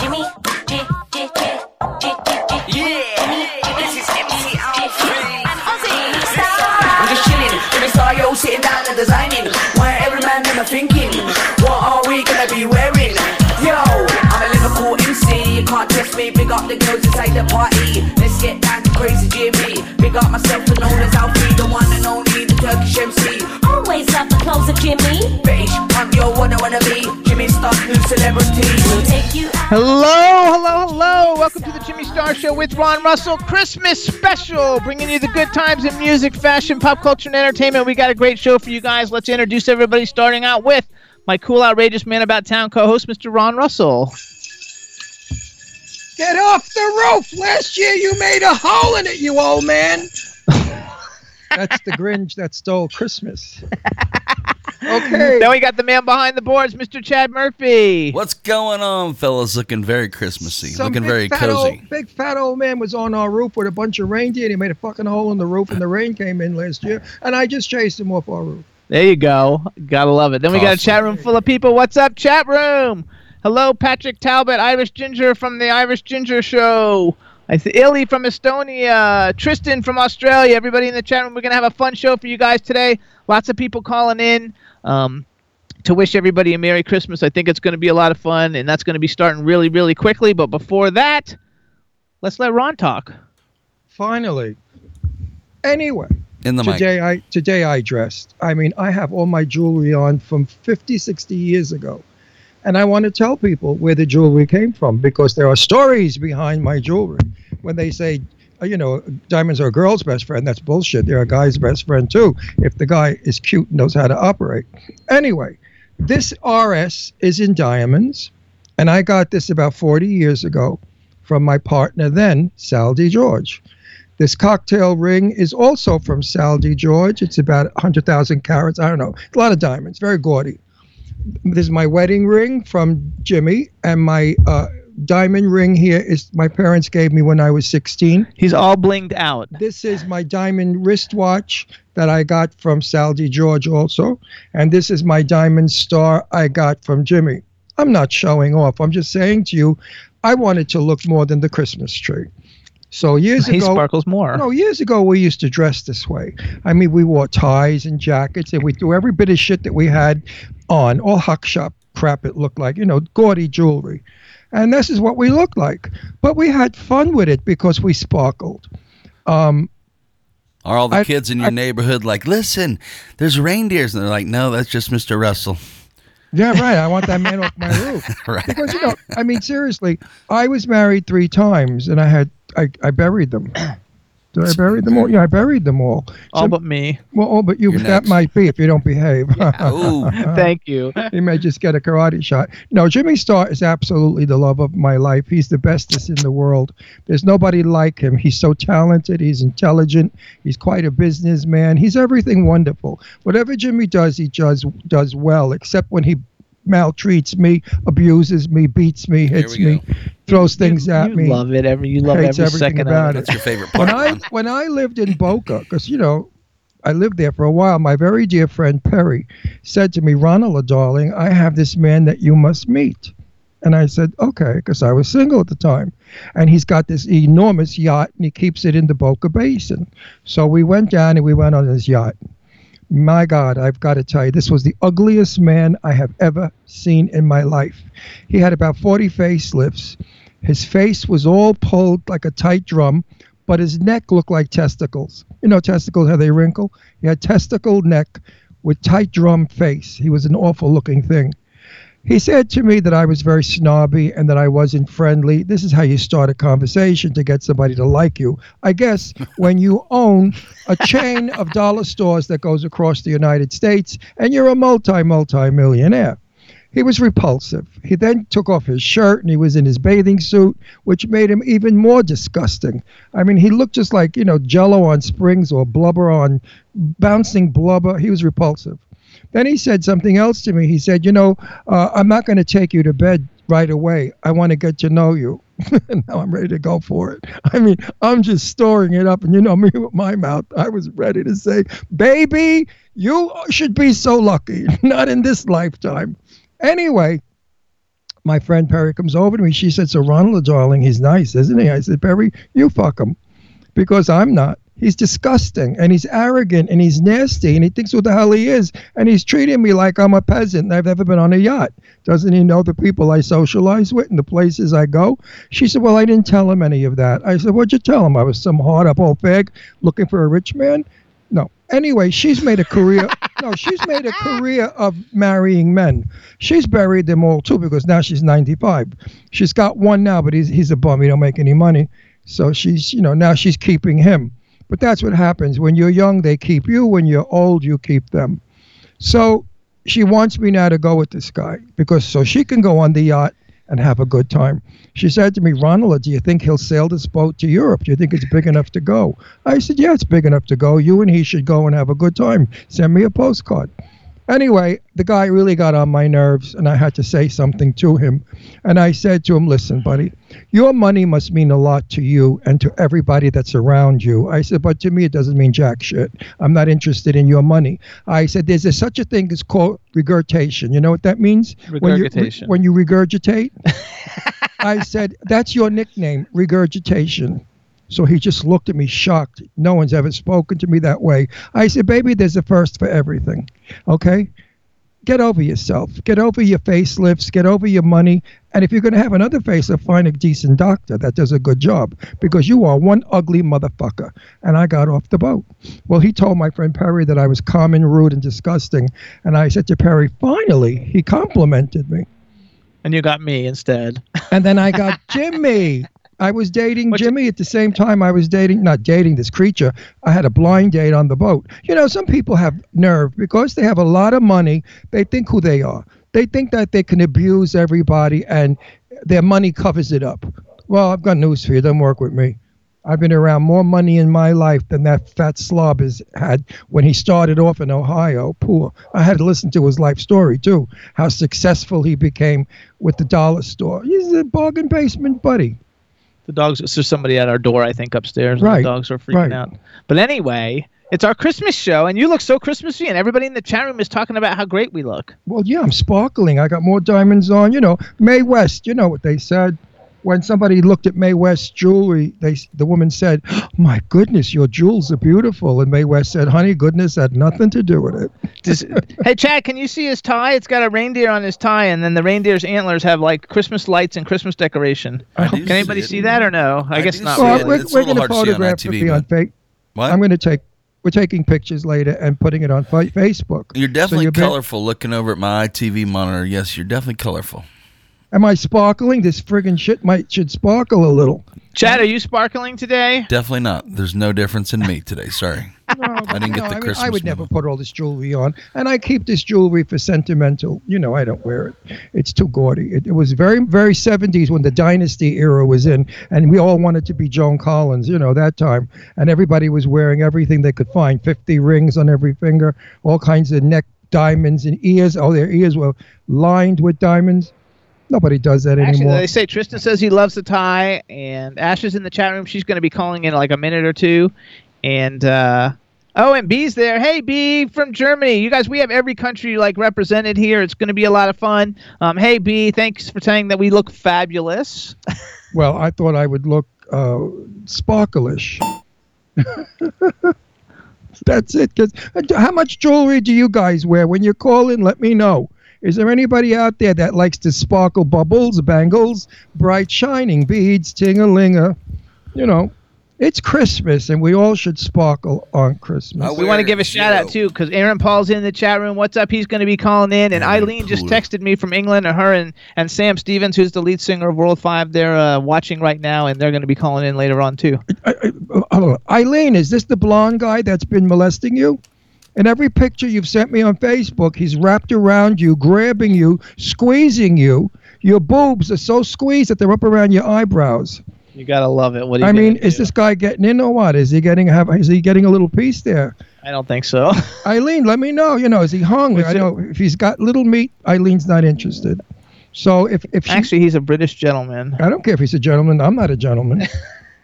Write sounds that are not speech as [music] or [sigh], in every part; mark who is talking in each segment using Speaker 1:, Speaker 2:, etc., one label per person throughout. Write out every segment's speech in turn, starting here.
Speaker 1: Jimmy, J, J, J, J, J, J. Yeah, this is MC Alfred. And Ozzy.
Speaker 2: I'm just chilling, every star yo sitting down and designing. Why every man in my thinking, what are we gonna be wearing? Yo, I'm a Liverpool MC, you can't test me. Big up the girls inside the party. Let's get down to crazy Jimmy. Big up myself and known as Alfie, the one and only the Turkish MC.
Speaker 1: Always love the clothes of Jimmy.
Speaker 2: Bitch, I'm your one I wanna be. Jimmy Star's new celebrity.
Speaker 1: We'll take you out.
Speaker 3: Hello, hello, hello. Welcome to the Jimmy Star Show with Ron Russell Christmas special, bringing you the good times in music, fashion, pop culture, and entertainment. We got a great show for you guys. Let's introduce everybody, starting out with my cool, outrageous man about town co host, Mr. Ron Russell.
Speaker 4: Get off the roof! Last year you made a hole in it, you old man. That's the Grinch that stole Christmas. okay.
Speaker 3: Then we got the man behind the boards, Mr. Chad
Speaker 5: [laughs]
Speaker 3: Murphy.
Speaker 5: What's going on, fellas? Looking very Christmassy.
Speaker 4: Some
Speaker 5: Looking
Speaker 4: big
Speaker 5: very
Speaker 4: fat
Speaker 5: cozy.
Speaker 4: Old, big fat old man was on our roof with a bunch of reindeer and he made a fucking hole in the roof and the rain came in last year and I just chased him off our roof.
Speaker 3: There you go. Gotta love it. Then we got a
Speaker 5: Awesome.
Speaker 3: chat room full of people. What's up, chat room? Hello, Patrick Talbot, Irish Ginger from the Irish Ginger Show. I see Illy from Estonia, Tristan from Australia. Everybody in the chat room, we're gonna have a fun show for you guys today. Lots of people calling in um, to wish everybody a Merry Christmas. I think it's gonna be a lot of fun, and that's gonna be starting really, really quickly. But before that, let's let Ron talk.
Speaker 4: Finally. Anyway,
Speaker 5: In the mic.
Speaker 4: today I today I dressed. I mean, I have all my jewelry on from 50, 60 years ago. And I want to tell people where the jewelry came from because there are stories behind my jewelry. When they say, uh, you know, diamonds are a girl's best friend, that's bullshit. They're a guy's best friend too, if the guy is cute and knows how to operate. Anyway, this RS is in diamonds. And I got this about 40 years ago from my partner then, Sal D. George. This cocktail ring is also from Sal D. George. It's about 100,000 carats. I don't know. A lot of diamonds. Very gaudy. This is my wedding ring from Jimmy. And my uh, diamond ring here is my parents gave me when I was 16.
Speaker 3: He's all blinged out.
Speaker 4: This is my diamond wristwatch that I got from Sal D. George also. And this is my diamond star I got from Jimmy. I'm not showing off. I'm just saying to you, I want it to look more than the Christmas tree. So years
Speaker 3: [laughs] He
Speaker 4: ago,
Speaker 3: sparkles more.
Speaker 4: no, years ago we used to dress this way. I mean, we wore ties and jackets, and we threw every bit of shit that we had on, all huck shop crap it looked like, you know, gaudy jewelry. And this is what we looked like. But we had fun with it because we sparkled. Um,
Speaker 5: Are all the
Speaker 4: I-
Speaker 5: kids in your neighborhood like, listen, there's reindeers? And they're like, no, that's just Mr. Russell.
Speaker 4: yeah, right. I want that man off
Speaker 3: [laughs]
Speaker 4: my roof.
Speaker 5: right.
Speaker 4: Because, you know, I mean, seriously, I was married three times, and I had, I, I buried them. Did I bury them all? Yeah, I buried them all.
Speaker 3: all Oh, but me.
Speaker 4: Well, all but you,
Speaker 5: You're
Speaker 4: but that
Speaker 5: next.
Speaker 4: might be if you don't behave. [laughs]
Speaker 5: Ooh.
Speaker 3: [laughs] Thank you.
Speaker 4: he may just get a karate shot. No, Jimmy Starr is absolutely the love of my life. He's the bestest in the world. There's nobody like him. He's so talented. He's intelligent. He's quite a businessman. He's everything wonderful. Whatever Jimmy does, he does does well, except when he maltreats me, abuses me, beats me, hits
Speaker 5: we
Speaker 4: me, throws things at
Speaker 3: you
Speaker 4: me.
Speaker 3: Love it. Every you love
Speaker 4: Hates
Speaker 3: every
Speaker 4: everything
Speaker 3: second
Speaker 4: about
Speaker 3: of it.
Speaker 5: That's your favorite part.
Speaker 4: when I
Speaker 5: Ron.
Speaker 4: when I lived in Boca, because you know, I lived there for a while. My very dear friend Perry said to me, "Ronald, darling, I have this man that you must meet." And I said, "Okay," because I was single at the time, and he's got this enormous yacht, and he keeps it in the Boca Basin. So we went down and we went on his yacht. My God, I've got to tell you, this was the ugliest man I have ever seen in my life. He had about 40 facelifts. His face was all pulled like a tight drum, but his neck looked like testicles. You know, testicles, how they wrinkle? He had testicle neck with tight drum face. He was an awful looking thing. He said to me that I was very snobby and that I wasn't friendly. This is how you start a conversation to get somebody to like you. I guess when you own a chain of dollar stores that goes across the United States and you're a multi, multi millionaire. He was repulsive. He then took off his shirt and he was in his bathing suit, which made him even more disgusting. I mean, he looked just like, you know, jello on springs or blubber on bouncing blubber. He was repulsive. Then he said something else to me. He said, You know, uh, I'm not going to take you to bed right away. I want to get to know you. [laughs] and now I'm ready to go for it. [laughs] I mean, I'm just storing it up. And you know me with my mouth. I was ready to say, Baby, you should be so lucky. [laughs] not in this lifetime. Anyway, my friend Perry comes over to me. She said, So Ronald, darling, he's nice, isn't he? I said, Perry, you fuck him because I'm not. He's disgusting and he's arrogant and he's nasty and he thinks who the hell he is and he's treating me like I'm a peasant and I've never been on a yacht. Doesn't he know the people I socialize with and the places I go? She said, Well, I didn't tell him any of that. I said, What'd you tell him? I was some hard up old fag looking for a rich man? No. Anyway, she's made a career. no, she's made a career of marrying men. She's buried them all too because now she's 95. She's got one now, but he's he's a bum. He don't make any money. So she's, you know, now she's keeping him. But that's what happens. When you're young, they keep you. When you're old, you keep them. So she wants me now to go with this guy because so she can go on the yacht and have a good time. She said to me, Ronald, do you think he'll sail this boat to Europe? Do you think it's big enough to go? I said, Yeah, it's big enough to go. You and he should go and have a good time. Send me a postcard. Anyway, the guy really got on my nerves, and I had to say something to him. And I said to him, Listen, buddy, your money must mean a lot to you and to everybody that's around you. I said, But to me, it doesn't mean jack shit. I'm not interested in your money. I said, There's a, such a thing as called regurgitation. You know what that means? When you-
Speaker 3: Regurgitation.
Speaker 4: When you, regurgitate? [laughs] I said, That's your nickname, regurgitation. So he just looked at me shocked. No one's ever spoken to me that way. I said, Baby, there's a first for everything. Okay? Get over yourself. Get over your facelifts. Get over your money. And if you're going to have another facelift, find a decent doctor that does a good job because you are one ugly motherfucker. And I got off the boat. Well, he told my friend Perry that I was common, rude, and disgusting. And I said to Perry, finally, he complimented me.
Speaker 3: And you got me instead.
Speaker 4: And then I got Jimmy. I was dating
Speaker 3: What's-
Speaker 4: Jimmy at the same time I was dating, not dating this creature. I had a blind date on the boat. You know, some people have nerve because they have a lot of money. They think who they are. They think that they can abuse everybody and their money covers it up. Well, I've got news for you. Don't work with me. I've been around more money in my life than that fat slob has had when he started off in Ohio. Poor. I had to listen to his life story too, how successful he became with the dollar store. He's a bargain basement buddy.
Speaker 3: The dogs. There's somebody at our door, I think, upstairs.
Speaker 4: Right,
Speaker 3: And the dogs are freaking
Speaker 4: right.
Speaker 3: out. But anyway, it's our Christmas show, and you look so Christmassy, and everybody in the chat room is talking about how great
Speaker 4: [laughs]
Speaker 3: we look.
Speaker 4: Well, yeah, I'm sparkling. I got more diamonds on. You know, May West. You know what they said. When somebody looked at May West's jewelry, they the woman said, "Oh, "My goodness, your jewels are beautiful." And May West said, "Honey, goodness had nothing to do with it."
Speaker 3: Does- hey, Chad, can you see his tie? It's got a reindeer on his tie, and then the reindeer's antlers have like Christmas lights and Christmas decoration.
Speaker 5: I do
Speaker 3: Can anybody
Speaker 5: it.
Speaker 3: see that or no? I,
Speaker 5: I
Speaker 3: guess
Speaker 5: do
Speaker 3: not.
Speaker 5: see
Speaker 4: Well,
Speaker 5: it.
Speaker 3: Really.
Speaker 4: we're,
Speaker 5: It's a
Speaker 4: we're
Speaker 5: little
Speaker 4: going to
Speaker 5: hard to see on
Speaker 4: photograph uh,
Speaker 5: ITV,
Speaker 4: it on
Speaker 5: but-
Speaker 4: fake.
Speaker 5: What?
Speaker 4: I'm going to take. We're taking pictures later and putting it on fa- Facebook.
Speaker 5: You're
Speaker 4: So
Speaker 5: definitely
Speaker 4: you'll be-
Speaker 5: colorful looking over at my ITV monitor. Yes, you're definitely colorful.
Speaker 4: Am I sparkling? This friggin' shit might should sparkle a little.
Speaker 3: Chad, are you sparkling today?
Speaker 5: Definitely not. There's no difference in me today.
Speaker 4: [laughs]
Speaker 5: Sorry. I didn't get the
Speaker 4: I, mean, I
Speaker 5: Christmas
Speaker 4: would never
Speaker 5: memo.
Speaker 4: put all this jewelry on, and I keep this jewelry for sentimental. You know, I don't wear it; it's too gaudy. It, it was very, very '70s when the Dynasty era was in, and we all wanted to be Joan Collins. You know, that time, and everybody was wearing everything they could find: 50 rings on every finger, all kinds of neck diamonds and ears. Oh, their ears were lined with diamonds. Nobody does that
Speaker 3: Actually,
Speaker 4: anymore.
Speaker 3: they say Tristan says he loves the tie, and Ash is in the chat room. She's going to be calling in like a minute or two, and uh, oh, and B's there. Hey, B from Germany. You guys, we have every country like represented here. It's going to be a lot of fun. Um, hey, B, thanks for saying that we look fabulous.
Speaker 4: well, I thought I would look uh, sparklish. [laughs] That's it. 'cause- uh, how much jewelry do you guys wear? When you call in, let me know. Is there anybody out there that likes to sparkle bubbles, bangles, bright shining beads, ting-a-linger? You know, it's Christmas, and we all should sparkle on Christmas.
Speaker 5: I
Speaker 3: Uh, We want to
Speaker 5: Where
Speaker 3: give a
Speaker 5: is
Speaker 3: shout out
Speaker 5: Joe?
Speaker 3: too because Aaron Paul's in the chat room. What's up? He's going to be calling in, and
Speaker 5: Aaron
Speaker 3: Eileen just
Speaker 5: Poole.
Speaker 3: texted me from England, and her and, and Sam Stevens, who's the lead singer of World Five, they're uh, watching right now, and they're going to be calling in later on too.
Speaker 4: Oh, I- I- I- Eileen, is this the blonde guy that's been molesting you? In every picture you've sent me on Facebook, he's wrapped around you, grabbing you, squeezing you. Your boobs are so squeezed that they're up around your eyebrows.
Speaker 3: You gotta love it. What do you
Speaker 4: I mean,
Speaker 3: gonna
Speaker 4: is
Speaker 3: do?
Speaker 4: this guy getting in or what? Is he getting have? Is he getting a little piece there?
Speaker 3: I don't
Speaker 4: [laughs]
Speaker 3: think so.
Speaker 4: Eileen, let me know. You know, is he hung?
Speaker 3: Was
Speaker 4: I
Speaker 3: it-
Speaker 4: know if he's got little meat, Eileen's not interested. So if if she,
Speaker 3: Actually, he's a British gentleman.
Speaker 4: I don't care if he's a gentleman. I'm not a
Speaker 3: [laughs]
Speaker 4: gentleman.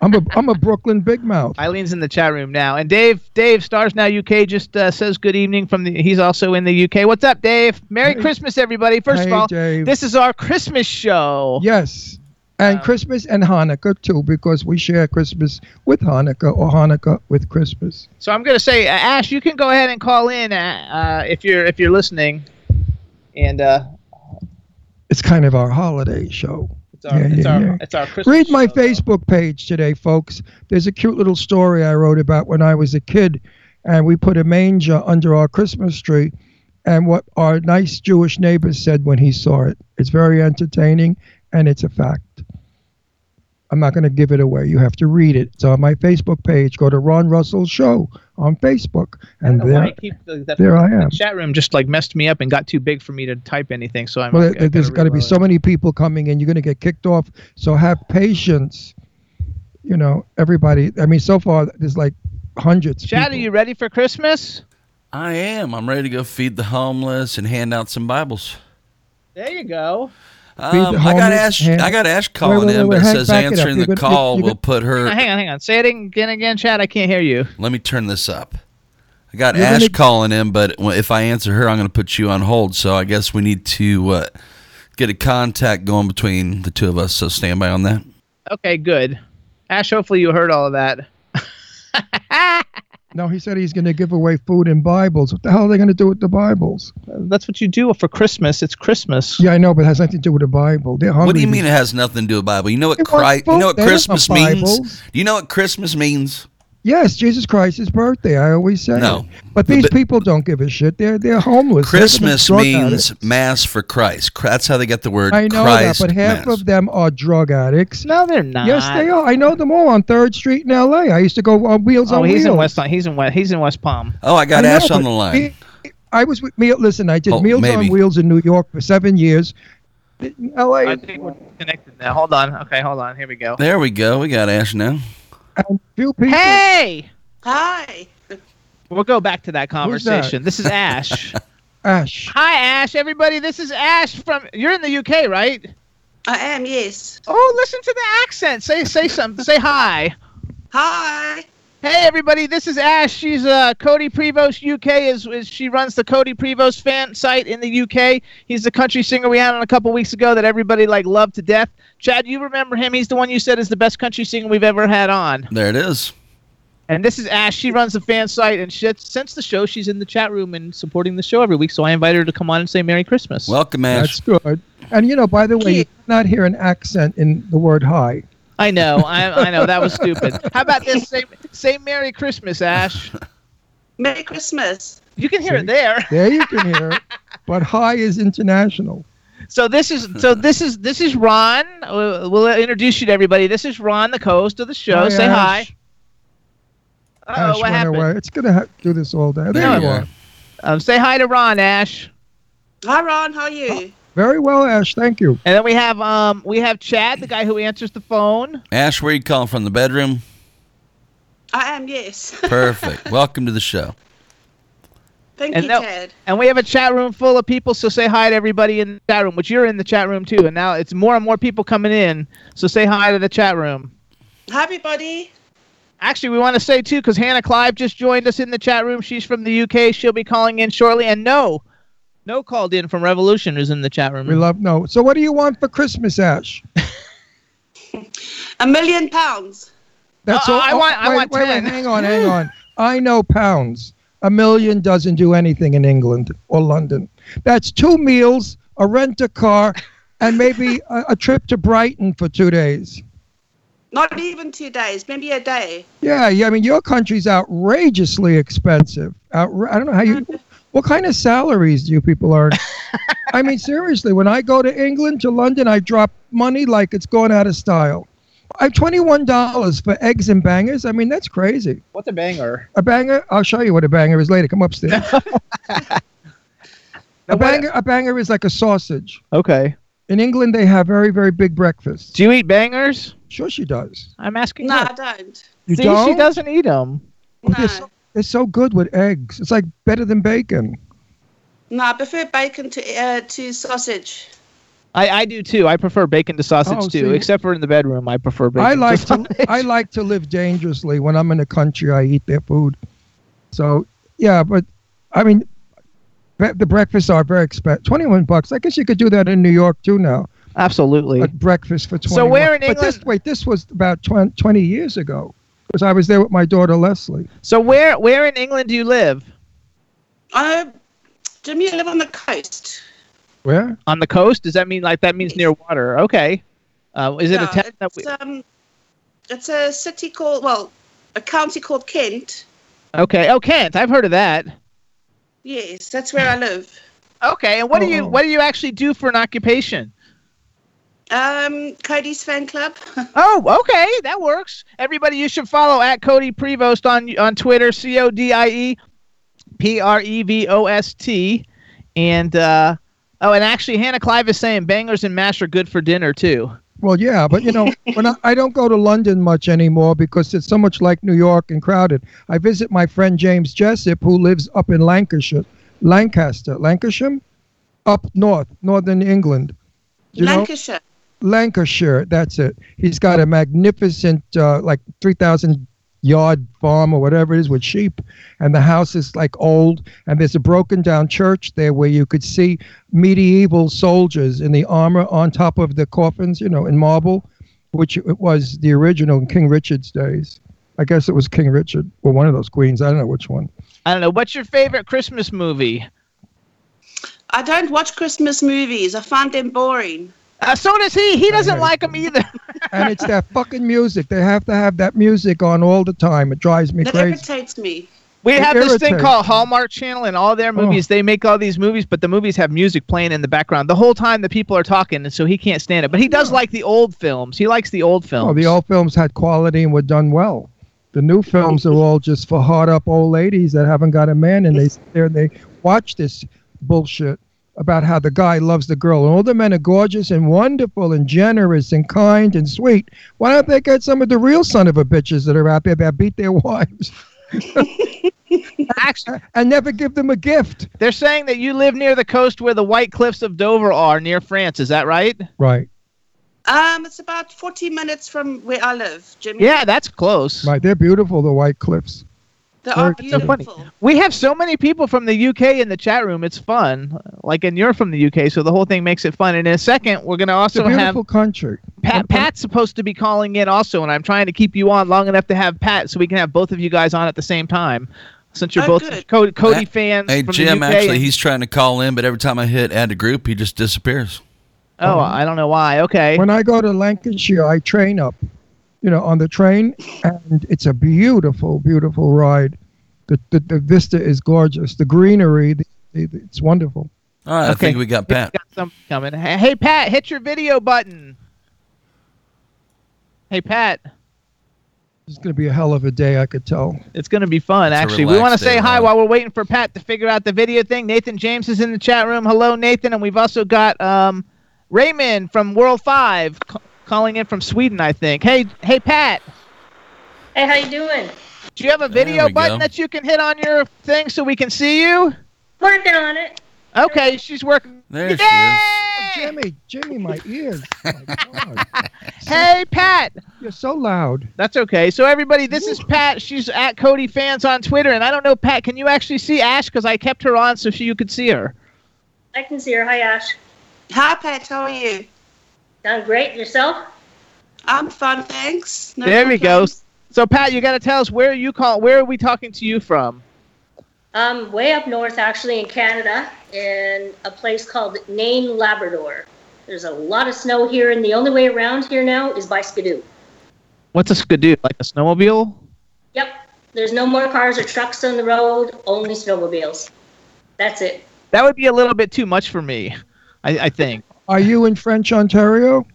Speaker 4: I'm a I'm a Brooklyn big mouth.
Speaker 3: Eileen's in the chat room now, and Dave, Dave Stars Now UK just uh, says good evening from the. He's also in the UK. What's up, Dave? Merry Christmas, everybody! First
Speaker 4: Hey,
Speaker 3: of all,
Speaker 4: Dave.
Speaker 3: this is our Christmas show.
Speaker 4: Yes. And
Speaker 3: Um,
Speaker 4: Christmas and Hanukkah too, because we share Christmas with Hanukkah or Hanukkah with Christmas.
Speaker 3: So I'm gonna say, uh, Ash, you can go ahead and call in uh, uh, if you're if you're listening, and uh,
Speaker 4: It's kind of our holiday show.
Speaker 3: it's our
Speaker 4: Yeah,
Speaker 3: it's
Speaker 4: yeah,
Speaker 3: our
Speaker 4: yeah.
Speaker 3: it's our Christmas.
Speaker 4: Read my
Speaker 3: show, though.
Speaker 4: Facebook page today, folks. There's a cute little story I wrote about when I was a kid, and we put a manger under our Christmas tree, and what our nice Jewish neighbor said when he saw it. It's very entertaining, and it's a fact. I'm not going to give it away. You have to read it. It's on my Facebook page. Go to Ron Russell Show on Facebook, and
Speaker 3: I don't know why
Speaker 4: there,
Speaker 3: I keep the- that-
Speaker 4: there I
Speaker 3: the
Speaker 4: am.
Speaker 3: chat room just like messed me up and got too big for me to type anything. So I'm.
Speaker 4: Well,
Speaker 3: okay, I
Speaker 4: there- there's
Speaker 3: gotta
Speaker 4: got to be
Speaker 3: reload.
Speaker 4: so many people coming in. You're going to get kicked off. So have patience. You know, everybody. I mean, so far there's like hundreds. of
Speaker 3: Chad, are
Speaker 4: people.
Speaker 3: you ready for Christmas?
Speaker 5: I am. I'm ready to go feed the homeless and hand out some Bibles.
Speaker 3: There you go.
Speaker 5: Um,
Speaker 4: the
Speaker 5: I got
Speaker 4: homeless,
Speaker 5: Ash.
Speaker 4: hand-
Speaker 5: I got Ash
Speaker 4: wait,
Speaker 5: calling
Speaker 4: wait,
Speaker 5: in,
Speaker 4: wait,
Speaker 5: but it
Speaker 4: hang-
Speaker 5: says
Speaker 4: back it up.
Speaker 5: answering
Speaker 4: You're
Speaker 5: the
Speaker 4: gonna-
Speaker 5: call
Speaker 4: you're
Speaker 5: will put
Speaker 3: Hang on,
Speaker 5: her.
Speaker 3: hang on, hang on. Say it again, again, Chad. I can't hear you.
Speaker 5: Let me turn this up. I got
Speaker 4: You're
Speaker 5: Ash
Speaker 4: gonna-
Speaker 5: calling in, but w- if I answer her, I'm going to put you on hold. So I guess we need to uh, get a contact going between the two of us. So stand by on that.
Speaker 3: Okay, good. Ash, hopefully you heard all of that.
Speaker 4: No, he said he's going to give away food and Bibles. What the hell are they going to do with the Bibles?
Speaker 5: Uh,
Speaker 3: That's what you do for Christmas. It's Christmas.
Speaker 4: Yeah, I know, but it has nothing to do with the Bible. They're hungry.
Speaker 5: What do you mean it has nothing to do with Bible? You know what
Speaker 4: It was
Speaker 5: Christ, you know
Speaker 4: both
Speaker 5: what
Speaker 4: there,
Speaker 5: Christmas
Speaker 4: the
Speaker 5: means?
Speaker 4: Bibles.
Speaker 5: Do you know what Christmas means?
Speaker 4: Yes, Jesus Christ's birthday. I always say.
Speaker 5: No.
Speaker 4: it. but these
Speaker 5: But-
Speaker 4: people don't give a shit. They're they're homeless. They're gonna
Speaker 5: Christmas
Speaker 4: drug addicts.
Speaker 5: means mass for Christ. Cr- That's how they get the word
Speaker 4: I know
Speaker 5: Christ.
Speaker 4: that, but half
Speaker 5: mass.
Speaker 4: of them are drug addicts.
Speaker 3: No, they're not.
Speaker 4: Yes, they are. I know them all on Third Street in L.A. I used to go on Wheels
Speaker 3: Oh,
Speaker 4: on
Speaker 3: he's
Speaker 4: Wheels.
Speaker 3: in West. He's in West. He's in West Palm.
Speaker 5: oh, I got
Speaker 4: I know,
Speaker 5: Ash on
Speaker 4: but
Speaker 5: the line.
Speaker 4: me- I was with me. Listen, I did
Speaker 5: Oh,
Speaker 4: Meals on
Speaker 5: maybe.
Speaker 4: Wheels in New York for seven years. In L.A.
Speaker 3: I think we're connected now. Hold on. Okay, hold on. Here we go.
Speaker 5: There we go. We got Ash now.
Speaker 4: and few people.
Speaker 3: Hey,
Speaker 6: Hi.
Speaker 3: we'll go back to that conversation.
Speaker 4: that?
Speaker 3: This is Ash.
Speaker 4: [laughs] Ash.
Speaker 3: Hi, Ash. Everybody, this is Ash from. You're in the UK, right?
Speaker 6: I am, yes.
Speaker 3: Oh, listen to the accent. Say say something. Say hi.
Speaker 6: Hi.
Speaker 3: Hey everybody, this is Ash. She's uh, Cody Prevost UK. Is, is she runs the Cody Prevost fan site in the UK? He's the country singer we had on a couple weeks ago that everybody like loved to death. Chad, you remember him? He's the one you said is the best country singer we've ever had on.
Speaker 5: There it is.
Speaker 3: And this is Ash. She runs the fan site, and shit. Since the show, she's in the chat room and supporting the show every week. So I invite her to come on and say Merry Christmas.
Speaker 5: Welcome, Ash.
Speaker 4: That's good. And you know, by the way, you cannot hear an accent in the word "hi."
Speaker 3: I know, Oh, I, I know that was stupid. How about this? Say say Merry Christmas, Ash.
Speaker 6: Merry Christmas.
Speaker 3: You can hear it there.
Speaker 4: [laughs] There you can hear, it, but "hi" is international.
Speaker 3: So this is so this is this is Ron. Uh, We'll introduce you to everybody. This is Ron, the co-host of the show. Say
Speaker 4: Ash.
Speaker 3: hi.
Speaker 4: Ash
Speaker 3: Uh-oh, what
Speaker 4: went
Speaker 3: happened?
Speaker 4: away. It's gonna ha- do this all day. There
Speaker 5: you
Speaker 4: you
Speaker 5: go.
Speaker 4: are.
Speaker 3: Um, say hi to Ron, Ash.
Speaker 6: Hi, Ron. How are you?
Speaker 4: Very well, Ash. Thank you.
Speaker 3: And then we have um we have Chad, the guy who answers the phone.
Speaker 5: Ash, where you calling from? The bedroom?
Speaker 6: I am, yes.
Speaker 5: Perfect. Welcome to the show.
Speaker 6: Thank
Speaker 3: And
Speaker 6: you,
Speaker 3: no-
Speaker 6: Ted.
Speaker 3: And we have a chat room full of people, so say hi to everybody in the chat room, which you're in the chat room too. And now it's more and more people coming in, so say hi to the chat room.
Speaker 6: Hi, everybody.
Speaker 3: Actually, we want to say too, because Hannah Clive just joined us in the chat room. She's from the UK. She'll be calling in shortly. And no, no called in from Revolution who's in the chat room.
Speaker 4: We love no. So, what do you want for Christmas, Ash?
Speaker 6: A million pounds.
Speaker 4: That's
Speaker 3: Uh,
Speaker 4: all.
Speaker 3: I want-
Speaker 4: wait,
Speaker 3: I want
Speaker 4: wait, wait,
Speaker 3: 10.
Speaker 4: hang on,
Speaker 3: [laughs]
Speaker 4: hang on. I know pounds. A million doesn't do anything in England or London. That's two meals, a rent a car, and maybe a, a trip to Brighton for two days.
Speaker 6: Not even two days, maybe a day.
Speaker 4: Yeah, yeah. I mean, your country's outrageously expensive. Outra- I don't know how
Speaker 3: Mm-hmm.
Speaker 4: you. What kind of salaries do you people
Speaker 3: [laughs]
Speaker 4: earn? I mean, seriously, when I go to England to London, I drop money like it's gone out of style. I have twenty-one dollars for eggs and bangers. I mean, that's crazy.
Speaker 3: What's a banger?
Speaker 4: A banger. I'll show you what a banger is later. Come upstairs.
Speaker 3: [laughs] No,
Speaker 4: a
Speaker 3: wait.
Speaker 4: banger. A banger is like a sausage.
Speaker 3: Okay.
Speaker 4: In England, they have very, very big breakfasts.
Speaker 3: Do you eat bangers?
Speaker 4: Sure, she does.
Speaker 3: I'm asking.
Speaker 6: No, I
Speaker 3: her.
Speaker 6: don't.
Speaker 4: You
Speaker 3: See,
Speaker 4: don't.
Speaker 3: she doesn't eat them.
Speaker 4: Well, they're so-
Speaker 6: No,
Speaker 4: It's so good with eggs. It's like better than bacon.
Speaker 6: no, I prefer bacon to uh, to sausage.
Speaker 3: I, I do too. I prefer bacon to sausage
Speaker 4: Oh,
Speaker 3: too,
Speaker 4: see.
Speaker 3: except for in the bedroom. I prefer bacon.
Speaker 4: I like
Speaker 3: to.
Speaker 4: to
Speaker 3: sausage.
Speaker 4: I like to live dangerously. When I'm in a country, I eat their food. So yeah, but I mean, bre- the breakfasts are very expensive. Twenty-one bucks. I guess you could do that in New York too now.
Speaker 3: Absolutely.
Speaker 4: A breakfast for twenty.
Speaker 3: So where in
Speaker 4: But this
Speaker 3: England-
Speaker 4: wait, this was about 20, 20 years ago because I was there with my daughter Leslie.
Speaker 3: [laughs] So where where in England do you live?
Speaker 6: Uh, Jimmy, you live on the coast.
Speaker 4: Where?
Speaker 3: On the coast? Does that mean like that means near water? Okay. Uh, is it
Speaker 6: No,
Speaker 3: a town that we?
Speaker 6: it's, um, it's a city called, well, a county called Kent.
Speaker 3: Okay. Oh, Kent. I've heard of that.
Speaker 6: Yes, that's where I live.
Speaker 3: Okay. And what do you
Speaker 4: Oh.
Speaker 3: what do you actually do for an occupation?
Speaker 6: Um, Cody's fan club. [laughs]
Speaker 3: Oh, okay, that works. Everybody, you should follow at Cody Prevost on on Twitter. C O D I E P R E V O S T. And uh, oh, and actually, Hannah Clive is saying bangers and mash are good for dinner too.
Speaker 4: Well, yeah, but you know, when I, I don't go to London much anymore because it's so much like New York and crowded. I visit my friend James Jessup, who lives up in Lancashire, Lancaster, Lancashire, up north, northern England. You know,
Speaker 6: Lancashire.
Speaker 4: Lancashire. That's it. He's got a magnificent, uh, like three thousand yard farm or whatever it is with sheep, and the house is like old. And there's a broken down church there where you could see medieval soldiers in the armor on top of the coffins, you know, in marble, which it was the original in King Richard's days. I guess it was King Richard or one of those queens. I don't know which one.
Speaker 3: I don't know. What's your favorite Christmas movie?
Speaker 6: I don't watch Christmas movies. I find them boring.
Speaker 3: Uh, so does he. He doesn't
Speaker 4: Right.
Speaker 3: like them either.
Speaker 4: [laughs] And it's that fucking music. They have to have that music on all the time. It drives me
Speaker 6: That
Speaker 4: crazy.
Speaker 6: irritates me.
Speaker 3: We
Speaker 4: It
Speaker 3: have this thing
Speaker 4: irritates Oh.
Speaker 3: called Hallmark Channel, and all their movies, they make all these movies, but the movies have music playing in the background the whole time the people are talking, and so he can't stand it. But he does like the old films. He likes the old films.
Speaker 4: Oh, the old films had quality and were done well. The new films are all just for hard up old ladies that haven't got a man, and they sit there and they watch this bullshit about how the guy loves the girl, and all the men are gorgeous and wonderful and generous and kind and sweet. Why don't they get some of the real son of a bitches that are out there that beat their [laughs] wives
Speaker 3: Actually,
Speaker 4: and never give them a gift?
Speaker 3: They're saying that you live near the coast where the White Cliffs of Dover are, near France. Is that right?
Speaker 4: Right,
Speaker 6: Um, it's about 40 minutes from where I live, Jimmy.
Speaker 3: Yeah, that's close.
Speaker 4: right. They're beautiful, the White Cliffs.
Speaker 6: They are
Speaker 4: So funny.
Speaker 6: beautiful.
Speaker 3: We have so many people from the UK in the chat room. It's fun. Like, and you're from the UK, so the whole thing makes it fun. And in a second, we're going to
Speaker 4: It's a
Speaker 3: also have
Speaker 4: beautiful country.
Speaker 3: Pat. Pat's supposed to be calling in also, and I'm trying to keep you on long enough to have Pat so we can have both of you guys on at the same time. Since you're
Speaker 6: Oh,
Speaker 3: both
Speaker 6: good.
Speaker 3: Cody, Cody
Speaker 5: Hey,
Speaker 3: fans.
Speaker 5: Hey
Speaker 3: from the
Speaker 5: Jim,
Speaker 3: UK.
Speaker 5: actually, he's trying to call in, but every time I hit add to group, he just disappears.
Speaker 3: oh, I don't know why. Okay.
Speaker 4: When I go to Lancashire, I train up, you know, on the train, and it's a beautiful, beautiful ride. The the, the vista is gorgeous. The greenery, the, the, it's wonderful.
Speaker 5: All right, I
Speaker 3: Okay.
Speaker 5: think we got Pat.
Speaker 3: Got something coming. Hey, hey, Pat, hit your video button. Hey, Pat,
Speaker 4: It's going to be a hell of a day, I could tell.
Speaker 3: it's going to be fun,
Speaker 5: It's a
Speaker 3: actually. We want to
Speaker 5: relaxed day,
Speaker 3: say hi
Speaker 5: Ron.
Speaker 3: while we're waiting for Pat to figure out the video thing. Nathan James is in the chat room. Hello, Nathan. And we've also got um, Raymond from World 5 c- calling in from Sweden, I think. Hey, hey, Pat,
Speaker 7: Hey, how you doing?
Speaker 3: do you have a
Speaker 5: There
Speaker 3: video
Speaker 5: we
Speaker 3: button
Speaker 5: go.
Speaker 3: that you can hit on your thing so we can see you?
Speaker 7: Working on it.
Speaker 3: Okay, she's working.
Speaker 5: There she is.
Speaker 3: Yay!
Speaker 4: Jimmy, Jimmy, my ears. My God.
Speaker 3: [laughs] Hey, Pat.
Speaker 4: You're so loud.
Speaker 3: That's okay. So everybody, this is Pat. She's at Cody Fans on Twitter, and I don't know, Pat, can you actually see Ash? Because I kept her on so she, you could see her.
Speaker 7: I can see her. Hi, Ash.
Speaker 6: Hi, Pat. How are you?
Speaker 7: Done great. Yourself?
Speaker 6: I'm fine, thanks. No
Speaker 3: There we go.
Speaker 6: complaints.
Speaker 3: So Pat, you got to tell us where you call. Where are we talking to you from?
Speaker 7: Um, way up north, actually, in Canada, in a place called Nain, Labrador. There's a lot of snow here, and the only way around here now is by skidoo.
Speaker 3: What's a skidoo? Like a snowmobile?
Speaker 7: Yep. There's no more cars or trucks on the road. Only snowmobiles. That's it.
Speaker 3: That would be a little bit too much for me. I, I think.
Speaker 4: Are you in French Ontario,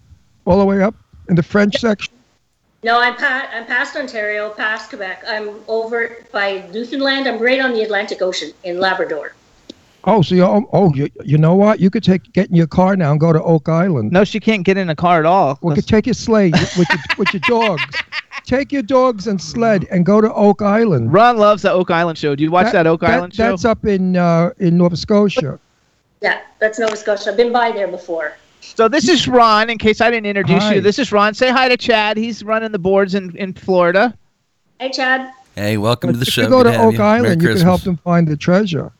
Speaker 4: all the way up in the French section?
Speaker 7: No, I'm pa- I'm past Ontario, past Quebec. I'm over by Newfoundland. I'm right on the Atlantic Ocean in Labrador.
Speaker 4: Oh, so you oh, oh you, you know what? You could take get in your car now and go to Oak Island.
Speaker 3: No, she can't get in a car at all.
Speaker 4: We could take your
Speaker 3: [laughs]
Speaker 4: sleigh with your, with your dogs. Take your dogs and sled and go to Oak Island.
Speaker 3: Ron loves the Oak Island show. Do you watch that, Oak Island show?
Speaker 4: That's up in uh, in Nova Scotia.
Speaker 7: Yeah, that's Nova Scotia. I've been by there before. [laughs]
Speaker 3: So this is Ron. In case I didn't introduce
Speaker 4: Hi.
Speaker 3: you, this is Ron. Say hi to Chad. He's running the boards in, in Florida.
Speaker 7: Hey, Chad.
Speaker 5: Hey, welcome to the
Speaker 4: if
Speaker 5: show.
Speaker 4: you go
Speaker 5: Good
Speaker 4: to
Speaker 5: have
Speaker 4: Oak
Speaker 5: Merry
Speaker 4: Island, you could help
Speaker 5: Christmas.
Speaker 4: them find the treasure.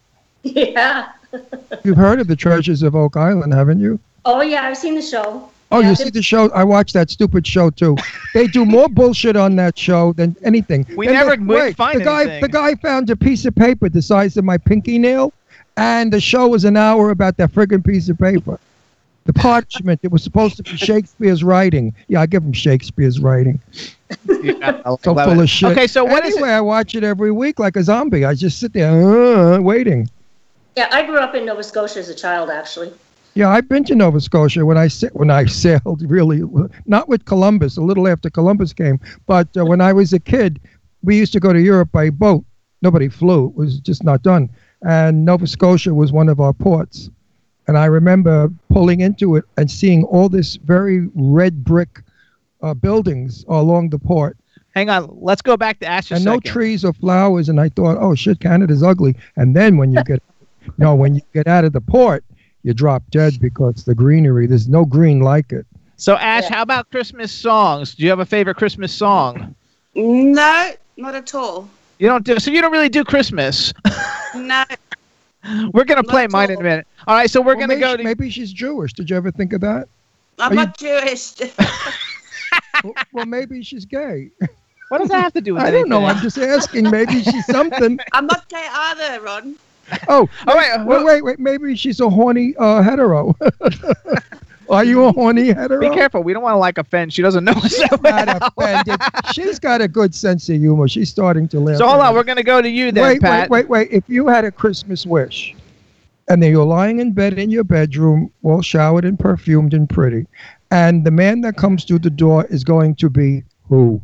Speaker 7: Yeah. [laughs]
Speaker 4: You've heard of the treasures of Oak Island, haven't you?
Speaker 7: Oh yeah, I've seen the show.
Speaker 4: Oh,
Speaker 7: Yeah,
Speaker 4: you
Speaker 7: I've
Speaker 4: see
Speaker 7: been-
Speaker 4: the show? I watched that stupid show too. They do more bullshit on that show than anything.
Speaker 3: We
Speaker 4: Then
Speaker 3: never
Speaker 4: they-
Speaker 3: would
Speaker 4: wait,
Speaker 3: find
Speaker 4: the guy.
Speaker 3: anything.
Speaker 4: The guy found a piece of paper the size of my pinky nail, and the show was an hour about that friggin' piece of paper. The parchment. it was supposed to be Shakespeare's writing. Yeah, I give him Shakespeare's writing.
Speaker 3: Yeah, I
Speaker 4: So
Speaker 3: love
Speaker 4: full
Speaker 3: it.
Speaker 4: of shit.
Speaker 3: Okay, so
Speaker 6: Uh,
Speaker 3: what is
Speaker 4: anyway, I watch it every week like a zombie. I just sit there uh, waiting.
Speaker 7: Yeah, I grew up in Nova Scotia as a child, actually.
Speaker 4: Yeah, I've been to Nova Scotia when I sa- when I [laughs] sailed really not with Columbus, a little after Columbus came, but uh, when I was a kid, we used to go to Europe by boat. Nobody flew; it was just not done. And Nova Scotia was one of our ports, and I remember pulling into it and seeing all this very red brick uh, buildings along the port,
Speaker 3: it? Hang on. Let's go back to Ash. a
Speaker 4: and no
Speaker 3: second.
Speaker 4: trees or flowers. And I thought, oh shit, Canada's ugly. And then
Speaker 3: [laughs]
Speaker 4: when you get, no, when you get out of the port, you drop dead because the greenery. There's no green like it.
Speaker 3: So Ash,
Speaker 7: Yeah.
Speaker 3: how about Christmas songs? Do you have a favorite Christmas song?
Speaker 6: No, not at all.
Speaker 3: You don't do so. You don't really do Christmas. [laughs]
Speaker 6: No.
Speaker 3: We're gonna play
Speaker 6: at
Speaker 3: mine in a
Speaker 6: all.
Speaker 3: minute. All right. So we're
Speaker 4: Well,
Speaker 3: gonna
Speaker 4: maybe,
Speaker 3: go
Speaker 4: she-
Speaker 3: to.
Speaker 4: maybe she's Jewish. Did you ever think of that?
Speaker 6: I'm
Speaker 4: Are
Speaker 6: not Jewish.
Speaker 4: [laughs] well, well, maybe she's gay.
Speaker 3: What does that have to do with
Speaker 4: I don't know.
Speaker 3: anything?
Speaker 4: I'm just asking. Maybe she's
Speaker 3: [laughs]
Speaker 4: something.
Speaker 6: I'm not gay either, Ah, Ron. [laughs]
Speaker 4: Oh,
Speaker 3: All right.
Speaker 4: wait, wait, wait. Maybe she's a horny uh, hetero. [laughs] Are you a horny hetero?
Speaker 3: Be careful. We don't want to like offend. She doesn't know us that
Speaker 4: Not
Speaker 3: well.
Speaker 4: offended. She's got a good sense of humor. She's starting to laugh.
Speaker 3: So hold
Speaker 4: at
Speaker 3: on.
Speaker 4: it.
Speaker 3: We're gonna go to you then,
Speaker 4: wait,
Speaker 3: Pat. [laughs]
Speaker 4: wait, wait, wait. If you had a Christmas wish and then you're lying in bed in your bedroom, all showered and perfumed and pretty, and the man that comes through the door is going to be who?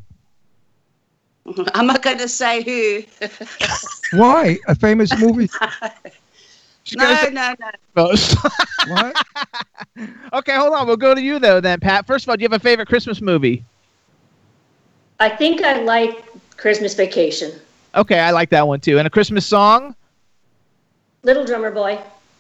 Speaker 6: I'm not going to say
Speaker 4: [laughs]
Speaker 6: who.
Speaker 4: Why? A famous
Speaker 3: [laughs]
Speaker 4: movie?
Speaker 3: She's
Speaker 6: No,
Speaker 3: gonna say
Speaker 6: no, no.
Speaker 3: most.
Speaker 4: what?
Speaker 3: okay, hold on. We'll go to you though, then, Pat. First of all, do you have a favorite Christmas movie?
Speaker 7: I think I like Christmas Vacation.
Speaker 3: Okay, I like that one too. And a Christmas song.
Speaker 7: Little Drummer Boy.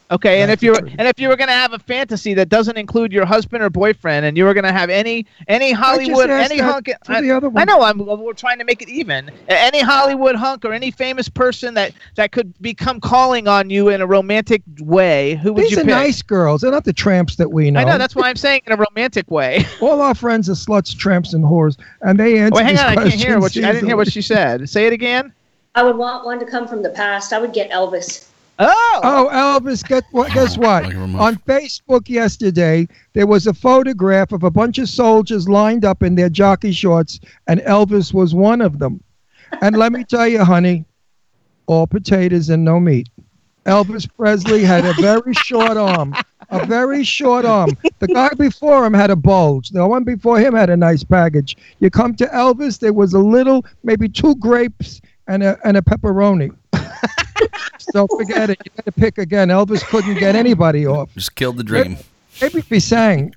Speaker 3: Okay, and if
Speaker 4: That's
Speaker 3: you were
Speaker 4: pretty.
Speaker 3: and if you were gonna have a fantasy that doesn't include your husband or boyfriend, and you were gonna have any any Hollywood
Speaker 4: asked
Speaker 3: any
Speaker 4: that
Speaker 3: hunk.
Speaker 4: To
Speaker 3: I,
Speaker 4: the other one.
Speaker 3: I know I'm. We're trying to make it even. A- Any Hollywood hunk or any famous person that that could become calling on you in a romantic way. Who would
Speaker 4: These
Speaker 3: you
Speaker 4: are
Speaker 3: pick?
Speaker 4: nice girls. They're not the tramps that we know.
Speaker 3: I know that's why I'm saying in a romantic way. [laughs]
Speaker 4: All our friends are sluts, tramps, and whores, and they answer
Speaker 3: Oh, Wait, hang
Speaker 4: these
Speaker 3: on, I can't hear
Speaker 4: questions
Speaker 3: what she, I didn't hear what she said. Say it again.
Speaker 7: I would want one to come from the past. I would get Elvis.
Speaker 3: Oh,
Speaker 4: Oh, Elvis, get what? Guess what?
Speaker 5: Thank you very much.
Speaker 4: On Facebook yesterday, there was a photograph of a bunch of soldiers lined up in their jockey shorts, and Elvis was one of them. And let me tell you, honey, all potatoes and no meat. Elvis Presley had a very short arm, a very short arm. The guy before him had a bulge. The one before him had a nice package. You come to Elvis, there was a little, maybe two grapes and a and a pepperoni. so forget it. You got to pick again. Elvis couldn't get anybody off.
Speaker 5: Just killed the dream.
Speaker 4: Maybe if he sang.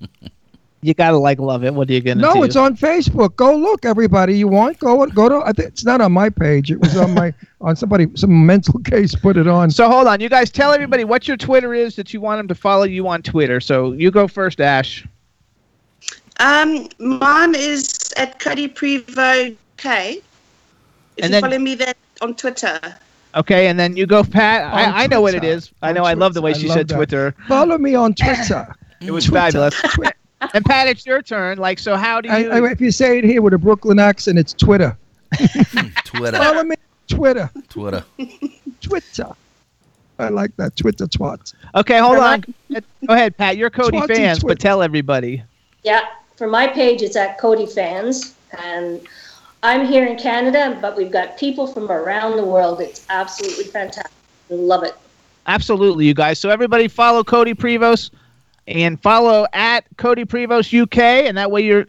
Speaker 3: you gotta like love it. What are you gonna do?
Speaker 4: No, it's on Facebook. Go look, everybody. You want go go to. I think it's not on my page. It was on my [laughs] on somebody some mental case put it on.
Speaker 3: So hold on, you guys. Tell everybody what your Twitter is that you want them to follow you on Twitter. So you go first, Ash.
Speaker 6: Um, mine is at Cody Prevo K. If
Speaker 3: And
Speaker 6: you
Speaker 3: then-
Speaker 6: follow me that on Twitter.
Speaker 3: Okay, and then you go, Pat.
Speaker 4: On
Speaker 3: I, I know what it
Speaker 4: Twitter.
Speaker 3: is. I
Speaker 4: On
Speaker 3: know. I love the
Speaker 4: Twitter.
Speaker 3: way
Speaker 4: I
Speaker 3: she
Speaker 4: love
Speaker 3: said
Speaker 4: that.
Speaker 3: Twitter.
Speaker 4: Follow me on Twitter.
Speaker 3: [coughs] It was fabulous. and Pat, it's your turn. Like, so how do
Speaker 4: I,
Speaker 3: you?
Speaker 4: I, if you say it here with a Brooklyn accent, it's Twitter.
Speaker 5: Twitter.
Speaker 4: Follow me, on Twitter,
Speaker 5: Twitter.
Speaker 6: [laughs]
Speaker 4: Twitter. I like that Twitter twat.
Speaker 3: okay, hold
Speaker 6: They're
Speaker 3: on. Go ahead, Pat. You're Cody
Speaker 4: Twatty
Speaker 3: fans,
Speaker 4: Twitter.
Speaker 3: but tell everybody.
Speaker 7: Yeah, for my page, it's at Cody Fans. And I'm here in Canada, but we've got people from around the world. It's absolutely fantastic. Love it.
Speaker 3: Absolutely, you guys. So everybody follow Cody Prevost and follow at Cody Prevost UK, and that way you're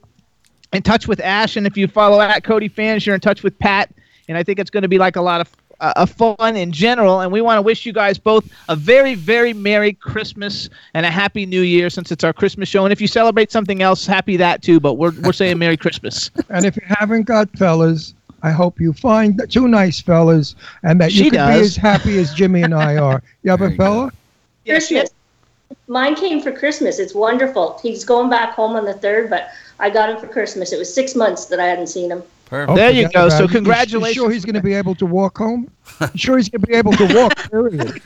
Speaker 3: in touch with Ash, and if you follow at Cody Fans, you're in touch with Pat. And I think it's going to be like a lot of uh, of fun in general. And we want to wish you guys both a very, very Merry Christmas and a Happy New Year, since it's our Christmas show. And if you celebrate something else, happy that too. But we're we're saying
Speaker 4: [laughs]
Speaker 3: Merry Christmas.
Speaker 4: And if you haven't got fellas, I hope you find two nice fellas and that
Speaker 3: She
Speaker 4: you can be
Speaker 3: does.
Speaker 4: as happy as Jimmy and I are. You have
Speaker 5: There
Speaker 4: a
Speaker 5: you go.
Speaker 4: fella?
Speaker 3: Yes, yes.
Speaker 7: Mine came for Christmas. It's wonderful. He's going back home on the third, but I got him for Christmas. It was six months that I hadn't seen him.
Speaker 5: Perfect.
Speaker 3: There you
Speaker 4: Oh, forget
Speaker 3: go.
Speaker 4: about
Speaker 3: So
Speaker 4: it. You- you
Speaker 3: congratulations.
Speaker 4: sure he's going to be able to walk home? You sure he's going to be able to walk, [laughs] period.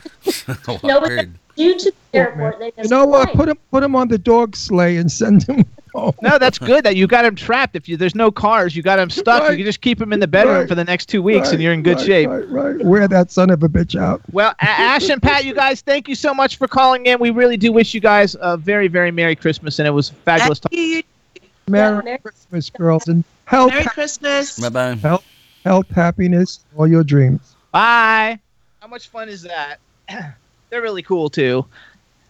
Speaker 5: Well,
Speaker 7: No, but
Speaker 5: period.
Speaker 7: due to the
Speaker 4: man.
Speaker 7: airport, they
Speaker 4: You
Speaker 7: just
Speaker 4: know what?
Speaker 7: fine.
Speaker 4: Put him, put him on the dog sleigh and send him [laughs] home.
Speaker 3: No, that's good that you got him trapped. If you, there's no cars, you got him stuck. You
Speaker 4: Right.
Speaker 3: can just keep him in the bedroom
Speaker 4: Right.
Speaker 3: for the next two weeks,
Speaker 4: Right,
Speaker 3: and you're in good
Speaker 4: right,
Speaker 3: shape.
Speaker 4: Right, right. Wear that son of a bitch out.
Speaker 3: Well, A- Ash and Pat, you guys, thank you so much for calling in. We really do wish you guys a very, very Merry Christmas, and it was fabulous.
Speaker 6: Thank
Speaker 3: Talk-
Speaker 6: you. you-
Speaker 4: Merry
Speaker 7: Merry-
Speaker 4: Christmas, girls, and health,
Speaker 6: Merry Christmas.
Speaker 5: Bye bye.
Speaker 4: health, happiness, all your dreams.
Speaker 3: Bye. How much fun is that? [clears throat] They're really cool too.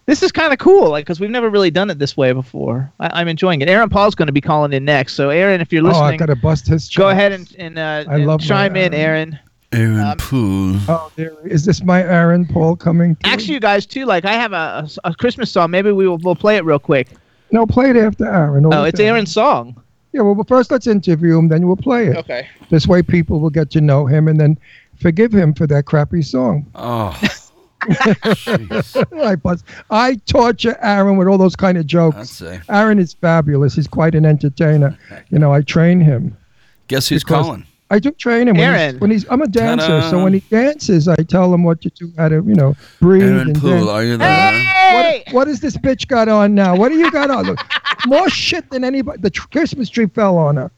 Speaker 3: This is kind of cool, like because we've never really done it this way before. I- I'm enjoying it. Aaron Paul's going to be calling in next, so Aaron, if you're
Speaker 4: Oh, I
Speaker 3: listening,
Speaker 4: gotta bust his.
Speaker 3: go
Speaker 4: chops.
Speaker 3: ahead and and, uh,
Speaker 4: I
Speaker 3: and
Speaker 4: love my
Speaker 3: chime in,
Speaker 4: Aaron.
Speaker 3: Aaron.
Speaker 5: Aaron
Speaker 3: Um,
Speaker 5: Poole.
Speaker 4: Oh, there he is this my Aaron Paul coming? through?
Speaker 3: Actually, you guys too. Like I have a, a, a Christmas song. Maybe we will we'll play it real quick.
Speaker 4: no, play it after Aaron.
Speaker 3: Oh,
Speaker 4: let
Speaker 3: it's Aaron's song.
Speaker 4: Yeah, well, first let's interview him, then we'll play it.
Speaker 3: Okay.
Speaker 4: This way, people will get to know him and then forgive him for that
Speaker 5: [laughs]
Speaker 4: crappy song.
Speaker 5: Oh.
Speaker 4: [laughs]
Speaker 5: Jeez.
Speaker 4: I bust. I torture Aaron with all those kind of
Speaker 5: I'd
Speaker 4: jokes.
Speaker 5: say.
Speaker 4: Aaron is fabulous. He's quite an entertainer. You know, I train him.
Speaker 5: Guess who's
Speaker 4: Because-
Speaker 5: calling?
Speaker 4: I do train him when
Speaker 3: Aaron.
Speaker 4: he's, when he's. I'm a dancer,
Speaker 5: Ta-da.
Speaker 4: so when he dances, I tell him what to do, how to, you know, breathe
Speaker 5: Aaron
Speaker 4: and
Speaker 5: Poole,
Speaker 4: dance.
Speaker 5: are you there?
Speaker 3: Hey.
Speaker 4: What has this bitch got on now? What do you got on? Look, more shit than anybody. The tr- Christmas tree fell on
Speaker 3: [laughs]
Speaker 4: her.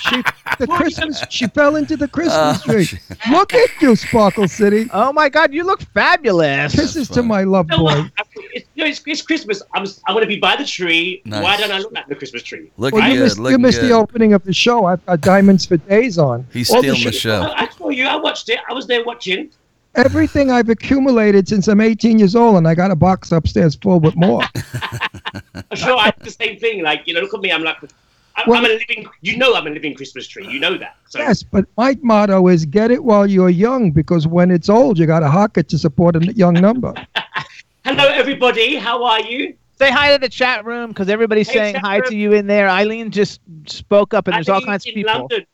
Speaker 4: she, the Christmas. She fell into the Christmas
Speaker 5: Oh,
Speaker 4: tree.
Speaker 5: shit.
Speaker 4: Look at you, Sparkle City.
Speaker 3: Oh my God, you look fabulous.
Speaker 4: Kisses to
Speaker 5: funny.
Speaker 4: my love
Speaker 8: No,
Speaker 4: boy.
Speaker 8: I- it's, no, it's, it's Christmas. I'm, I'm going to be by the tree.
Speaker 5: Nice.
Speaker 8: Why don't I look at the Christmas tree?
Speaker 5: Looking
Speaker 4: Well, you
Speaker 5: good.
Speaker 4: missed, you
Speaker 5: looking
Speaker 4: missed
Speaker 5: good.
Speaker 4: the opening of the show. I've got diamonds for days on.
Speaker 5: He's
Speaker 4: All the
Speaker 5: stealing the
Speaker 4: shit-
Speaker 5: show.
Speaker 8: I, I saw you. I watched it. I was there watching.
Speaker 4: Everything I've accumulated since I'm 18 years old, and I got a box upstairs full
Speaker 5: [laughs]
Speaker 4: with more.
Speaker 8: I'm sure I did the same thing. Like, you know, look at me. I'm like, I,
Speaker 4: Well-
Speaker 8: I'm a living, you know, I'm a living Christmas tree. You know that. So
Speaker 4: Yes, but my motto is get it while you're young because when it's old, you got to hock it to support a young
Speaker 8: [laughs]
Speaker 4: number.
Speaker 8: hello, everybody. How are you?
Speaker 3: Say hi to the chat room because everybody's
Speaker 8: Hey,
Speaker 3: saying
Speaker 8: chat
Speaker 3: hi to
Speaker 8: room.
Speaker 3: you in there. Eileen just spoke up, and there's all
Speaker 8: Eileen
Speaker 3: kinds of
Speaker 8: in
Speaker 3: people.
Speaker 8: London.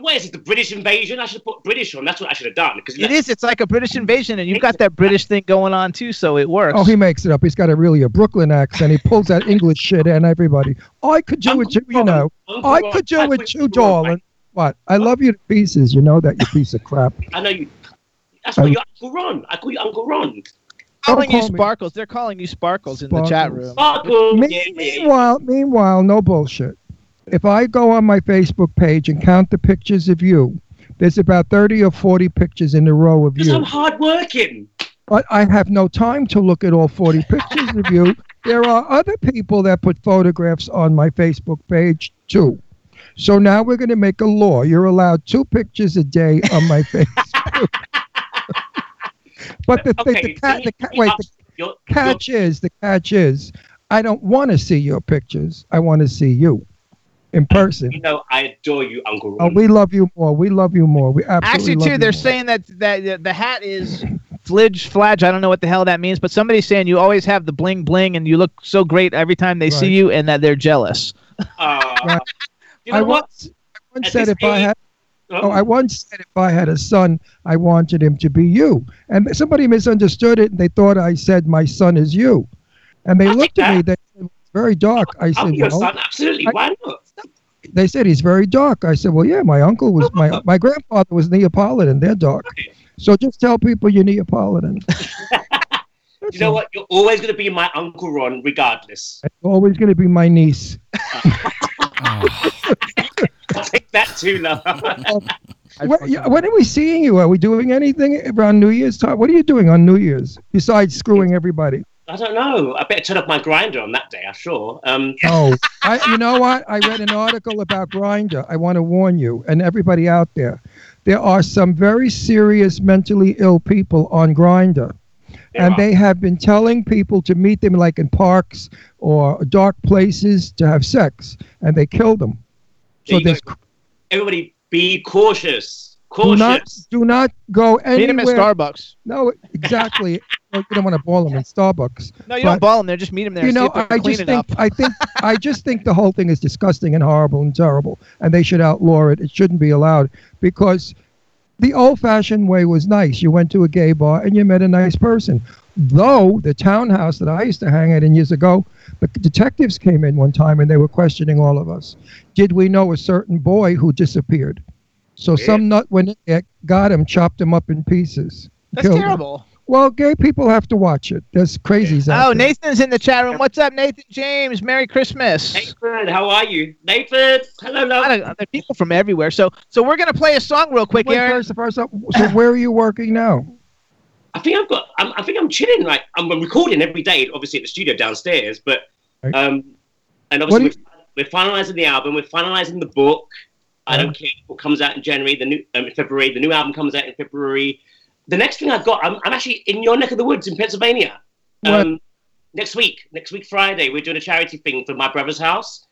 Speaker 8: What is it? The British invasion? I should put British on. That's what I should have done. Because
Speaker 3: It is. It's like a British invasion, and you've got that British thing going on too, so it works.
Speaker 4: Oh, he makes it up. He's got a really a Brooklyn accent. He pulls that English shit and everybody. I could do it too, you know. I could do it too, darling. What? I love you to pieces. You know that, you piece of crap.
Speaker 8: I know you. That's why you're Uncle Ron. I call you Uncle Ron.
Speaker 3: calling
Speaker 4: Don't
Speaker 3: you
Speaker 4: call me.
Speaker 3: Sparkles. They're calling you Sparkles, in the chat room.
Speaker 8: Uncle.
Speaker 4: Me-
Speaker 8: yeah, yeah.
Speaker 4: meanwhile, meanwhile, no bullshit. If I go on my Facebook page and count the pictures of you, there's about 30 or 40 pictures in a row of
Speaker 8: Because I'm
Speaker 4: you.
Speaker 8: hard working.
Speaker 4: But I have no time to look at all 40 pictures of you. There are other people that put photographs on my Facebook page too. So now we're going to make a law. You're allowed two pictures a day on my [laughs] Facebook. but the, thing, the, cat, the cat, wait, the
Speaker 8: You're-
Speaker 4: catch is the catch is I don't want to see your pictures. I want to see you in
Speaker 8: you're- you
Speaker 4: person.
Speaker 8: know, I adore you, Uncle
Speaker 4: Oh,
Speaker 8: Ron.
Speaker 4: we love you more. We love you more. We absolutely
Speaker 3: Actually,
Speaker 4: love
Speaker 3: too,
Speaker 4: you
Speaker 3: they're
Speaker 4: more.
Speaker 3: saying that that that the hat is flidge fladge. I don't know what the hell that means, but somebody's saying you always have the bling bling, and you look so great every time they see
Speaker 4: Right.
Speaker 3: you, and that they're jealous.
Speaker 8: Uh,
Speaker 4: Right.
Speaker 8: You know
Speaker 4: I
Speaker 8: what?
Speaker 4: once, I once
Speaker 8: At
Speaker 4: said
Speaker 8: this
Speaker 4: if I
Speaker 8: age-
Speaker 4: had
Speaker 8: Oh,
Speaker 4: oh I once said if I had a son, I wanted him to be you. And somebody misunderstood it and they thought I said my son is you. And they
Speaker 8: I'll
Speaker 4: looked
Speaker 8: take
Speaker 4: at me. They said, very dark. I
Speaker 8: I'll
Speaker 4: said,
Speaker 8: be your
Speaker 4: well,
Speaker 8: son. Absolutely.
Speaker 4: I-
Speaker 8: Why not?
Speaker 4: they said he's very dark. I said, well, yeah, my uncle was
Speaker 8: [laughs]
Speaker 4: my my grandfather was Neapolitan. They're dark, so just tell people you're
Speaker 8: [laughs]
Speaker 4: Neapolitan.
Speaker 8: You know what? You're always going to be my Uncle Ron, regardless. [laughs]
Speaker 4: That's always going to be my niece.
Speaker 5: Oh,
Speaker 8: I'll take that too, love.
Speaker 4: Where, yeah, when are we seeing you? Are we doing anything around New Year's time? What are you doing on New Year's besides screwing everybody?
Speaker 8: I don't know. I better turn off my grinder on that day, I'm sure. Um,
Speaker 4: Oh, I, you know what? I read an article about Grinder. I want to warn you and everybody out there. There are some very serious mentally ill people on Grinder.
Speaker 8: there
Speaker 4: and
Speaker 8: are.
Speaker 4: they have been telling people to meet them like in parks or dark places to have sex and they kill them So
Speaker 8: you go.
Speaker 4: there's
Speaker 8: Everybody, be cautious.
Speaker 4: do not
Speaker 8: Cautious.
Speaker 4: do not go
Speaker 3: Meet him at
Speaker 4: anywhere.
Speaker 3: Starbucks.
Speaker 4: No, exactly. [laughs] Well, you don't want to ball them in Starbucks.
Speaker 3: No, you
Speaker 4: But-
Speaker 3: don't ball him there. Just meet him there.
Speaker 4: you
Speaker 3: and see
Speaker 4: know,
Speaker 3: if they're
Speaker 4: I
Speaker 3: clean
Speaker 4: just
Speaker 3: enough.
Speaker 4: think I think I just think the whole thing is disgusting and horrible and terrible, and they should outlaw it. It shouldn't be allowed because the old-fashioned way was nice. You went to a gay bar and you met a nice person. Though the townhouse that I used to hang at in years ago, the detectives came in one time and they were questioning all of us. Did we know a certain boy who disappeared? So some nut went in there, got him, chopped him up in pieces.
Speaker 3: That's
Speaker 4: killed him.
Speaker 3: terrible.
Speaker 4: Well, gay people have to watch it. There's crazies out
Speaker 3: Oh,
Speaker 4: there.
Speaker 3: Nathan's in the chat room. What's up, Nathan James? Merry Christmas.
Speaker 8: Nathan, how are you? Nathan, hello,
Speaker 3: A lot
Speaker 8: love.
Speaker 3: of other people from everywhere. So, so we're gonna play a song real quick,
Speaker 4: Wait,
Speaker 3: Aaron.
Speaker 4: first, first up, so where are you working now?
Speaker 8: I think I've got. I'm, I think I'm chilling. Right, I'm, I'm recording every day, obviously at the studio downstairs. But
Speaker 4: Right.
Speaker 8: um, and
Speaker 4: What do
Speaker 8: obviously we're, we're finalizing the album. We're finalizing the book. I
Speaker 4: Uh-huh.
Speaker 8: don't care what comes out in January. The new um, in February. The new album comes out in February. The next thing I've got, I'm, I'm actually in your neck of the woods in Pennsylvania. Um, next week, next week Friday, we're doing a charity thing for my brother's house.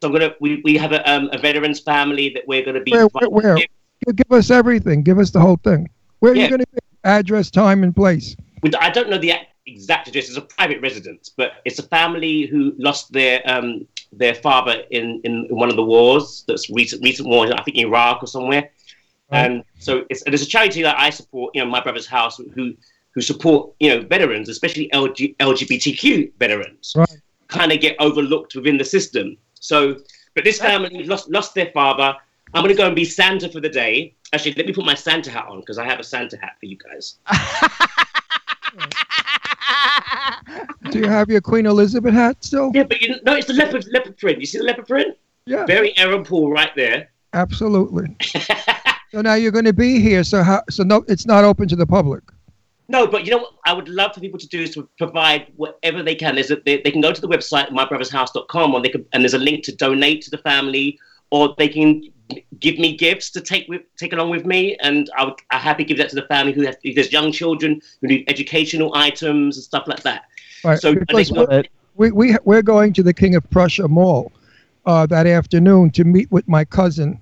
Speaker 8: So I'm gonna. We, we have a, um, a veterans family that we're gonna be.
Speaker 4: Where, where, where? You give us everything. Give us the whole thing. Where are
Speaker 8: Yeah.
Speaker 4: you going to be? Address, time, and place.
Speaker 8: with, I don't know the ac- exact address. It's a private residence, but it's a family who lost their um, their father in, in one of the wars. That's recent recent war. I think Iraq or somewhere. And so it's and it's a charity that I support. You know, my brother's house who who support you know veterans, especially LG, LGBTQ veterans,
Speaker 4: Right.
Speaker 8: kind of get overlooked within the system. So, but this family lost lost their father. I'm gonna go and be Santa for the day. Actually, let me put my Santa hat on because I have a Santa hat for you guys.
Speaker 4: Do you have your Queen Elizabeth hat still?
Speaker 8: Yeah, but you no, it's the leopard leopard print. You see the leopard print?
Speaker 4: Yeah,
Speaker 8: Very Aaron Paul right there. [laughs]
Speaker 4: absolutely. so now you're going to be here. So how, so no, it's not open to the public.
Speaker 8: No, but you know what I would love for people to do is to provide whatever they can. There's a, they, they can go to the website mybrothershouse.com or they can, and there's a link to donate to the family or they can give me gifts to take with, take along with me and I would, I'm happy to give that to the family who has if there's young children who need educational items and stuff like that.
Speaker 4: Right.
Speaker 8: So, and they
Speaker 4: because
Speaker 8: can
Speaker 4: we,
Speaker 8: go-
Speaker 4: we, we we're going to the King of Prussia Mall uh, that afternoon to meet with my cousin,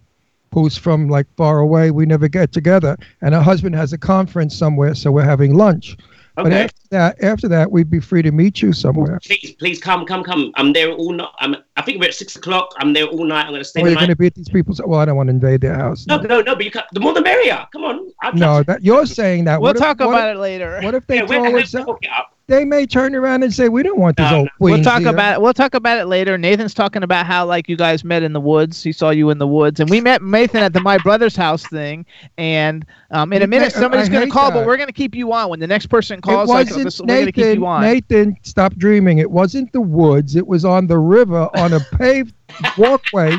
Speaker 4: who's from like far away. We never get together, and her husband has a conference somewhere, so we're having lunch. But
Speaker 8: Okay.
Speaker 4: after that, after that, we'd be free to meet you somewhere.
Speaker 8: please, please come, come, come. I'm there all night. I'm, I think we're at six o'clock. I'm there all night. I'm going to stay
Speaker 4: Or
Speaker 8: the
Speaker 4: you're
Speaker 8: night.
Speaker 4: going to be at these people's. Well, I don't want to invade their house.
Speaker 8: No, no, no, but you can't. The more the merrier. Come on. I'd
Speaker 4: No,
Speaker 8: love to-
Speaker 4: that you're saying that.
Speaker 3: We'll
Speaker 4: Uh, What if-
Speaker 3: talk
Speaker 4: what
Speaker 3: about
Speaker 4: if-
Speaker 3: it later.
Speaker 4: What if they
Speaker 8: yeah, we're,
Speaker 4: call us?
Speaker 8: we're,
Speaker 4: out?
Speaker 8: we up.
Speaker 4: They may turn around and say, "We don't want these
Speaker 8: No,
Speaker 4: old
Speaker 8: no.
Speaker 4: queens."
Speaker 3: [laughs] We'll talk
Speaker 4: here."
Speaker 3: about it. We'll talk about it later. Nathan's talking about how like you guys met in the woods. He saw you in the woods, and we met Nathan at the my brother's house thing. And um, in a
Speaker 4: You
Speaker 3: minute,
Speaker 4: guys- I-
Speaker 3: somebody's
Speaker 4: I
Speaker 3: gonna
Speaker 4: hate
Speaker 3: call, but
Speaker 4: that.
Speaker 3: we're gonna keep you on when the next person
Speaker 4: It
Speaker 3: calls. Like,
Speaker 4: wasn't
Speaker 3: oh, this, we're gonna keep
Speaker 4: Nathan.
Speaker 3: you on.
Speaker 4: Nathan, stop dreaming. It wasn't the woods. It was on the river
Speaker 3: [laughs]
Speaker 4: on a paved walkway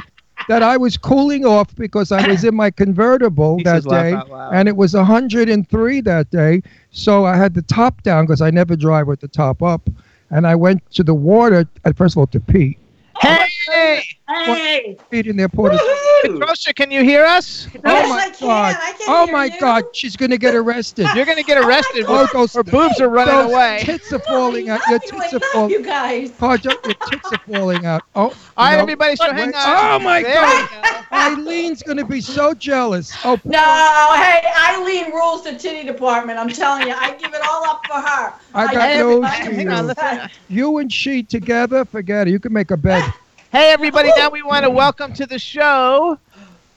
Speaker 4: that I was cooling off because I was in my convertible
Speaker 3: He
Speaker 4: that
Speaker 3: says laugh
Speaker 4: day,
Speaker 3: out loud.
Speaker 4: and it was 103 that day. So I had the top down because I never drive with the top up, and I went to the water. uh, First of all, to pee.
Speaker 3: Hey,
Speaker 7: Hey!
Speaker 4: Feet in their porta.
Speaker 3: Petrosha, can you hear us?
Speaker 4: Oh
Speaker 6: Yes,
Speaker 4: my
Speaker 6: I can.
Speaker 4: god!
Speaker 6: I can
Speaker 4: oh
Speaker 6: hear
Speaker 4: my
Speaker 6: you.
Speaker 4: god! She's gonna get arrested.
Speaker 3: You're gonna get arrested.
Speaker 4: Oh, those,
Speaker 3: Her boobs are running
Speaker 4: those
Speaker 3: away.
Speaker 4: Tits are
Speaker 6: I
Speaker 4: falling out.
Speaker 6: love
Speaker 4: Your
Speaker 6: you. I
Speaker 4: tits are
Speaker 6: love
Speaker 4: falling.
Speaker 6: you guys.
Speaker 4: Todd, your your tits are falling out. Oh,
Speaker 3: All right,
Speaker 4: no.
Speaker 3: everybody, so
Speaker 4: Wait.
Speaker 3: hang on.
Speaker 4: Oh my
Speaker 3: There
Speaker 4: god!
Speaker 3: we go.
Speaker 4: Eileen's gonna be so jealous. Oh,
Speaker 6: No, hey, Eileen rules the titty department. I'm telling you, I give it all up for her.
Speaker 4: I got
Speaker 6: give it
Speaker 4: news
Speaker 6: up
Speaker 4: for
Speaker 6: for
Speaker 4: you.
Speaker 6: her.
Speaker 3: Hang
Speaker 6: [laughs]
Speaker 3: on, listen.
Speaker 4: you and she together, forget it. You can make a bed.
Speaker 3: Hey, everybody, now we want to welcome to the show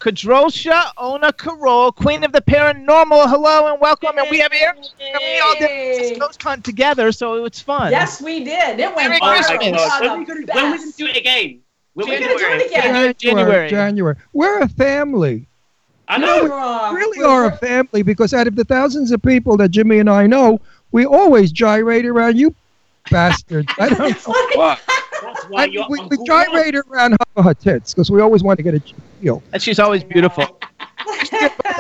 Speaker 3: Kadrosha Ona Carol, Queen of the Paranormal. Hello and welcome. And we have air. And we all did those con together, so it's fun.
Speaker 6: Yes, we did. It went
Speaker 3: Merry
Speaker 8: Oh, my
Speaker 6: viral.
Speaker 3: Christmas.
Speaker 8: God.
Speaker 6: You're
Speaker 8: When we
Speaker 6: the
Speaker 8: gonna- when we gonna
Speaker 6: best.
Speaker 8: do it again? When
Speaker 6: We're
Speaker 8: we
Speaker 6: gonna do it again.
Speaker 3: January. January.
Speaker 4: January. We're a family.
Speaker 8: I know.
Speaker 6: Wrong.
Speaker 4: We really
Speaker 6: We're-
Speaker 4: are
Speaker 6: we're-
Speaker 4: a family because out of the thousands of people that Jimmy and I know, we always gyrate around you, bastards. I don't
Speaker 6: [laughs] It's
Speaker 4: know
Speaker 6: like-
Speaker 4: why.
Speaker 8: That's why
Speaker 4: I,
Speaker 8: you're
Speaker 4: we, we
Speaker 8: Uncle Ron.
Speaker 4: gyrate around her, her tits because we always want to get a
Speaker 6: [laughs]
Speaker 4: feel.
Speaker 3: And she's always beautiful.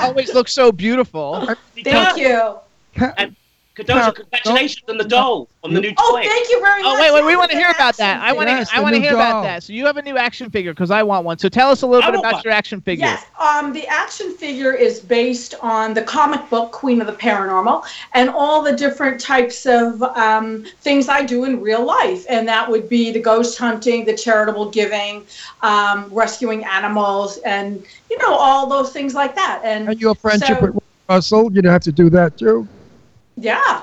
Speaker 3: always looks so beautiful.
Speaker 6: Thank you.
Speaker 4: Ca-
Speaker 8: And- Cardozo, congratulations on the doll, on the new toy.
Speaker 6: Oh, thank you very much.
Speaker 3: Oh wait, wait, we
Speaker 6: Yes,
Speaker 3: want to
Speaker 6: it's
Speaker 3: hear
Speaker 6: an
Speaker 3: about that.
Speaker 6: action
Speaker 3: I want to,
Speaker 4: Yes,
Speaker 3: I
Speaker 4: the
Speaker 3: want to
Speaker 4: new
Speaker 3: hear about
Speaker 4: doll.
Speaker 3: that. So you have a new action figure because I want one. So tell us a little
Speaker 8: I
Speaker 3: bit
Speaker 8: want
Speaker 3: about
Speaker 8: one.
Speaker 3: your action figure.
Speaker 6: Yes, um, the action figure is based on the comic book Queen of the Paranormal and all the different types of um, things I do in real life. And that would be the ghost hunting, the charitable giving, um, rescuing animals, and, you know, all those things like that. And,
Speaker 4: And your friendship
Speaker 6: So-
Speaker 4: with Russell, you'd have to do that too.
Speaker 6: yeah,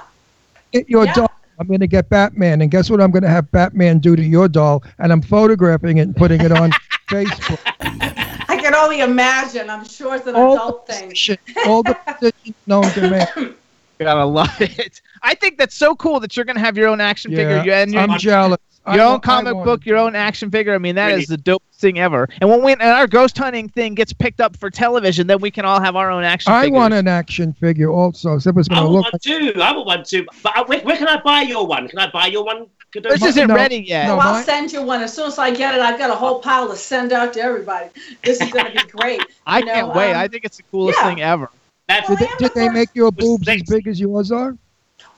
Speaker 4: Get your
Speaker 6: Yeah.
Speaker 4: doll. I'm going to get Batman, and guess what? I'm going to have Batman do to your doll, and I'm photographing it and putting it
Speaker 6: [laughs]
Speaker 4: on Facebook.
Speaker 6: I can only imagine. I'm sure it's an
Speaker 4: All
Speaker 6: adult
Speaker 4: the,
Speaker 6: thing.
Speaker 4: position, all the positions known to man.
Speaker 3: Gotta love it. I think that's so cool that you're gonna have your own action figure. You- and your,
Speaker 4: I'm jealous. I
Speaker 3: your
Speaker 4: wa-
Speaker 3: own comic
Speaker 4: I want
Speaker 3: book,
Speaker 4: it.
Speaker 3: your own action figure. I mean, that
Speaker 8: Really.
Speaker 3: is the dopest thing ever. And when we and our ghost hunting thing gets picked up for television, then we can all have our own action.
Speaker 4: I
Speaker 3: figures. [laughs]
Speaker 4: want an action figure also. Except it's
Speaker 8: I
Speaker 4: going to
Speaker 8: want
Speaker 4: look.
Speaker 8: one
Speaker 4: like-
Speaker 8: too. I want one too. But I, where, where can I buy your one? Can I buy your one? Cardozo?
Speaker 3: This isn't
Speaker 4: No,
Speaker 3: ready yet.
Speaker 4: no.
Speaker 6: Oh, I'll
Speaker 4: mine-
Speaker 6: send you one as soon as I get it. I've got a whole pile to send out to everybody. This is going to be great.
Speaker 3: [laughs] I
Speaker 6: You know,
Speaker 3: can't wait.
Speaker 6: um,
Speaker 3: I think it's the coolest
Speaker 6: yeah.
Speaker 3: thing ever.
Speaker 8: That's-
Speaker 4: Did
Speaker 6: Well,
Speaker 4: they,
Speaker 6: I am
Speaker 4: did
Speaker 6: the
Speaker 4: they
Speaker 6: first-
Speaker 4: make your boobs as
Speaker 8: sexy.
Speaker 4: big as yours are?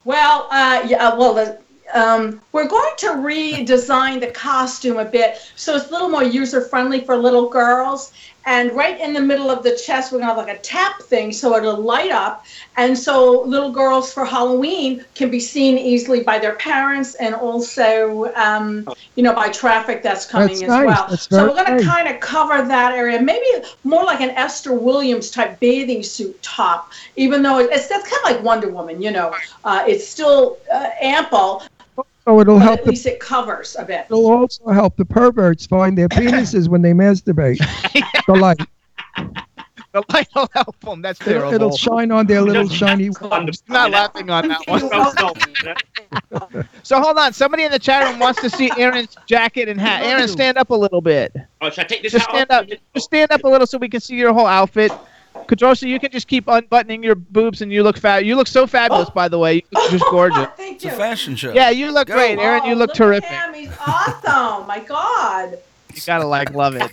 Speaker 6: Well, uh, yeah, well, the, um, we're going to redesign the costume a bit so it's a little more user friendly for little girls. And right in the middle of the chest, we're going to have like a tap thing so it'll light up. And so little girls for Halloween can be seen easily by their parents and also, um, you know, by traffic that's coming
Speaker 4: That's
Speaker 6: as
Speaker 4: nice.
Speaker 6: well.
Speaker 4: That's
Speaker 6: so
Speaker 4: very
Speaker 6: we're going to
Speaker 4: nice.
Speaker 6: kind of cover that area, maybe more like an Esther Williams type bathing suit top, even though it's that's kind of like Wonder Woman, you know uh, it's still uh, ample,
Speaker 4: So Oh, it'll
Speaker 6: but
Speaker 4: help
Speaker 6: at
Speaker 4: the
Speaker 6: least it covers a bit.
Speaker 4: It'll also help the perverts find
Speaker 3: [laughs]
Speaker 4: their penises when they masturbate. the light.
Speaker 3: The light will help them. That's terrible.
Speaker 4: It'll, it'll shine on their little shiny.
Speaker 8: Condom.
Speaker 3: I'm not laughing on that one.
Speaker 8: That's
Speaker 3: [laughs] So hold on. Somebody in the chat room wants to see Aaron's jacket and hat. Aaron, stand up a little bit.
Speaker 8: Oh, should I take this
Speaker 3: Just
Speaker 8: out?
Speaker 3: stand up. Just stand up a little so we can see your whole outfit. Kadrosa, you can just keep unbuttoning your boobs and you look fab. You look so fabulous, by the way. You
Speaker 6: [laughs]
Speaker 3: look just gorgeous.
Speaker 6: Oh. Thank
Speaker 5: It's a
Speaker 6: you.
Speaker 5: fashion show.
Speaker 3: Yeah, you look
Speaker 5: Go.
Speaker 3: great, Aaron. You
Speaker 6: Oh,
Speaker 3: look
Speaker 6: at
Speaker 3: terrific.
Speaker 6: him, He's awesome. My God.
Speaker 3: You gotta like love it.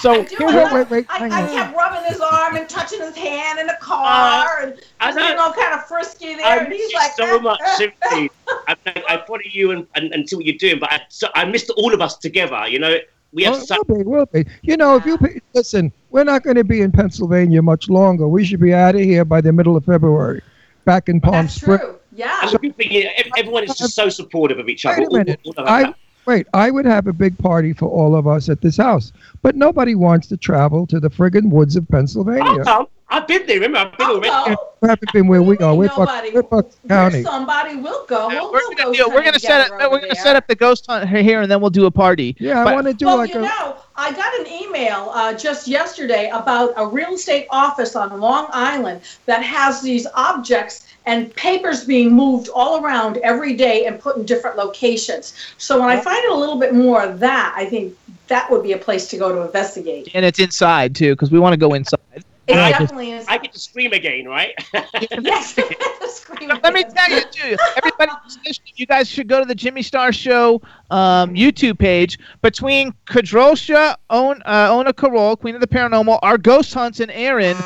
Speaker 3: So
Speaker 6: I, do,
Speaker 4: Wait,
Speaker 6: I,
Speaker 4: wait,
Speaker 6: love-
Speaker 4: wait, wait,
Speaker 6: I,
Speaker 4: hang
Speaker 6: I
Speaker 4: on.
Speaker 6: kept rubbing his arm and touching his hand in the car and
Speaker 8: I
Speaker 6: just getting
Speaker 8: know.
Speaker 6: all kind of frisky there.
Speaker 8: I
Speaker 6: and he's
Speaker 8: miss
Speaker 6: like, "Ah,
Speaker 8: you so much,
Speaker 6: Well, [laughs]
Speaker 8: sympathy. I, I, I follow you and, and, and see what you're doing, but I, so, I missed all of us together. You know, we have
Speaker 4: Well,
Speaker 8: such.
Speaker 4: we'll be, we'll be. You know, if you pe- listen, we're not going to be in Pennsylvania much longer. We should be out of here by the middle of February, back in Palm
Speaker 6: That's
Speaker 4: Springs.
Speaker 6: true. Yeah.
Speaker 8: And the good thing is, ev- everyone is just so supportive of each other.
Speaker 4: Wait a
Speaker 8: All-
Speaker 4: minute.
Speaker 8: all of
Speaker 4: I
Speaker 8: that.
Speaker 4: wait. I would have a big party for all of us at this house, but nobody wants to travel to the friggin' woods of
Speaker 8: I'll
Speaker 4: Pennsylvania.
Speaker 8: come. I've been there. Remember, I've been
Speaker 6: I'll
Speaker 8: already.
Speaker 6: go.
Speaker 4: We haven't been where we are. We're,
Speaker 6: Nobody.
Speaker 4: Buck, we're Bucks County.
Speaker 6: There's somebody will go.
Speaker 3: uh,
Speaker 6: We'll,
Speaker 3: we're
Speaker 6: we'll
Speaker 3: gonna
Speaker 6: go
Speaker 3: do, we're gonna
Speaker 6: hunting
Speaker 3: set
Speaker 6: together
Speaker 3: up.
Speaker 6: over
Speaker 3: We're gonna
Speaker 6: there.
Speaker 3: set up the ghost hunt here, and then we'll do a party.
Speaker 4: Yeah,
Speaker 3: But-
Speaker 4: I want to do
Speaker 6: well,
Speaker 4: like
Speaker 6: Oh, you
Speaker 4: a.
Speaker 6: know, I got an email uh, just yesterday about a real estate office on Long Island that has these objects and papers being moved all around every day and put in different locations. So when I find out a little bit more of that, I think that would be a place to go to investigate.
Speaker 3: And it's inside too, because we want to go inside.
Speaker 6: It
Speaker 8: I get-
Speaker 6: definitely is.
Speaker 8: I get to scream again, right?
Speaker 6: [laughs] yes. The screen
Speaker 3: Let me
Speaker 6: is-
Speaker 3: tell you, too. Everybody, who's listening, you guys should go to the Jimmy Star Show um, YouTube page. Between Kadrosha, On, uh, Ona Carol, Queen of the Paranormal, our ghost hunts, and Aaron,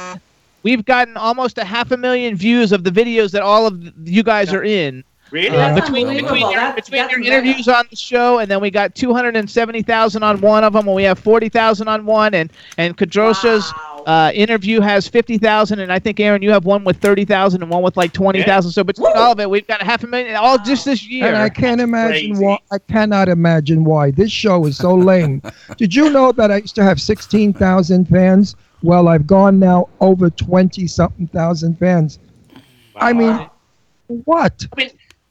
Speaker 3: we've gotten almost a half a million views of the videos that all of you guys are in.
Speaker 8: really?
Speaker 3: Uh,
Speaker 6: That's
Speaker 3: between
Speaker 6: unbelievable.
Speaker 3: between, your,
Speaker 6: That's-
Speaker 3: between
Speaker 6: that's
Speaker 3: your
Speaker 6: mega.
Speaker 3: interviews on the show, and then we got 270,000 on one of them, and we have 40,000 on one, and, and Kadrosha's
Speaker 6: Wow.
Speaker 3: uh, interview has 50,000, and I think, Aaron, you have one with 30,000 and one with like 20,000. So between
Speaker 6: Woo!
Speaker 3: all of it, we've got a half a million, all just this
Speaker 4: And I
Speaker 3: year.
Speaker 4: can't imagine
Speaker 8: crazy.
Speaker 4: why. I cannot imagine why this show is so lame. Did you know that I used to have sixteen thousand fans? Well, I've gone now over twenty something thousand fans. I mean, what?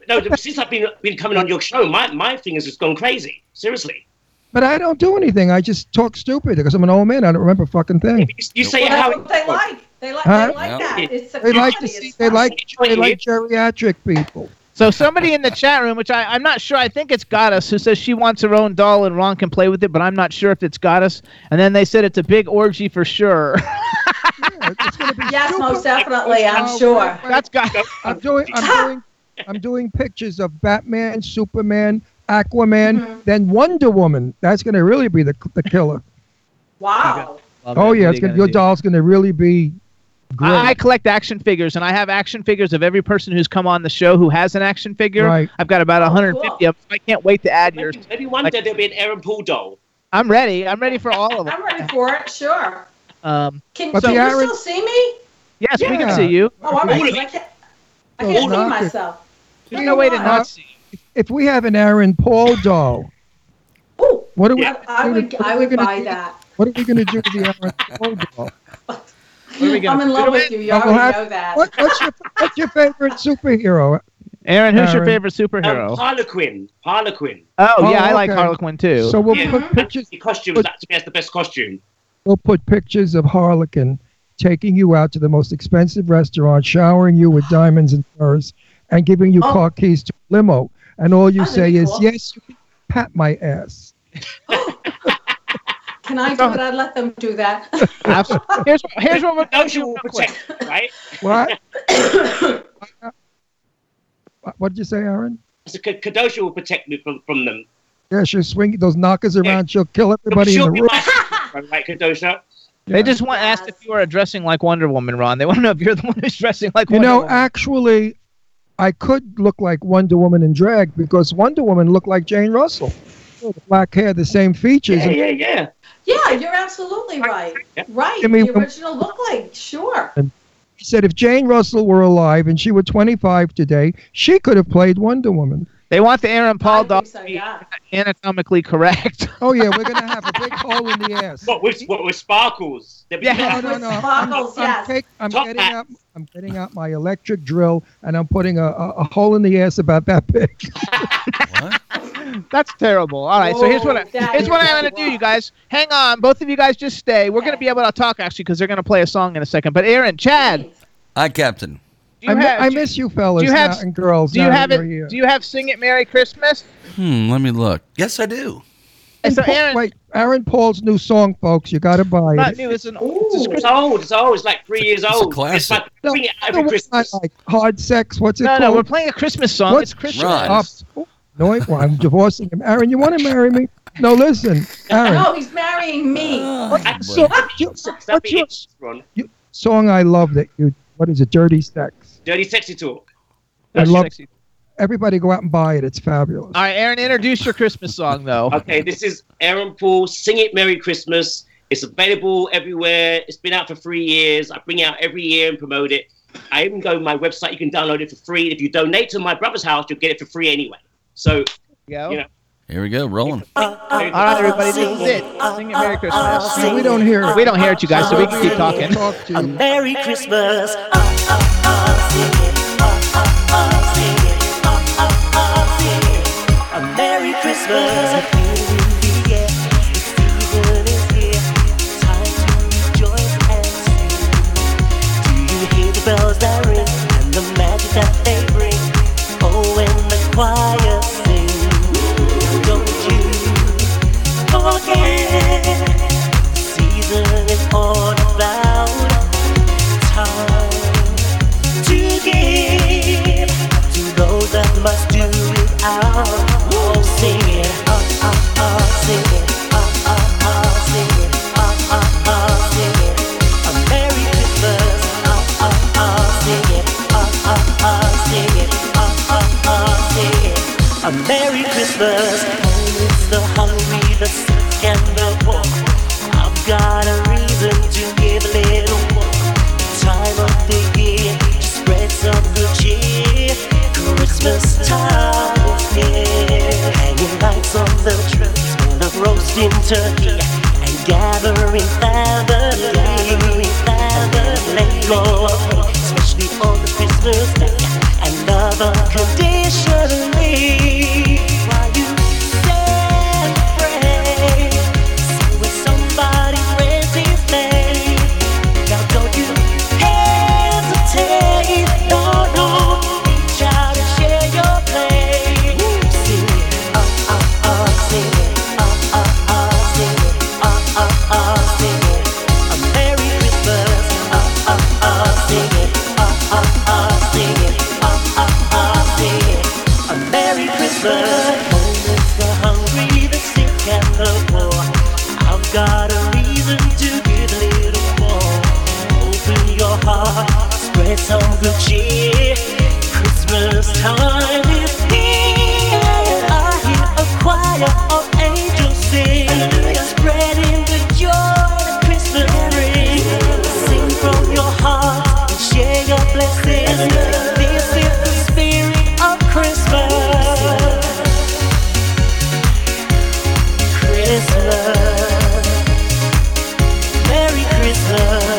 Speaker 8: No, since I've been been coming on your show, my, my thing has just gone crazy. Seriously.
Speaker 4: But I don't do anything. I just talk stupid because I'm an old man. I don't remember a fucking thing.
Speaker 8: You, you say
Speaker 6: Well,
Speaker 8: how
Speaker 6: that's what they like. They like,
Speaker 4: Huh?
Speaker 6: they like
Speaker 5: Yeah.
Speaker 6: that. It's a
Speaker 4: They like to
Speaker 6: comedy.
Speaker 4: see.
Speaker 6: It's
Speaker 4: They
Speaker 6: fun.
Speaker 4: like. They like geriatric people.
Speaker 3: So somebody in the chat room, which I, I'm not sure, I think it's Goddess, who says she wants her own doll and Ron can play with it, but I'm not sure if it's Goddess. And then they said it's a big orgy for sure. [laughs]
Speaker 4: Yeah, it's gonna be
Speaker 6: Yes,
Speaker 4: stupid.
Speaker 6: [laughs] most definitely. I'm
Speaker 4: Oh,
Speaker 6: sure.
Speaker 4: wait, wait.
Speaker 3: That's Goddess.
Speaker 4: I'm doing I'm doing I'm doing pictures of Batman, Superman, Aquaman,
Speaker 6: Mm-hmm.
Speaker 4: then Wonder Woman. That's gonna really be the the killer.
Speaker 6: Wow.
Speaker 3: Love it.
Speaker 4: Oh
Speaker 3: What
Speaker 4: yeah,
Speaker 3: are
Speaker 4: it's
Speaker 3: you
Speaker 4: gonna,
Speaker 3: gonna
Speaker 4: your
Speaker 3: do?
Speaker 4: doll's gonna really be Great.
Speaker 3: I, I collect action figures, and I have action figures of every person who's come on the show who has an action figure.
Speaker 4: Right.
Speaker 3: I've got about 150
Speaker 6: cool.
Speaker 3: of them. I can't wait to add yours.
Speaker 8: Maybe, maybe one day there'll be an Aaron Paul doll.
Speaker 3: I'm ready. I'm ready for all of them.
Speaker 6: I'm ready for it. Sure.
Speaker 3: Um,
Speaker 6: Can,
Speaker 4: But
Speaker 6: can
Speaker 4: the
Speaker 6: you
Speaker 4: Aaron-
Speaker 6: still see me?
Speaker 3: yes, we can
Speaker 4: Yeah.
Speaker 3: see you.
Speaker 6: Oh, I'm
Speaker 8: All
Speaker 6: ready.
Speaker 8: of
Speaker 6: I can't. I
Speaker 4: Oh,
Speaker 6: can't see
Speaker 4: knock it.
Speaker 6: myself.
Speaker 3: There's no way to
Speaker 6: Uh,
Speaker 3: not see you.
Speaker 4: If we have an Aaron Paul doll,
Speaker 6: Ooh,
Speaker 4: what are we?
Speaker 6: I, I
Speaker 4: what are
Speaker 6: would.
Speaker 4: we
Speaker 6: I would
Speaker 4: gonna
Speaker 6: buy
Speaker 4: do-
Speaker 6: that.
Speaker 4: What are we going to do with the Aaron
Speaker 6: [laughs]
Speaker 4: Paul doll?
Speaker 3: What are we
Speaker 6: I'm
Speaker 3: gonna
Speaker 6: in
Speaker 3: do
Speaker 6: love
Speaker 3: with
Speaker 6: with you. You
Speaker 4: I will
Speaker 6: already
Speaker 4: have-
Speaker 6: know that.
Speaker 4: What, what's your What's your favorite superhero?
Speaker 3: Aaron, who's your
Speaker 4: Aaron.
Speaker 3: favorite superhero?
Speaker 6: Oh,
Speaker 8: Um, Harlequin. Harlequin.
Speaker 3: oh,
Speaker 4: Oh,
Speaker 3: yeah, I like
Speaker 4: okay.
Speaker 3: Harlequin too.
Speaker 4: So we'll
Speaker 8: Yeah.
Speaker 4: put pictures.
Speaker 8: The costumes, that to me, that's the best costume.
Speaker 4: We'll put pictures of Harlequin taking you out to the most expensive restaurant, showering you with diamonds and furs, and giving you
Speaker 6: Oh.
Speaker 4: car keys to a limo. And all you
Speaker 6: Oh, that'd
Speaker 4: say
Speaker 6: be
Speaker 4: is,
Speaker 6: cool.
Speaker 4: "Yes, you can pat my ass."
Speaker 6: Can I do it? I'd let them do that.
Speaker 3: Abs- [laughs] here's here's what we're gonna
Speaker 8: Those you
Speaker 3: do.
Speaker 8: will
Speaker 3: real quick.
Speaker 8: protect,
Speaker 3: [laughs]
Speaker 8: right?
Speaker 4: [laughs]
Speaker 8: [coughs]
Speaker 4: What? what did you say, Aaron?
Speaker 8: So K- Kadosha will protect me from, from them.
Speaker 4: Yeah, she'll swing those knockers around. She'll kill everybody
Speaker 8: She'll
Speaker 4: in the
Speaker 8: be
Speaker 4: room. [laughs]
Speaker 8: my- right, Kadosha?
Speaker 3: They just want to ask if you are dressing like Wonder Woman, Ron. They want to know if you're the [laughs] one who's dressing like
Speaker 4: You
Speaker 3: Wonder
Speaker 4: know,
Speaker 3: Woman.
Speaker 4: actually, I could look like Wonder Woman in drag because Wonder Woman looked like Jane Russell. The Black hair, the same features.
Speaker 8: Yeah,
Speaker 4: and
Speaker 8: yeah, yeah.
Speaker 6: yeah, you're absolutely right.
Speaker 8: Yeah.
Speaker 6: Right.
Speaker 4: I mean,
Speaker 6: the
Speaker 4: when-
Speaker 6: original look like sure.
Speaker 4: He said if Jane Russell were alive and she were 25 today, she could have played Wonder Woman.
Speaker 3: they want the Aaron Paul
Speaker 6: I
Speaker 3: doll
Speaker 6: think so, yeah.
Speaker 4: [laughs]
Speaker 3: anatomically correct.
Speaker 4: Oh, yeah, we're going to have a big hole in the ass.
Speaker 8: What with, what with sparkles? There'll be-
Speaker 4: No,
Speaker 3: Yeah.
Speaker 4: no,
Speaker 6: With
Speaker 4: no.
Speaker 6: sparkles,
Speaker 4: I'm,
Speaker 6: yes.
Speaker 4: take- I'm
Speaker 8: Top
Speaker 4: getting
Speaker 8: hat.
Speaker 4: out, I'm getting out my electric drill and I'm putting a, a, a hole in the ass about that big.
Speaker 5: What?
Speaker 3: That's terrible. All right, so here's what I,
Speaker 6: Whoa, that
Speaker 3: here's
Speaker 6: is
Speaker 3: what I'm gonna do,
Speaker 6: wild.
Speaker 3: you guys. Hang on, both of you guys, just stay. We're gonna
Speaker 6: Okay.
Speaker 3: be able to talk actually because they're gonna play a song in a second. But Aaron, Chad,
Speaker 5: Hi, Captain.
Speaker 3: do
Speaker 4: [laughs]
Speaker 3: you
Speaker 4: I, mi-
Speaker 3: have
Speaker 4: I
Speaker 3: do,
Speaker 4: miss you, fellas
Speaker 3: do you have-
Speaker 4: now and girls.
Speaker 3: do you
Speaker 4: now
Speaker 3: have
Speaker 4: that
Speaker 3: it?
Speaker 4: you're here.
Speaker 3: Do you have "Sing It, Merry Christmas"?
Speaker 5: Hmm, let me look. Yes, I do.
Speaker 4: And
Speaker 3: so
Speaker 4: Paul-
Speaker 3: Aaron-
Speaker 4: wait, Aaron Paul's new song, folks. You got to buy
Speaker 3: Not
Speaker 4: it.
Speaker 3: new. It's an
Speaker 6: Ooh.
Speaker 8: It's old. It's old. It's like three years
Speaker 5: it's a
Speaker 8: old.
Speaker 5: classic.
Speaker 8: like
Speaker 4: No,
Speaker 8: bring it out
Speaker 4: The
Speaker 8: every
Speaker 4: one I
Speaker 8: Christmas.
Speaker 4: like, hard sex. What's it
Speaker 3: no,
Speaker 4: called?
Speaker 3: no. We're playing a Christmas song.
Speaker 4: What's
Speaker 3: It's Christmas.
Speaker 5: Ron.
Speaker 4: Up. No, wait, well, I'm divorcing him. Aaron, you want to marry me? No,
Speaker 3: [laughs]
Speaker 4: listen, Aaron.
Speaker 6: No, he's marrying me.
Speaker 5: Ah,
Speaker 4: So,
Speaker 5: boy.
Speaker 8: That'd be
Speaker 4: what's your
Speaker 8: it, Ron.
Speaker 4: song I love that you, what is it, Dirty Sex?
Speaker 8: Dirty sexy talk.
Speaker 4: I
Speaker 3: That's
Speaker 4: love
Speaker 3: sexy.
Speaker 4: Everybody go out and buy it. It's fabulous.
Speaker 3: All right, Aaron, introduce your Christmas song though.
Speaker 8: Okay, this is Aaron Paul. Sing it, Merry Christmas. It's available everywhere. It's been out for three years. I bring it out every year and promote it. I even go to my website. You can download it for free. If you donate to my brother's house, you'll get it for free anyway. So
Speaker 3: Go.
Speaker 8: You know.
Speaker 5: Here we go, rolling.
Speaker 3: All
Speaker 1: Oh,
Speaker 3: right, everybody, this is it. Sing it, Merry Christmas.
Speaker 4: we don't hear it.
Speaker 3: We don't hear it, you guys, so we can keep
Speaker 4: I
Speaker 3: talking.
Speaker 4: talk to you.
Speaker 1: Merry Christmas. Merry Christmas. Bells that ring and the magic that they bring. Oh, when the choir sings, don't you forget. Season is all about time to give to those that must do without. Oh, sing it, ah ah ah, sing it, ah ah ah, sing it, ah ah ah, sing it. A Merry Christmas, ah ah ah, sing it, ah ah ah, sing it, ah ah ah, sing it. A Merry Christmas. Oh, it's the hungry, the sick, and the poor. I've got a reason to give a little more. Time of the year to spread some good cheer. Christmas time is here. Hanging lights on the tree, smell of roasting turkey, and gathering family. Gathering family. Let go of hate, especially on the Christmas day, and love unconditionally. While you celebrate, sing with somebody friends is made. Now don't you hesitate. No, no. Reach out and share your pain. Sing it, ah ah ah, sing it, ah ah ah, sing it, ah ah ah, sing it. A Merry Christmas, ah ah ah, sing it, ah ah ah, sing it, ah ah ah, sing some good cheer. Christmas time is here. I hear a choir of angels sing, spreading the joy that Christmas brings. Sing from your heart and share your blessings. This is the spirit of Christmas. Christmas. Merry Christmas.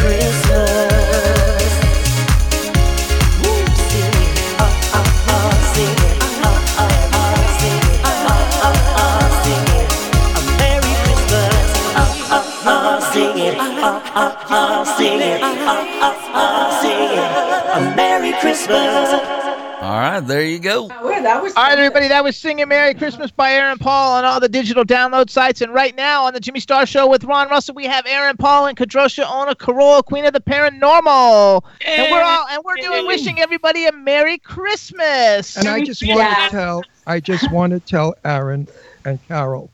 Speaker 1: Christmas. Woo, sing it, ah, ah, ah, sing it, ah, ah, ah, sing it, ah, ah, ah, sing it. A Merry Christmas, ah, ah, ah, sing it, ah, ah, ah, sing it, ah, ah, ah, sing it. A Merry Christmas.
Speaker 5: All right, there you go.
Speaker 6: Wow, that was
Speaker 3: All right,
Speaker 6: something.
Speaker 3: everybody, that was Singing Merry Christmas by Aaron Paul on all the digital download sites. And right now on the Jimmy Star Show with Ron Russell, we have Aaron Paul and Kadrosha Ona Corolla, Queen of the Paranormal. And we're all and we're doing wishing everybody a Merry Christmas.
Speaker 4: And I just want
Speaker 6: Yeah.
Speaker 4: to tell, I just want to tell Aaron and Carol,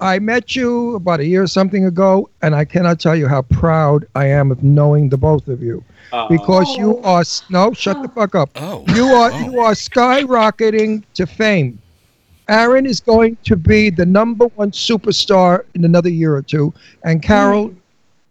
Speaker 4: I met you about a year or something ago, and I cannot tell you how proud I am of knowing the both of you
Speaker 8: Aw.
Speaker 4: because you are s- no, shut the fuck up.
Speaker 5: Uh-huh. Oh,
Speaker 4: You are
Speaker 5: Oh.
Speaker 4: you are skyrocketing to fame. Aaron is going to be the number one superstar in another year or two, and Carol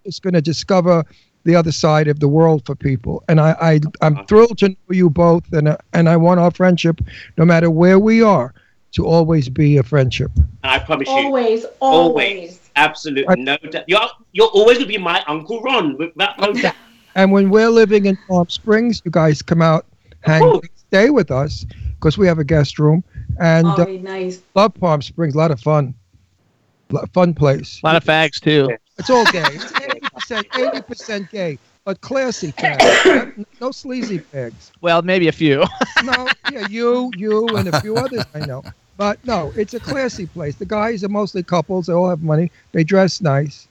Speaker 4: is going to discover the other side of the world for people. And I, I
Speaker 5: Uh-huh.
Speaker 4: I'm thrilled to know you both, and uh, and I want our friendship, no matter where we are, to always be a friendship.
Speaker 8: And I promise you,
Speaker 6: always, always.
Speaker 8: Always. absolutely no doubt. You're, you're always going to be my Uncle Ron, without no doubt.
Speaker 4: And when we're living in Palm Springs, you guys come out,
Speaker 6: Oh.
Speaker 4: hang,
Speaker 8: course.
Speaker 4: stay with us because we have a guest room, and
Speaker 6: Oh,
Speaker 4: uh,
Speaker 6: be nice.
Speaker 4: love Palm Springs, a lot of fun, Lo- fun place.
Speaker 3: A lot of fags too.
Speaker 4: It's all gay. It's 80%, 80% gay, but classy fags. Not- No sleazy fags.
Speaker 3: Well, maybe a few. [laughs]
Speaker 4: No, yeah, you, you, and a few others I know. But no, it's a classy place. The guys are mostly couples. They all have money. They dress nice.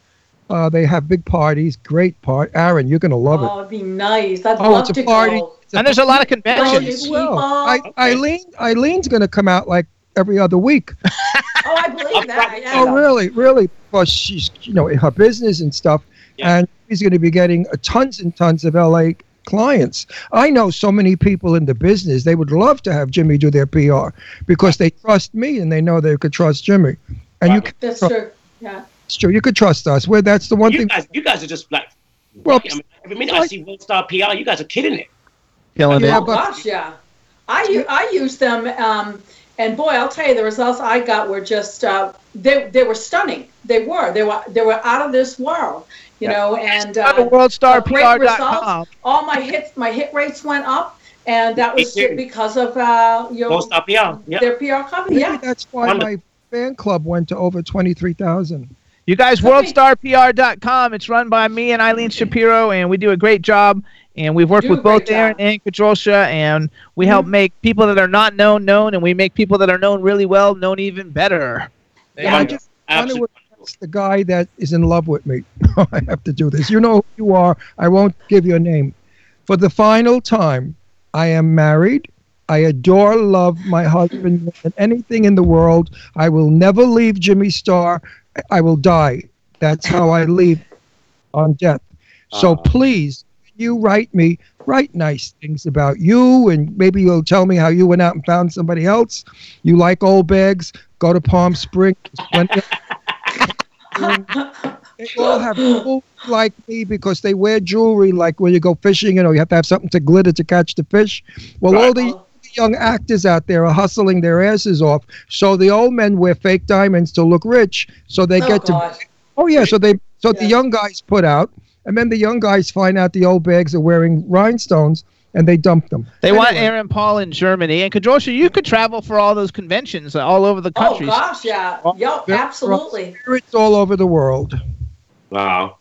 Speaker 4: Uh, they have big parties. Great part. Aaron, you're going to love it.
Speaker 6: Oh, it'd be nice. I'd
Speaker 4: Oh,
Speaker 6: love
Speaker 4: it's a
Speaker 6: to
Speaker 4: party.
Speaker 6: go.
Speaker 4: It's
Speaker 3: And there's a lot of conventions.
Speaker 6: Well,
Speaker 4: well, I,
Speaker 6: Okay.
Speaker 4: Eileen, Eileen's going to come out like every other week.
Speaker 6: [laughs] Oh, I believe that. Yeah.
Speaker 4: Oh, really? Really? Because she's, you know, her business and stuff,
Speaker 8: Yeah.
Speaker 4: and she's going to be getting uh, tons and tons of LA clients. I know so many people in the business, they would love to have Jimmy do their PR because they trust me and they know they could trust Jimmy. And you,
Speaker 8: Wow.
Speaker 4: can,
Speaker 6: That's true. Yeah.
Speaker 4: it's true, you could trust us. Where that's the one
Speaker 8: You
Speaker 4: thing.
Speaker 8: guys, you guys are just like,
Speaker 4: Well,
Speaker 8: I mean, every minute I see World Star PR, you guys are killing it.
Speaker 3: Killing
Speaker 4: Yeah,
Speaker 6: Oh
Speaker 3: it.
Speaker 4: but-
Speaker 6: gosh, yeah. I u- I used them, um, and boy, I'll tell you, the results I got were just uh, they they were stunning. They were they were they were out of this world, you know. And
Speaker 3: Go to
Speaker 6: uh,
Speaker 3: worldstarpr.com.
Speaker 6: all my hits my hit rates went up, and that was
Speaker 8: Me too.
Speaker 6: because of uh, your
Speaker 8: World Star PR. Yeah.
Speaker 6: their PR company.
Speaker 4: maybe
Speaker 6: Yeah.
Speaker 4: that's why
Speaker 8: Wonderful.
Speaker 4: my fan club went to over 23,000.
Speaker 3: You guys,
Speaker 6: Okay.
Speaker 3: worldstarpr.com. It's run by me and Eileen Shapiro, and we do a great job. And we've worked
Speaker 6: Do a
Speaker 3: with both
Speaker 6: great job. Mm-hmm.
Speaker 3: Aaron and Katrosha, and we help make people that are not known known, and we make people that are known really well known even better.
Speaker 4: And I
Speaker 6: Yeah.
Speaker 8: Wonderful.
Speaker 4: just want to
Speaker 8: Absolutely.
Speaker 4: impress the guy that is in love with me. [laughs] Oh, I have to do this. You know who you are. I won't give your name. For the final time, I am married. I adore, love my husband more than anything in the world. I will never leave Jimmy Star. I will die. That's how I leave on death. So
Speaker 8: Ah.
Speaker 4: please, when you write me, write nice things about you, and maybe you'll tell me how you went out and found somebody else. You like old bags? Go to Palm Springs. When- they all have people like me because they wear jewelry like when you go fishing, you know, you have to have something to glitter to catch the fish. Well, all
Speaker 8: Right.
Speaker 4: the young actors out there are hustling their asses off. So the old men wear fake diamonds to look rich. So they
Speaker 6: Oh,
Speaker 4: get to
Speaker 6: gosh.
Speaker 4: Oh yeah, so they so the
Speaker 6: Yeah.
Speaker 4: young guys put out, and then the young guys find out the old bags are wearing rhinestones, and they dump them.
Speaker 3: They want
Speaker 4: Anyway.
Speaker 3: Aaron Paul in Germany. And Kadrosha, you could travel for all those conventions uh, all over the
Speaker 6: Oh
Speaker 3: country.
Speaker 6: gosh, yeah. Yep,
Speaker 4: Yeah.
Speaker 6: absolutely.
Speaker 4: It's all over the world.
Speaker 8: Wow.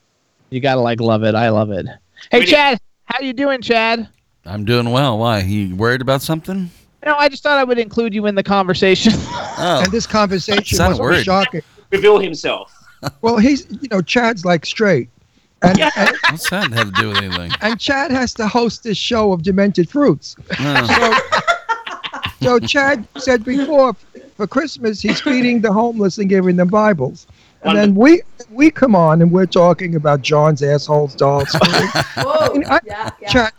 Speaker 3: you got to like love it. I love it. Hey,
Speaker 8: Really?
Speaker 3: Chad, how you doing, Chad?
Speaker 5: I'm doing well. Why? You worried about something?
Speaker 3: No, I just thought I would include you in the conversation.
Speaker 5: Oh,
Speaker 4: And this conversation
Speaker 5: Sounded
Speaker 4: was so
Speaker 5: worried.
Speaker 4: shocking.
Speaker 8: Reveal himself.
Speaker 4: Well, he's you know Chad's like straight, and,
Speaker 8: Yeah.
Speaker 4: and
Speaker 5: what's that have to do with anything?
Speaker 4: and Chad has to host this show of demented fruits.
Speaker 5: No.
Speaker 4: So, so Chad said before, for Christmas, he's feeding the homeless and giving them Bibles. And then we we come on and we're talking about John's assholes doll story.
Speaker 6: [laughs] Whoa.
Speaker 4: I-
Speaker 6: yeah, yeah.
Speaker 4: Chad,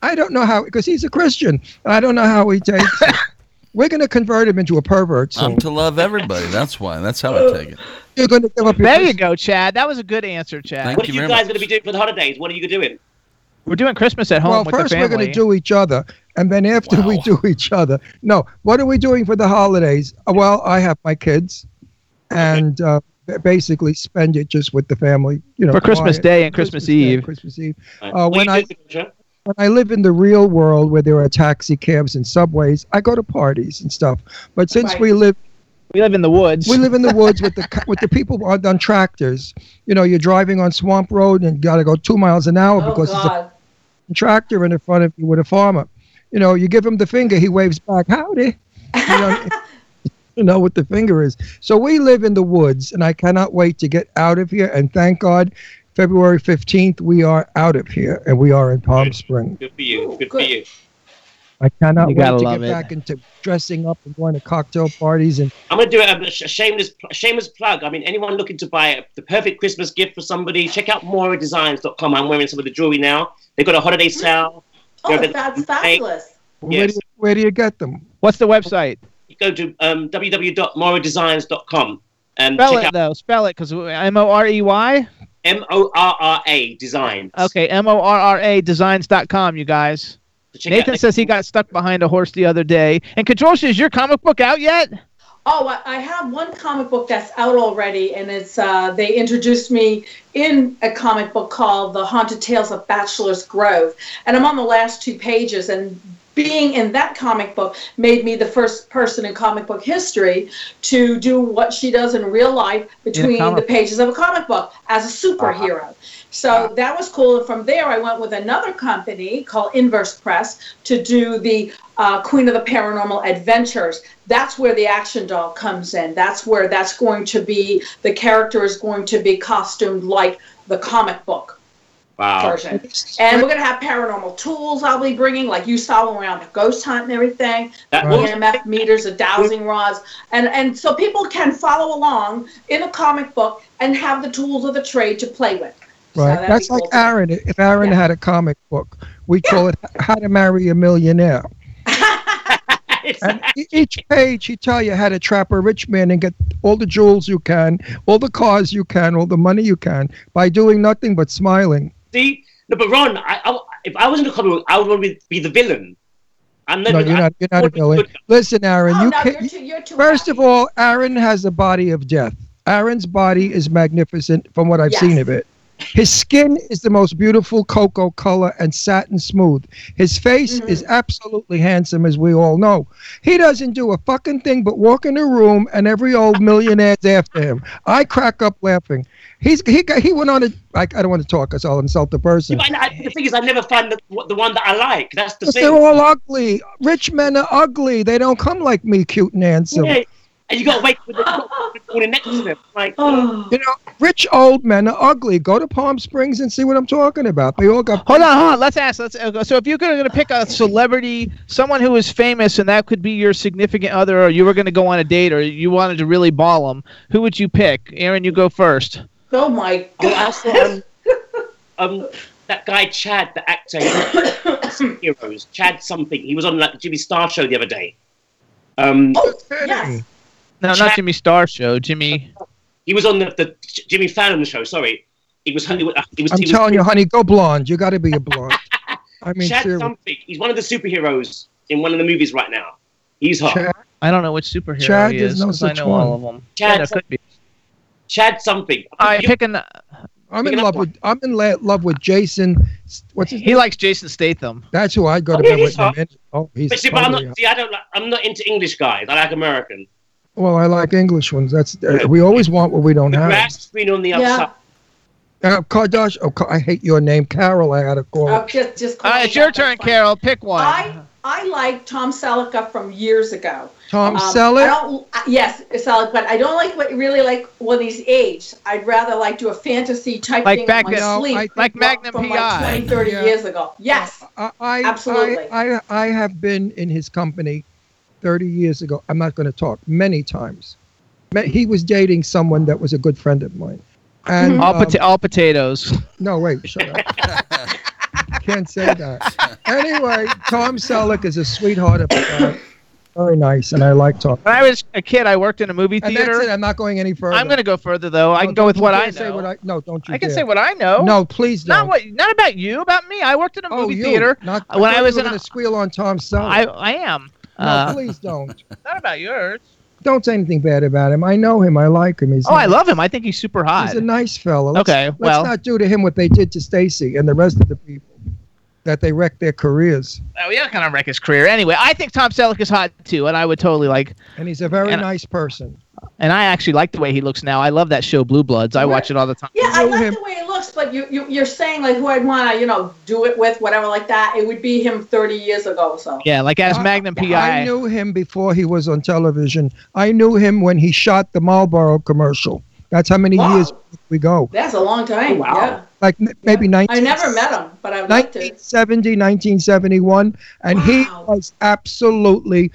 Speaker 4: I don't know how because he's a Christian. I don't know how he takes. it. We're going to convert him into a pervert. [laughs] So
Speaker 5: I'm to love everybody. That's why. That's how I take it.
Speaker 4: you're going to give up your
Speaker 3: There you go, Chad. That was a good answer, Chad.
Speaker 5: Thank
Speaker 8: What are
Speaker 5: you
Speaker 8: you
Speaker 5: very
Speaker 8: guys
Speaker 5: much.
Speaker 8: going to be doing for the holidays? What are you doing?
Speaker 3: We're doing Christmas at home
Speaker 4: Well,
Speaker 3: with
Speaker 4: first
Speaker 3: the
Speaker 4: we're
Speaker 3: family.
Speaker 4: going to do each other, and then after we
Speaker 5: Wow.
Speaker 4: do each other. No, what are we doing for the holidays? Uh, Well, I have my kids, and uh, ba- basically spend it just with the family. You know,
Speaker 3: For Christmas
Speaker 4: quiet.
Speaker 3: Day and Christmas
Speaker 4: Day,
Speaker 3: Eve.
Speaker 4: Christmas Eve.
Speaker 8: Uh,
Speaker 4: Uh,
Speaker 8: what
Speaker 4: when
Speaker 8: are
Speaker 4: I-
Speaker 8: you doing, Patricia?
Speaker 4: When I live in the real world where there are taxi cabs and subways, I go to parties and stuff. But since
Speaker 6: Right.
Speaker 4: we live
Speaker 3: we live in the woods.
Speaker 4: we
Speaker 3: [laughs]
Speaker 4: live in the woods with the co- with the people on, on tractors, you know, you're driving on swamp road and got to go two miles an hour
Speaker 6: Oh,
Speaker 4: because it's a
Speaker 6: God.
Speaker 4: tractor in front of you with a farmer. You know, you give him the finger, he waves back, howdy. You
Speaker 6: [laughs]
Speaker 4: know, [laughs] you know what the finger is. So we live in the woods, and I cannot wait to get out of here. And thank God, February 15th, we are out of here, and we are in Palm Springs.
Speaker 8: Good for you.
Speaker 6: Ooh,
Speaker 8: good, for
Speaker 6: good.
Speaker 8: you.
Speaker 4: I cannot
Speaker 3: You
Speaker 4: wait
Speaker 3: gotta
Speaker 4: to
Speaker 3: love
Speaker 4: get
Speaker 3: it.
Speaker 4: back into dressing up and going to cocktail parties. And
Speaker 8: I'm going to do a, a shameless pl- shameless plug. I mean, anyone looking to buy a, the perfect Christmas gift for somebody, check out moradesigns.com. I'm wearing some of the jewelry now. They've got a holiday sale.
Speaker 6: Oh, that's fabulous.
Speaker 4: where,
Speaker 8: Yes.
Speaker 4: do you, where do you get them?
Speaker 3: What's the website?
Speaker 8: You go to um, www.moradesigns.com and
Speaker 3: Spell
Speaker 8: check
Speaker 3: it
Speaker 8: out
Speaker 3: though. Spell it because M O R E Y.
Speaker 8: M O R R A Designs.
Speaker 3: Okay, M O R R A Designs.com, you guys.
Speaker 8: So check
Speaker 3: Nathan
Speaker 8: out-
Speaker 3: says he got stuck behind a horse the other day. And Controls, is your comic book out yet?
Speaker 6: Oh, I, I have one comic book that's out already, and it's uh, they introduced me in a comic book called The Haunted Tales of Bachelor's Grove, and I'm on the last two pages. And being in that comic book made me the first person in comic book history to do what she does in real life between
Speaker 3: comic
Speaker 6: the pages of a comic book as a superhero. So that was cool. And from there, I went with another company called Inverse Press to do the uh, Queen of the Paranormal Adventures. That's where the action doll comes in. That's where that's going to be, the character is going to be costumed like the comic book
Speaker 8: Wow.
Speaker 6: version. And we're going to have paranormal tools I'll be bringing, like you saw when we were on the ghost hunt and everything.
Speaker 8: That,
Speaker 4: Right.
Speaker 8: what was-
Speaker 6: EMF meters, the dowsing rods, and and so people can follow along in a comic book and have the tools of the trade to play with. So
Speaker 4: Right.
Speaker 6: that'd
Speaker 4: That's
Speaker 6: be
Speaker 4: like
Speaker 6: cool.
Speaker 4: Aaron. If Aaron
Speaker 6: Yeah.
Speaker 4: had a comic book, we'd call it How to Marry a Millionaire.
Speaker 6: [laughs]
Speaker 4: And e- each page, he tell you how to trap a rich man and get all the jewels you can, all the cars you can, all the money you can by doing nothing but smiling.
Speaker 8: See, no, but Ron, I, I, if I was in a comic book, I would want to be, be the villain. I'm
Speaker 4: No, you're
Speaker 8: I-
Speaker 4: not. You're not a
Speaker 8: what-
Speaker 4: villain. Listen, Aaron.
Speaker 6: Oh,
Speaker 4: You
Speaker 6: no,
Speaker 4: can,
Speaker 6: you're too, you're too
Speaker 4: first of
Speaker 6: happy.
Speaker 4: all, Aaron has a body of death. Aaron's body is magnificent, from what I've
Speaker 6: Yes.
Speaker 4: seen of it. His skin is the most beautiful cocoa color and satin smooth. His face
Speaker 6: Mhm.
Speaker 4: is absolutely handsome, as we all know. He doesn't do a fucking thing but walk in a room, and every old millionaire's after him. I crack up laughing. He's he got, he went on a I, I don't want to talk because I'll insult the person.
Speaker 8: But I, the thing is, I never find the, what- the one that I like. That's the
Speaker 4: Because
Speaker 8: thing.
Speaker 4: they're all ugly. Rich men are ugly. They don't come like me, cute and handsome.
Speaker 8: Yeah. And you got to wait for the morning next to them. Like,
Speaker 6: Oh.
Speaker 4: You know, rich old men are ugly. Go to Palm Springs and see what I'm talking about. They all got.
Speaker 3: Hold on, hold on. Let's ask. Let's uh, so if you were going to pick a celebrity, someone who is famous, and that could be your significant other, or you were going to go on a date, or you wanted to really ball them, who would you pick? Aaron, you go first.
Speaker 6: oh my
Speaker 8: oh, I
Speaker 6: god!
Speaker 8: saw um, um, that guy Chad, the actor, [coughs] heroes. Chad something. He was on like the Jimmy Star show the other day. Um,
Speaker 6: Oh, yes.
Speaker 3: No, not
Speaker 8: Chad-
Speaker 3: Jimmy Star show. Jimmy.
Speaker 8: he was on the, the Jimmy Fallon show. Sorry, he was. He was. He was,
Speaker 4: I'm
Speaker 8: he was
Speaker 4: telling you, honey, go blonde. You got to be a
Speaker 8: [laughs]
Speaker 4: blonde. I mean,
Speaker 8: Chad
Speaker 4: seriously.
Speaker 8: something. He's one of the superheroes in one of the movies right now. He's hot.
Speaker 4: Chad,
Speaker 8: Chad,
Speaker 3: I don't know which superhero
Speaker 4: Chad,
Speaker 3: he
Speaker 4: there's
Speaker 3: is.
Speaker 4: no
Speaker 3: 'cause
Speaker 4: such
Speaker 3: I know all of them.
Speaker 8: Chad,
Speaker 3: yeah, there could be.
Speaker 8: something.
Speaker 3: I
Speaker 8: You-
Speaker 3: pick an.
Speaker 4: I'm
Speaker 8: You're
Speaker 4: in
Speaker 8: gonna-
Speaker 4: love with. I'm in la- love with Jason. What's his?
Speaker 3: He likes Jason Statham.
Speaker 4: That's who I'd go to
Speaker 8: Oh, yeah,
Speaker 4: bed
Speaker 8: he's
Speaker 4: with. in a
Speaker 8: hot.
Speaker 4: minute. Oh, he's.
Speaker 8: but see, but I'm
Speaker 4: totally
Speaker 8: not.
Speaker 4: hot.
Speaker 8: See, I don't. Like, I'm not into English guys. I like American.
Speaker 4: Well, I like English ones. That's uh, we always want what we don't
Speaker 8: The
Speaker 4: have.
Speaker 8: grass green on the
Speaker 6: Yeah.
Speaker 8: other side.
Speaker 4: Uh, Kardashian. Oh, Ka- I hate your name, Carol. I gotta call.
Speaker 6: Oh,
Speaker 4: her.
Speaker 6: just, just
Speaker 3: All right, Uh, it's your turn, Carol. Pick one.
Speaker 6: I I like Tom Selleck from years ago.
Speaker 4: Tom
Speaker 6: Um, I
Speaker 4: Selleck.
Speaker 6: don't, uh, yes, Selleck, but I don't like what really like when he's aged. I'd rather like do a fantasy type
Speaker 3: Like
Speaker 6: thing
Speaker 3: back
Speaker 6: on my
Speaker 4: then-
Speaker 6: sleep.
Speaker 4: No, I think-
Speaker 3: Like Magnum
Speaker 6: from
Speaker 3: PI.
Speaker 6: Like 20, 30
Speaker 4: Yeah. Uh,
Speaker 6: years ago. Yes.
Speaker 4: I, I,
Speaker 6: Absolutely.
Speaker 4: I, I, I have been in his company 30 years ago. I'm not going to talk many times. Ma- He was dating someone that was a good friend of mine. And
Speaker 3: All,
Speaker 4: um,
Speaker 3: pota- all potatoes.
Speaker 6: [laughs]
Speaker 4: no, wait, shut up. Can't say that. [laughs] Anyway, Tom Selleck is a sweetheart of a guy. Very nice, and I like Tom.
Speaker 3: When I was a kid, I worked in a movie
Speaker 4: And that's it.
Speaker 3: theater.
Speaker 4: I'm not going any further.
Speaker 3: I'm going to go further though. I
Speaker 4: No,
Speaker 3: can go
Speaker 4: don't
Speaker 3: with
Speaker 4: you
Speaker 3: what
Speaker 4: dare
Speaker 3: I know.
Speaker 4: say what I, no, don't you
Speaker 3: I can
Speaker 4: dare.
Speaker 3: say what I know.
Speaker 4: No, please don't.
Speaker 3: not what, not about you, about me. I worked in a
Speaker 4: oh,
Speaker 3: movie
Speaker 4: you.
Speaker 3: theater.
Speaker 4: Not,
Speaker 3: When I
Speaker 4: thought you
Speaker 3: was
Speaker 4: were
Speaker 3: in a-
Speaker 4: gonna squeal on Tom Selleck.
Speaker 3: I, I am.
Speaker 4: no,
Speaker 3: Uh,
Speaker 4: please don't.
Speaker 3: [laughs] not about yours.
Speaker 4: Don't say anything bad about him. I know him. I like him. He's
Speaker 3: Oh, I love him. I think he's super hot.
Speaker 4: He's a nice fellow. Let's,
Speaker 3: Okay,
Speaker 4: let's
Speaker 3: well-
Speaker 4: not do to him what they did to Stacy and the rest of the people that they wrecked their careers.
Speaker 3: Oh, yeah, kind of wreck his career. Anyway, I think Tom Selleck is hot too, and I would totally like.
Speaker 4: And he's a very
Speaker 3: And-
Speaker 4: nice person.
Speaker 3: And I actually like the way he looks now. I love that show Blue Bloods. I watch it all the time.
Speaker 6: Yeah, I
Speaker 4: know
Speaker 6: like
Speaker 4: him.
Speaker 6: the way he looks, but you, you you're saying like who I'd want to you know do it with, whatever like that. It would be him 30 years ago. So
Speaker 3: Yeah, like as
Speaker 4: Uh, I-
Speaker 3: Magnum PI.
Speaker 4: I knew him before he was on television. I knew him when he shot the Marlboro commercial. That's how many
Speaker 6: Wow.
Speaker 4: years we go.
Speaker 6: that's a long
Speaker 4: Oh,
Speaker 6: time.
Speaker 8: Wow.
Speaker 6: Yeah.
Speaker 4: Like n- maybe 19,
Speaker 6: I never met him, but I've liked it.
Speaker 4: 1970, 1971. And he
Speaker 6: Wow.
Speaker 4: was absolutely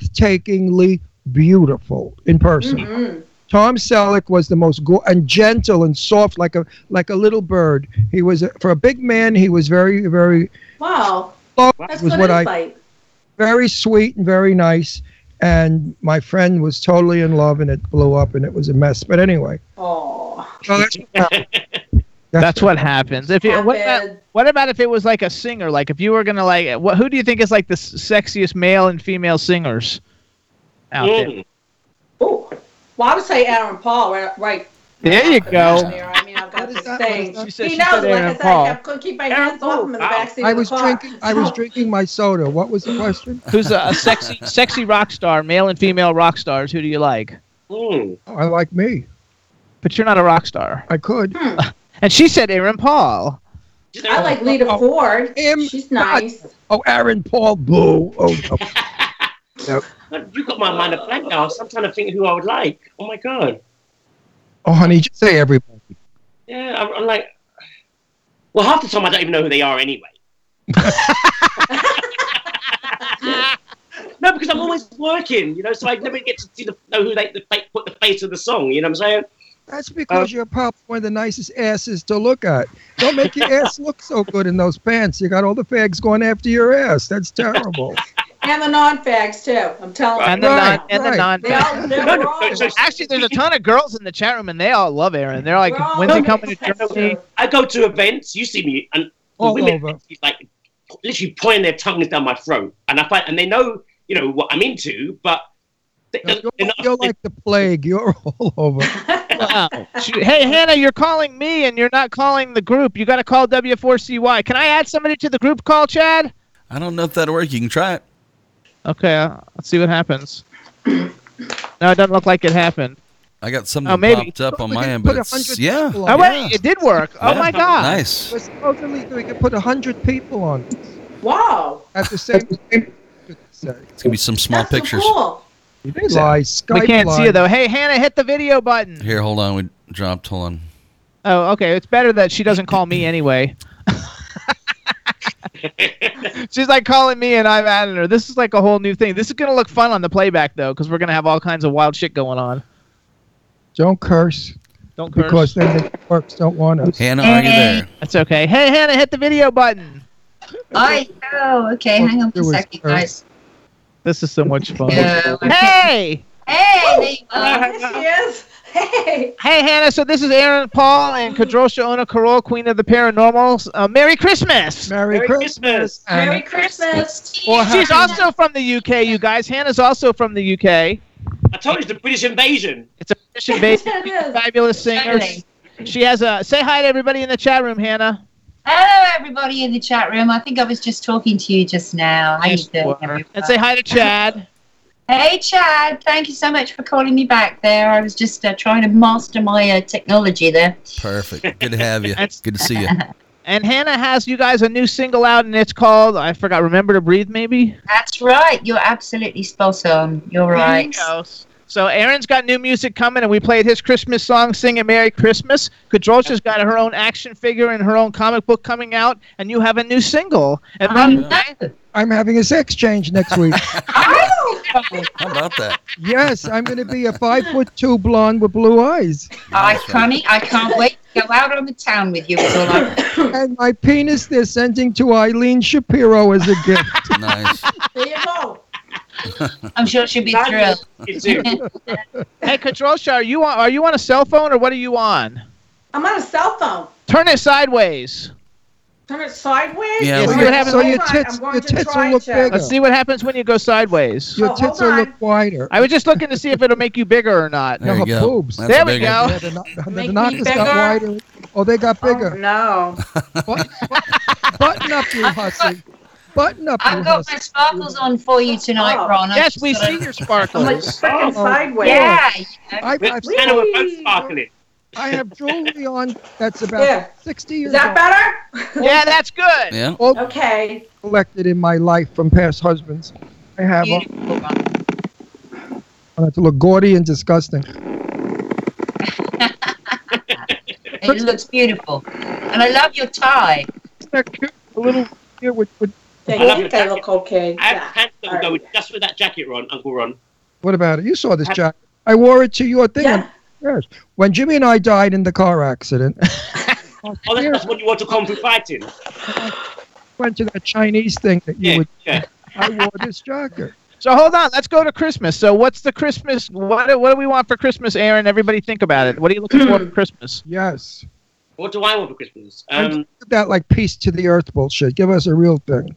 Speaker 4: breathtakingly beautiful in person.
Speaker 6: Mm-hmm.
Speaker 4: Tom Selleck was the most go- and gentle and soft, like a like a little bird. He was for a big man. He was very very
Speaker 6: Wow.
Speaker 4: low.
Speaker 6: That's
Speaker 4: was
Speaker 6: good
Speaker 4: what I
Speaker 6: insight.
Speaker 4: very sweet and very nice. And my friend was totally in love, and it blew up, and it was a mess. But anyway,
Speaker 6: Oh.
Speaker 4: so
Speaker 3: [laughs]
Speaker 4: that's,
Speaker 3: That's what happens. If you, what, about,
Speaker 6: Happened.
Speaker 3: what about if it was like a singer? Like if you were gonna like, what, who do you think is like the s- sexiest male and female singers out there?
Speaker 8: Mm.
Speaker 6: Ooh. Well, I would say Aaron Paul, right? right
Speaker 3: There you go.
Speaker 6: There. I mean, I've got
Speaker 4: What is
Speaker 6: this
Speaker 4: that?
Speaker 6: thing.
Speaker 4: What
Speaker 3: is that? She said
Speaker 6: He
Speaker 3: she
Speaker 6: knows,
Speaker 3: said
Speaker 6: like
Speaker 3: Aaron
Speaker 6: I said,
Speaker 3: Paul.
Speaker 6: I couldn't keep my
Speaker 8: Aaron
Speaker 6: hands
Speaker 8: Paul.
Speaker 6: off him in the
Speaker 8: Wow.
Speaker 6: backseat
Speaker 4: I
Speaker 6: of
Speaker 4: was
Speaker 6: the car.
Speaker 4: drinking. I was drinking my soda. What was the question?
Speaker 3: Who's a, a sexy, sexy rock star? Male and female rock stars. Who do you like?
Speaker 8: Mm.
Speaker 4: Oh, [laughs] I like me.
Speaker 3: But you're not a rock star.
Speaker 4: I could.
Speaker 6: Hmm.
Speaker 3: [laughs] And she said Aaron Paul.
Speaker 6: I like Lita
Speaker 4: Oh.
Speaker 6: Ford.
Speaker 4: Him,
Speaker 6: She's nice.
Speaker 4: Oh, Aaron Paul. Boo. Oh, no.
Speaker 8: You got my mind a blank now. So I'm trying to think who I would like. Oh my god.
Speaker 4: oh, honey, just say everybody.
Speaker 8: Yeah, I'm, I'm like. Well, half the time I don't even know who they are anyway. [laughs] no, because I'm always working, you know, so I never get to see the, know who they the, fa- put the face of the song. You know what I'm saying?
Speaker 4: That's because you're probably one of the nicest asses to look at. Don't make your ass look so good in those pants. You got all the fags going after your ass. That's terrible.
Speaker 6: And the non-fags, too. I'm telling
Speaker 3: And
Speaker 6: you.
Speaker 3: the
Speaker 4: Right,
Speaker 3: non. And the
Speaker 4: right.
Speaker 3: non.
Speaker 6: They all, they're
Speaker 8: No, no,
Speaker 6: wrong.
Speaker 8: it's just-
Speaker 3: Actually, there's a ton of girls in the chat room, and they all love Aaron. They're like,
Speaker 6: We're all
Speaker 3: when's he
Speaker 6: women.
Speaker 3: coming to
Speaker 6: That's
Speaker 3: Germany?
Speaker 6: true.
Speaker 8: I go to events. You see me, and the
Speaker 4: All
Speaker 8: women
Speaker 4: over.
Speaker 8: It's like literally pointing their tongues down my throat, and I find, and they know, you know, what I'm into, but they,
Speaker 4: You're,
Speaker 8: [laughs] they're not-
Speaker 4: you're like the plague. You're [laughs] all over.
Speaker 3: Wow. She- hey, Hannah, you're calling me, and you're not calling the group. You got to call W4CY. Can I add somebody to the group call, Chad?
Speaker 5: I don't know if that'll work. You can try it.
Speaker 3: Okay, uh, let's see what happens. [clears throat] No, it doesn't look like it happened.
Speaker 5: I got something
Speaker 3: Oh, maybe.
Speaker 5: popped up on
Speaker 4: We
Speaker 5: my
Speaker 4: could
Speaker 5: end,
Speaker 4: put
Speaker 5: but it's
Speaker 4: 100
Speaker 5: yeah.
Speaker 4: people on
Speaker 3: Oh,
Speaker 4: it.
Speaker 3: wait, it did work. Oh,
Speaker 5: Yeah.
Speaker 3: my God.
Speaker 5: Nice.
Speaker 4: We're supposedly we could put hundred people on it
Speaker 6: Wow.
Speaker 4: at the same time.
Speaker 5: It's gonna be some small
Speaker 6: That's so
Speaker 5: pictures.
Speaker 6: cool.
Speaker 4: Lie, Skype
Speaker 3: We can't see
Speaker 4: lie.
Speaker 3: you, though. Hey, Hannah, hit the video button.
Speaker 5: Here, hold on. We dropped. Hold on.
Speaker 3: Oh, okay. It's better that she doesn't call me anyway. She's like calling me, and I'm adding her. This is like a whole new thing. This is going to look fun on the playback, though, because we're going to have all kinds of wild shit going on.
Speaker 4: Don't curse
Speaker 3: Don't curse.
Speaker 4: because then the works don't want us.
Speaker 5: Hannah, are you there?
Speaker 3: That's okay. Hey, Hannah, hit the video button.
Speaker 9: I know. Oh, Okay,
Speaker 4: What
Speaker 9: hang on for a
Speaker 4: do is
Speaker 9: second, guys.
Speaker 3: This is so much fun.
Speaker 9: Yeah.
Speaker 3: Hey!
Speaker 9: Hey, there you
Speaker 6: Uh,
Speaker 9: are.
Speaker 6: yes, she is. Hey.
Speaker 3: Hey, Hannah. So this is Aaron Paul and Kadrosha Ona Carol, Queen of the Paranormals. Uh, Merry Christmas!
Speaker 4: Merry,
Speaker 8: Merry
Speaker 4: Christmas.
Speaker 8: Christmas.
Speaker 4: Anna.
Speaker 6: Merry Christmas.
Speaker 4: Or
Speaker 3: She's
Speaker 4: happy-
Speaker 3: also from the UK, you guys. Hannah's also from the UK.
Speaker 8: I told you it's the British invasion.
Speaker 3: It's a Christian based
Speaker 6: It is.
Speaker 3: fabulous singer.
Speaker 9: Totally.
Speaker 3: She has a say hi to everybody in the chat room, Hannah.
Speaker 9: Hello, everybody in the chat room. I think I was just talking to you just now. How you doing, everyone?
Speaker 3: and say hi to Chad.
Speaker 9: Hey, Chad. Thank you so much for calling me back there. I was just uh, trying to master my uh, technology there.
Speaker 5: Perfect. Good to have
Speaker 6: [laughs]
Speaker 5: you.
Speaker 3: That's-
Speaker 5: Good to see you.
Speaker 3: And Hannah has you guys a new single out, and it's called I forgot. Remember to breathe, maybe.
Speaker 9: That's right. You're absolutely spot on. You're right.
Speaker 3: So Aaron's got new music coming, and we played his Christmas song, "Sing It Merry Christmas." Kadrosha's got her own action figure and her own comic book coming out, and you have a new single. And
Speaker 9: I
Speaker 3: by the
Speaker 9: know.
Speaker 3: way,
Speaker 5: [laughs]
Speaker 4: I'm having a sex change next week.
Speaker 9: I
Speaker 5: How about that?
Speaker 4: Yes, I'm going to be a five foot two blonde with blue eyes,
Speaker 9: I, Connie, I can't wait to go out on the town with you. Is all I-
Speaker 4: [coughs] and my penis they're sending to Eileen Shapiro as a
Speaker 5: [laughs]
Speaker 4: gift.
Speaker 5: Nice.
Speaker 6: There you go.
Speaker 9: I'm sure she'll be
Speaker 8: Not
Speaker 3: [laughs]
Speaker 9: thrilled.
Speaker 8: You do.
Speaker 9: [laughs]
Speaker 4: [laughs]
Speaker 3: Hey, Control Star, are you on, are you on a cell phone or what are you on?
Speaker 6: I'm on a cell phone.
Speaker 3: Turn it sideways.
Speaker 6: Turn it sideways.
Speaker 5: Yeah,
Speaker 4: So
Speaker 3: we-
Speaker 6: Hold
Speaker 4: your,
Speaker 6: on,
Speaker 4: so your
Speaker 6: hold on,
Speaker 4: tits,
Speaker 6: I'm going
Speaker 4: your
Speaker 6: to
Speaker 4: tits
Speaker 6: try
Speaker 4: will look
Speaker 6: to-
Speaker 4: bigger.
Speaker 3: Let's see what happens when you go sideways.
Speaker 4: Your
Speaker 6: Oh,
Speaker 4: tits
Speaker 6: hold
Speaker 4: will
Speaker 6: on.
Speaker 4: look wider.
Speaker 3: I was just looking to see if it'll make you bigger or not.
Speaker 5: There
Speaker 4: No,
Speaker 5: you go.
Speaker 4: boobs.
Speaker 5: That's
Speaker 3: There
Speaker 5: a
Speaker 3: we
Speaker 5: big
Speaker 3: go.
Speaker 5: one.
Speaker 4: Yeah, the, kno- the
Speaker 6: Make me
Speaker 4: knockers got
Speaker 6: bigger.
Speaker 4: wider. Oh, they got
Speaker 6: Oh,
Speaker 4: bigger.
Speaker 6: no.
Speaker 4: But- but- Button up, you hussy. Button up, you
Speaker 9: I've got my
Speaker 4: hussy.
Speaker 9: sparkles on for you tonight,
Speaker 6: Oh,
Speaker 9: Ron. I
Speaker 3: Yes,
Speaker 9: just
Speaker 3: we
Speaker 9: thought
Speaker 3: see
Speaker 9: I'd-
Speaker 3: your
Speaker 6: I'm like
Speaker 3: sparkles.
Speaker 6: freaking
Speaker 4: Oh.
Speaker 6: sideways.
Speaker 9: Yeah, you know.
Speaker 4: I,
Speaker 8: We're-
Speaker 4: I've,
Speaker 8: and we're both sparkling.
Speaker 4: I have jewelry on that's about
Speaker 6: Yeah.
Speaker 4: 60 years Oh.
Speaker 6: Is that better?
Speaker 3: Yeah, that's good.
Speaker 5: Yeah.
Speaker 4: old. All
Speaker 6: okay.
Speaker 4: [laughs] collected in my life from past husbands. I have all,
Speaker 9: Beautiful.
Speaker 4: I have to look gaudy and disgusting.
Speaker 9: It looks beautiful. And I love your tie.
Speaker 4: Isn't that cute? A little here with, with
Speaker 6: They,
Speaker 8: I love
Speaker 6: look,
Speaker 8: it.
Speaker 6: they look okay.
Speaker 8: I have
Speaker 6: Yeah.
Speaker 8: pants that will go
Speaker 6: Alright.
Speaker 8: with- just with that jacket, Ron, Uncle Ron.
Speaker 4: what about it? You saw this jacket. I wore it to your thing.
Speaker 6: Yeah.
Speaker 4: Yes. When Jimmy and I died in the car accident, [laughs]
Speaker 8: Oh, that's, that's what you want to come through fighting.
Speaker 4: went to that Chinese thing that you
Speaker 8: Yeah,
Speaker 4: would.
Speaker 8: yeah.
Speaker 4: I wore this jacket.
Speaker 3: So hold on, let's go to Christmas. So what's the Christmas? What what do we want for Christmas, Aaron? Everybody think about it. What are you looking for for Christmas?
Speaker 4: Hmm. Yes.
Speaker 8: What do I want for Christmas? Um,
Speaker 4: That like peace to the earth bullshit. Give us a real thing.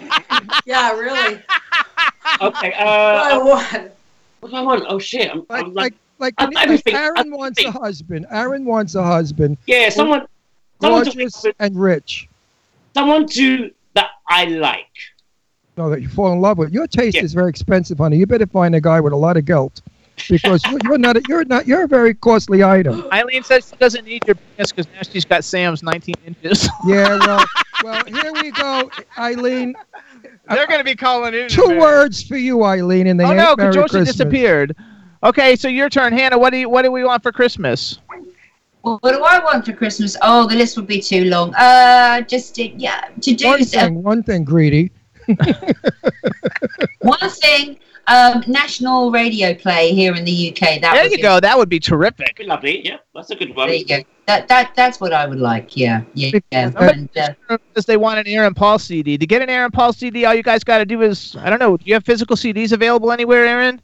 Speaker 8: Um,
Speaker 6: Yeah, really.
Speaker 8: okay.
Speaker 6: I
Speaker 8: Uh,
Speaker 6: would.
Speaker 8: what do I want? Oh shit! I'm,
Speaker 4: Like
Speaker 8: I'm like,
Speaker 4: like like,
Speaker 8: I- I
Speaker 4: like
Speaker 8: think-
Speaker 4: Aaron
Speaker 8: I
Speaker 4: wants a
Speaker 8: think-
Speaker 4: husband. Aaron wants a husband.
Speaker 8: yeah, someone, someone
Speaker 4: Gorgeous
Speaker 8: to,
Speaker 4: and rich.
Speaker 8: someone to that I like.
Speaker 4: No, that you fall in love with. Your taste
Speaker 8: Yeah.
Speaker 4: is very expensive, honey. You better find a guy with a lot of guilt, because you- you're not. A, you're not. You're a very costly
Speaker 3: [laughs]
Speaker 4: item.
Speaker 3: Eileen says she doesn't need your penis because now she's got Sam's 19 inches.
Speaker 4: Yeah.
Speaker 3: [laughs]
Speaker 4: Well, well. Here we go, Eileen.
Speaker 3: They're gonna be calling in.
Speaker 4: Two
Speaker 3: man.
Speaker 4: words for you, Eileen, and they
Speaker 3: Oh
Speaker 4: ain't
Speaker 3: no,
Speaker 4: Merry
Speaker 3: Josie
Speaker 4: Christmas.
Speaker 3: disappeared. Okay, so your turn, Hannah. What do you, what do we want for Christmas?
Speaker 9: Well, what do I want for Christmas? Oh, the list would be too long. Uh, just to, yeah, to do
Speaker 4: One
Speaker 9: is, uh,
Speaker 4: thing. One thing. Greedy.
Speaker 9: one thing. Um, national radio play here in the UK. That
Speaker 3: There
Speaker 9: would
Speaker 3: you
Speaker 9: be-
Speaker 3: go. That would be terrific.
Speaker 8: That'd be lovely. Yeah, that's a good one.
Speaker 9: There you go. That that that's what I would like. Yeah, yeah. yeah. And, uh,
Speaker 3: Because they want an Aaron Paul CD. To get an Aaron Paul CD, all you guys got to do is I don't know. Do you have physical CDs available anywhere, Aaron?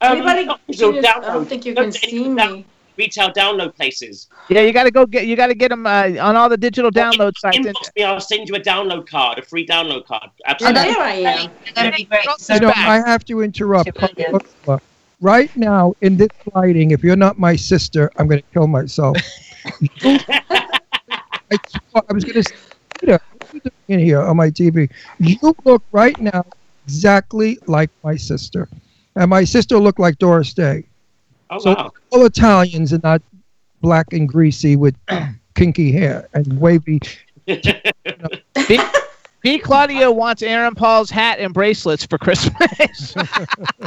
Speaker 8: Um,
Speaker 6: Anybody?
Speaker 8: so
Speaker 6: I don't
Speaker 8: download
Speaker 6: think you
Speaker 8: Go
Speaker 6: can
Speaker 8: to any
Speaker 6: see me.
Speaker 8: retail download places.
Speaker 3: Yeah, you got to go get you got to get them uh, on all the digital download sites. And,
Speaker 8: Inbox me. I'll send you a download card, a free download card.
Speaker 6: Oh,
Speaker 8: Absolutely.
Speaker 9: that-
Speaker 6: there I am.
Speaker 9: that'd be great. So,
Speaker 4: You know,
Speaker 3: back.
Speaker 4: I have to interrupt.
Speaker 9: Yeah.
Speaker 4: Look, Right now, in this lighting, if you're not my sister, I'm going to kill myself. I, swear- I was going to say, Peter, what are you doing in here on my TV? You look right now exactly like my sister. And my sister looked like Doris Day.
Speaker 8: Oh
Speaker 4: So-
Speaker 8: wow.
Speaker 4: All Italians are not black and greasy with [clears throat] kinky hair and wavy.
Speaker 3: [laughs] B. Claudio wants Aaron Paul's hat and bracelets
Speaker 4: [laughs]
Speaker 3: for Christmas.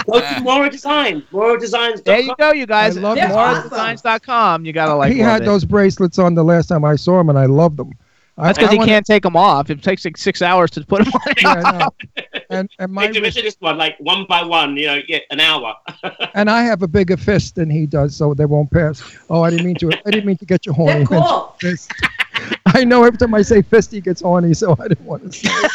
Speaker 8: Go to Mora Design. Mora Designs.
Speaker 3: there you go, you guys.
Speaker 4: I love
Speaker 6: That's
Speaker 4: Mars.
Speaker 3: Designs.com. You gotta like.
Speaker 4: he had
Speaker 3: love it. [laughs]
Speaker 4: those bracelets on the last time I saw him, and I loved them. I-
Speaker 3: That's because
Speaker 4: I
Speaker 3: he
Speaker 4: wanna-
Speaker 3: can't take them off. It takes like six hours to put them on.
Speaker 4: Yeah, I know. And, and my
Speaker 8: They do it to this one, like one by one, you know, yeah, an hour.
Speaker 4: and I have a bigger fist than he does, so they won't pass. Oh, I didn't mean to. I didn't mean to get you horny.
Speaker 6: They're cool.
Speaker 4: [laughs] Fist. I know every time I say fist, he gets horny, so I didn't want to say it.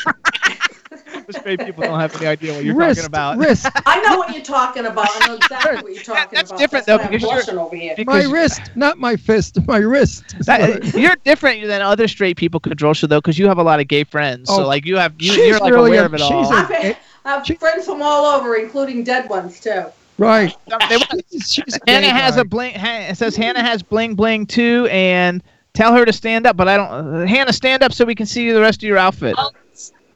Speaker 3: Most great people don't have any idea what [laughs] you're
Speaker 4: wrist,
Speaker 3: talking about.
Speaker 4: wrist,
Speaker 6: [laughs] I know what you're talking about. I know exactly what you're talking
Speaker 3: that's
Speaker 6: about.
Speaker 3: [laughs] different,
Speaker 6: That's
Speaker 3: though,
Speaker 6: why I'm
Speaker 3: because you're-
Speaker 6: blushing over here.
Speaker 4: my
Speaker 3: Because
Speaker 4: wrist, not my fist, my wrist.
Speaker 3: [laughs] that- uh, you're different than other straight people, Kadrosha, though, because you have a lot of gay friends.
Speaker 4: Oh,
Speaker 3: so like you have you,
Speaker 4: she's
Speaker 3: you're like
Speaker 4: really
Speaker 3: aware
Speaker 4: a-
Speaker 3: of it
Speaker 4: she's
Speaker 3: all.
Speaker 4: a-
Speaker 6: I've, I've
Speaker 4: She-
Speaker 6: friends from all over, including dead ones too.
Speaker 4: right.
Speaker 3: They want-
Speaker 4: She's, she's a
Speaker 3: Hannah
Speaker 4: gay
Speaker 3: has
Speaker 4: guy.
Speaker 3: a bling. Han- It says Hannah has bling bling too, and tell her to stand up. But I don't. Uh, Hannah, stand up so we can see the rest of your outfit.
Speaker 9: um,
Speaker 6: Oh,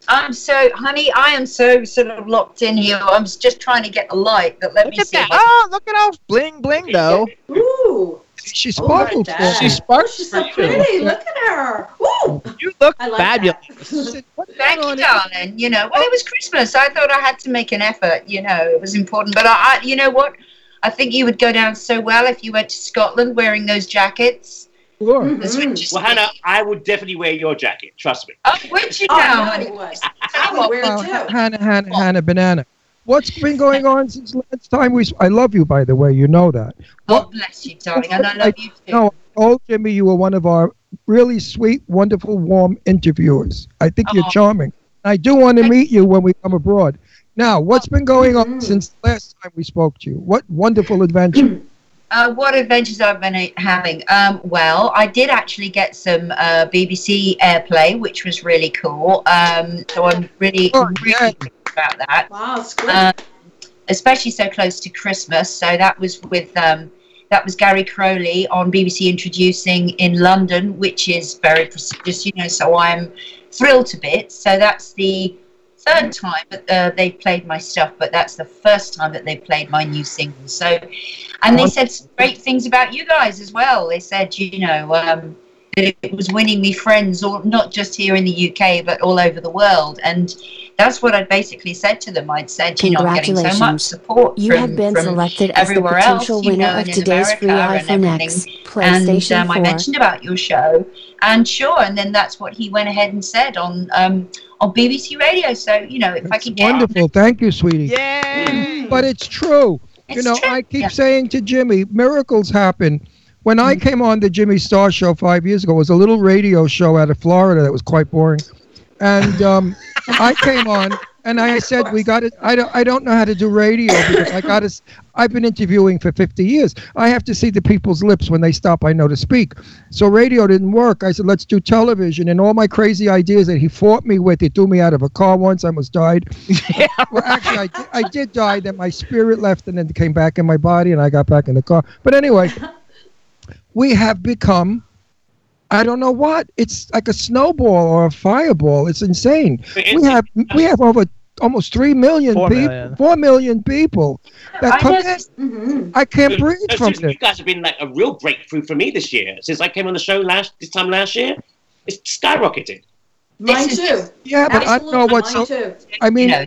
Speaker 9: I'm so, honey, I am so sort of locked in here. I'm just trying to get the light, but let
Speaker 3: Look
Speaker 9: me
Speaker 3: at
Speaker 9: see.
Speaker 3: that! Oh, look at how bling bling though.
Speaker 6: Ooh,
Speaker 4: She
Speaker 6: Oh, my
Speaker 4: sparkled. for
Speaker 6: God.
Speaker 4: me.
Speaker 3: She sparks.
Speaker 6: she's so
Speaker 3: for you.
Speaker 6: pretty. Look at her. Ooh,
Speaker 3: You look
Speaker 6: I like
Speaker 3: fabulous.
Speaker 4: She
Speaker 6: that.
Speaker 4: said, "What's
Speaker 9: Thank
Speaker 4: going
Speaker 9: you,
Speaker 4: on in-
Speaker 9: darling. You know, well, it was Christmas. I thought I had to make an effort. You know, it was important. But I, I you know what? I think you would go down so well if you went to Scotland wearing those jackets.
Speaker 4: Sure.
Speaker 9: This would just
Speaker 8: Mm. Well,
Speaker 9: be-
Speaker 8: Hannah, I would definitely wear your jacket. Trust me.
Speaker 9: Oh, would you
Speaker 6: Oh,
Speaker 9: now,
Speaker 6: I know
Speaker 9: honey?
Speaker 6: it was.
Speaker 9: Tell you
Speaker 6: I would
Speaker 9: what,
Speaker 6: wear
Speaker 4: Oh,
Speaker 6: it too.
Speaker 4: Hannah, Hannah,
Speaker 9: Well-
Speaker 4: Hannah, banana. What's been going on since last time we? s- I love you, by the way. You know that.
Speaker 6: Oh,
Speaker 9: God
Speaker 4: Mm-hmm.
Speaker 9: bless you, darling, and I love you too.
Speaker 4: No, I told Jimmy you were one of our really sweet, wonderful, warm interviewers. I think you're
Speaker 9: Aw.
Speaker 4: charming. I do want to meet you when we come abroad. Now, what's been going
Speaker 9: Mm-hmm.
Speaker 4: on since the last time we spoke to you? What
Speaker 9: [clears throat]
Speaker 4: wonderful adventure!
Speaker 9: Uh, what adventures I've been uh, having? Um, well, I did actually get some uh, BBC airplay, which was really cool. Um, so I'm really,
Speaker 4: Oh,
Speaker 9: really
Speaker 4: yeah.
Speaker 9: pleased about that,
Speaker 6: Wow, it's great.
Speaker 9: Um especially so close to Christmas. So that was with um, that was Gary Crowley on BBC Introducing in London, which is very prestigious, you know. So I'm thrilled to bits. So that's the third time that uh, they've played my stuff, but that's the first time that they've played my new single. So, and they said some great things about you guys as well. They said, you know, um, that it was winning me friends, all, not just here in the UK, but all over the world. And that's what I basically said to them. I'd said, you know, I'm getting so much
Speaker 10: Congratulations.
Speaker 9: support.
Speaker 10: You
Speaker 9: from,
Speaker 10: have been
Speaker 9: from
Speaker 10: selected as the
Speaker 9: everywhere
Speaker 10: potential
Speaker 9: else, you
Speaker 10: winner
Speaker 9: know,
Speaker 10: of
Speaker 9: and in
Speaker 10: today's free
Speaker 9: America and
Speaker 10: iPhone
Speaker 9: everything.
Speaker 10: X,
Speaker 9: And
Speaker 10: PlayStation
Speaker 9: um, I
Speaker 10: 4.
Speaker 9: mentioned about your show, and sure, and then that's what he went ahead and said on um, on BBC Radio. So you know, if I
Speaker 4: That's
Speaker 9: can get
Speaker 4: wonderful. Thank you, sweetie.
Speaker 3: Yay!
Speaker 4: But it's true. you
Speaker 9: It's
Speaker 4: know,
Speaker 9: true.
Speaker 4: I keep
Speaker 9: Yeah. Mm.
Speaker 4: saying to Jimmy, miracles happen. When I came on the Jimmy Star Show five years ago, it was a little radio show out of Florida that was quite boring, and um, I came on and I said, "We got it. I don't. I don't know how to do radio because I got to. I've been interviewing for 50 years. I have to see the people's lips when they stop. I know to speak. So radio didn't work. I said, let's do television. And all my crazy ideas that he fought me with, he threw me out of a car once. I almost died. Well, actually, I, di- I did die. Then my spirit left and then came back in my body, and I got back in the car. But anyway, we have become. I don't know what it's like a snowball or a fireball. It's insane. We have we have over almost three million
Speaker 3: Four
Speaker 4: people,
Speaker 3: million.
Speaker 4: four million people that
Speaker 9: I
Speaker 4: come
Speaker 9: know
Speaker 4: in.
Speaker 6: hmm
Speaker 4: I can't breathe
Speaker 8: No,
Speaker 4: from
Speaker 8: seriously,
Speaker 4: this.
Speaker 8: you guys have been like a real breakthrough for me this year. Since I came on the show last this time last year, it's skyrocketed.
Speaker 6: Mine
Speaker 9: This
Speaker 6: too.
Speaker 9: is-
Speaker 4: Yeah, but I don't
Speaker 6: Absolutely,
Speaker 4: know what's.
Speaker 6: mine
Speaker 4: So,
Speaker 6: too.
Speaker 4: I mean,
Speaker 9: you know,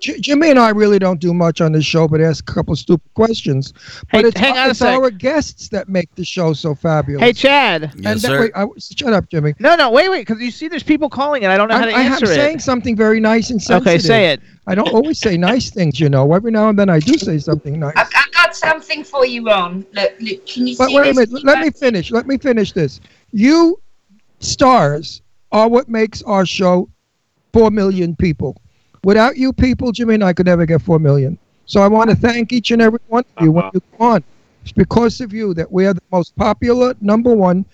Speaker 4: J- Jimmy and I really don't do much on this show, but ask a couple stupid questions.
Speaker 3: Hey,
Speaker 4: but it's,
Speaker 3: hang on a
Speaker 4: it's
Speaker 3: sec.
Speaker 4: our guests that make the show so fabulous.
Speaker 3: Hey, Chad.
Speaker 4: and
Speaker 5: Yes,
Speaker 4: that
Speaker 5: sir.
Speaker 4: way, I, shut up, Jimmy.
Speaker 3: No, no, wait, wait, because you see, there's people calling, and I don't know how
Speaker 4: I,
Speaker 3: to
Speaker 4: I am
Speaker 3: answer
Speaker 4: saying
Speaker 3: it.
Speaker 4: something very nice and sensitive.
Speaker 3: Okay, say it.
Speaker 4: I don't always say nice things, you know. Every now and then I do say something nice.
Speaker 9: I've, I've got something for you, Ron. Look, look can you
Speaker 4: But
Speaker 9: see
Speaker 4: wait a
Speaker 9: this?
Speaker 4: minute. Let me finish. Let me finish this. You stars are what makes our show four million people. Without you people, Jimmy and I could never get four million. So I want to thank each and every one of you when
Speaker 8: Uh-huh.
Speaker 4: you come on. It's because of you that we are the most popular number one.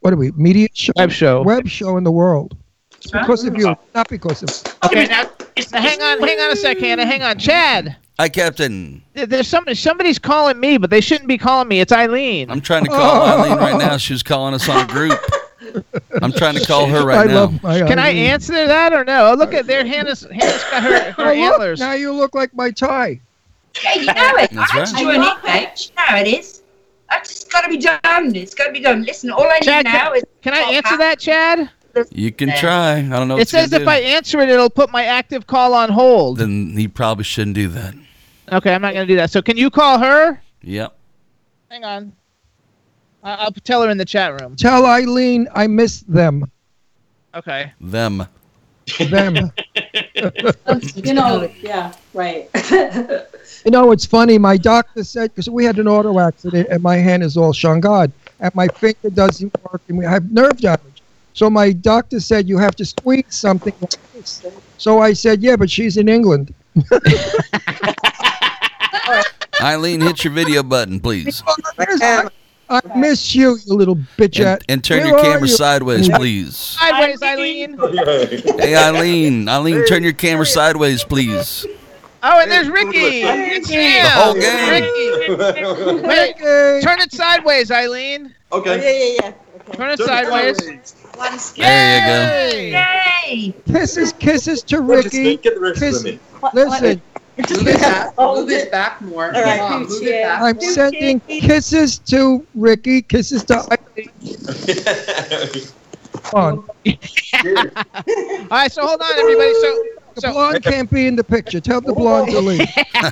Speaker 4: What are we? Media show,
Speaker 3: Web show.
Speaker 4: web show in the world. It's because of you, not because of.
Speaker 3: Okay, now, now Uh, hang on, hang on a sec, Hannah. Hang on, Chad.
Speaker 5: Hi, Captain.
Speaker 3: there- There's somebody. Somebody's calling me, but they shouldn't be calling me. It's Eileen.
Speaker 5: I'm
Speaker 3: [laughs]
Speaker 5: trying to call Eileen right now. She was calling us on a group. I'm trying to call her right
Speaker 4: I
Speaker 5: now.
Speaker 4: love my.
Speaker 3: Can I
Speaker 4: Irene.
Speaker 3: answer that or no? Oh, look at there. Hannah's Hannah's got
Speaker 4: [laughs]
Speaker 3: her, her
Speaker 4: Oh, look,
Speaker 3: antlers.
Speaker 4: now you look like my tie.
Speaker 9: Yeah, you know it.
Speaker 5: That's
Speaker 9: I had
Speaker 5: right.
Speaker 9: to do an
Speaker 6: I love
Speaker 9: nickname. You know it is. That's just got to be done. It's got to be done. Listen, all I need
Speaker 3: Jack,
Speaker 9: now is
Speaker 3: Can I answer that, Chad?
Speaker 5: You can try. I don't know. What
Speaker 3: It says if
Speaker 5: do.
Speaker 3: I answer it, it'll put my active call on hold.
Speaker 5: Then you probably shouldn't do that.
Speaker 3: Okay, I'm not gonna do that. So can you call her?
Speaker 5: Yep.
Speaker 3: Hang on. I- I'll tell her in the chat room.
Speaker 4: Tell Eileen I miss them.
Speaker 3: Okay.
Speaker 5: Them.
Speaker 4: Them.
Speaker 6: You know, yeah, right. [laughs]
Speaker 4: You know, it's funny. My doctor said because we had an auto accident and my hand is all shungard and my finger doesn't work and we have nerve damage. So my doctor said you have to squeeze something like this. So I said, yeah, but she's in England.
Speaker 5: Eileen, hit your video button, please.
Speaker 4: I, I miss you, you little bitch.
Speaker 5: And,
Speaker 4: at
Speaker 5: and turn
Speaker 4: Where
Speaker 5: your
Speaker 4: are
Speaker 5: camera
Speaker 4: you?
Speaker 5: sideways, please.
Speaker 3: Sideways, Eileen.
Speaker 5: Hey, Eileen. Eileen, turn your camera sideways, please.
Speaker 3: Oh, and there's Ricky. Ricky. The
Speaker 5: whole gang.
Speaker 3: Ricky. Wait, turn it sideways, Eileen.
Speaker 11: Okay.
Speaker 3: Turn [laughs] it sideways.
Speaker 5: There you go.
Speaker 3: Yay!
Speaker 9: Yay!
Speaker 4: kisses, kisses to
Speaker 11: What is this?
Speaker 4: Ricky.
Speaker 11: Get the rest
Speaker 4: Kiss-
Speaker 11: of them
Speaker 4: Listen,
Speaker 11: in.
Speaker 9: Move it back more. All
Speaker 11: right.
Speaker 9: Move it back.
Speaker 4: I'm sending kisses to Ricky, kisses to Eileen. Come on.
Speaker 3: All right, so hold on, everybody. So,
Speaker 4: The
Speaker 3: so
Speaker 4: blonde can't be in the picture. Tell the blonde
Speaker 11: [laughs]
Speaker 4: to leave.
Speaker 5: [laughs]
Speaker 3: All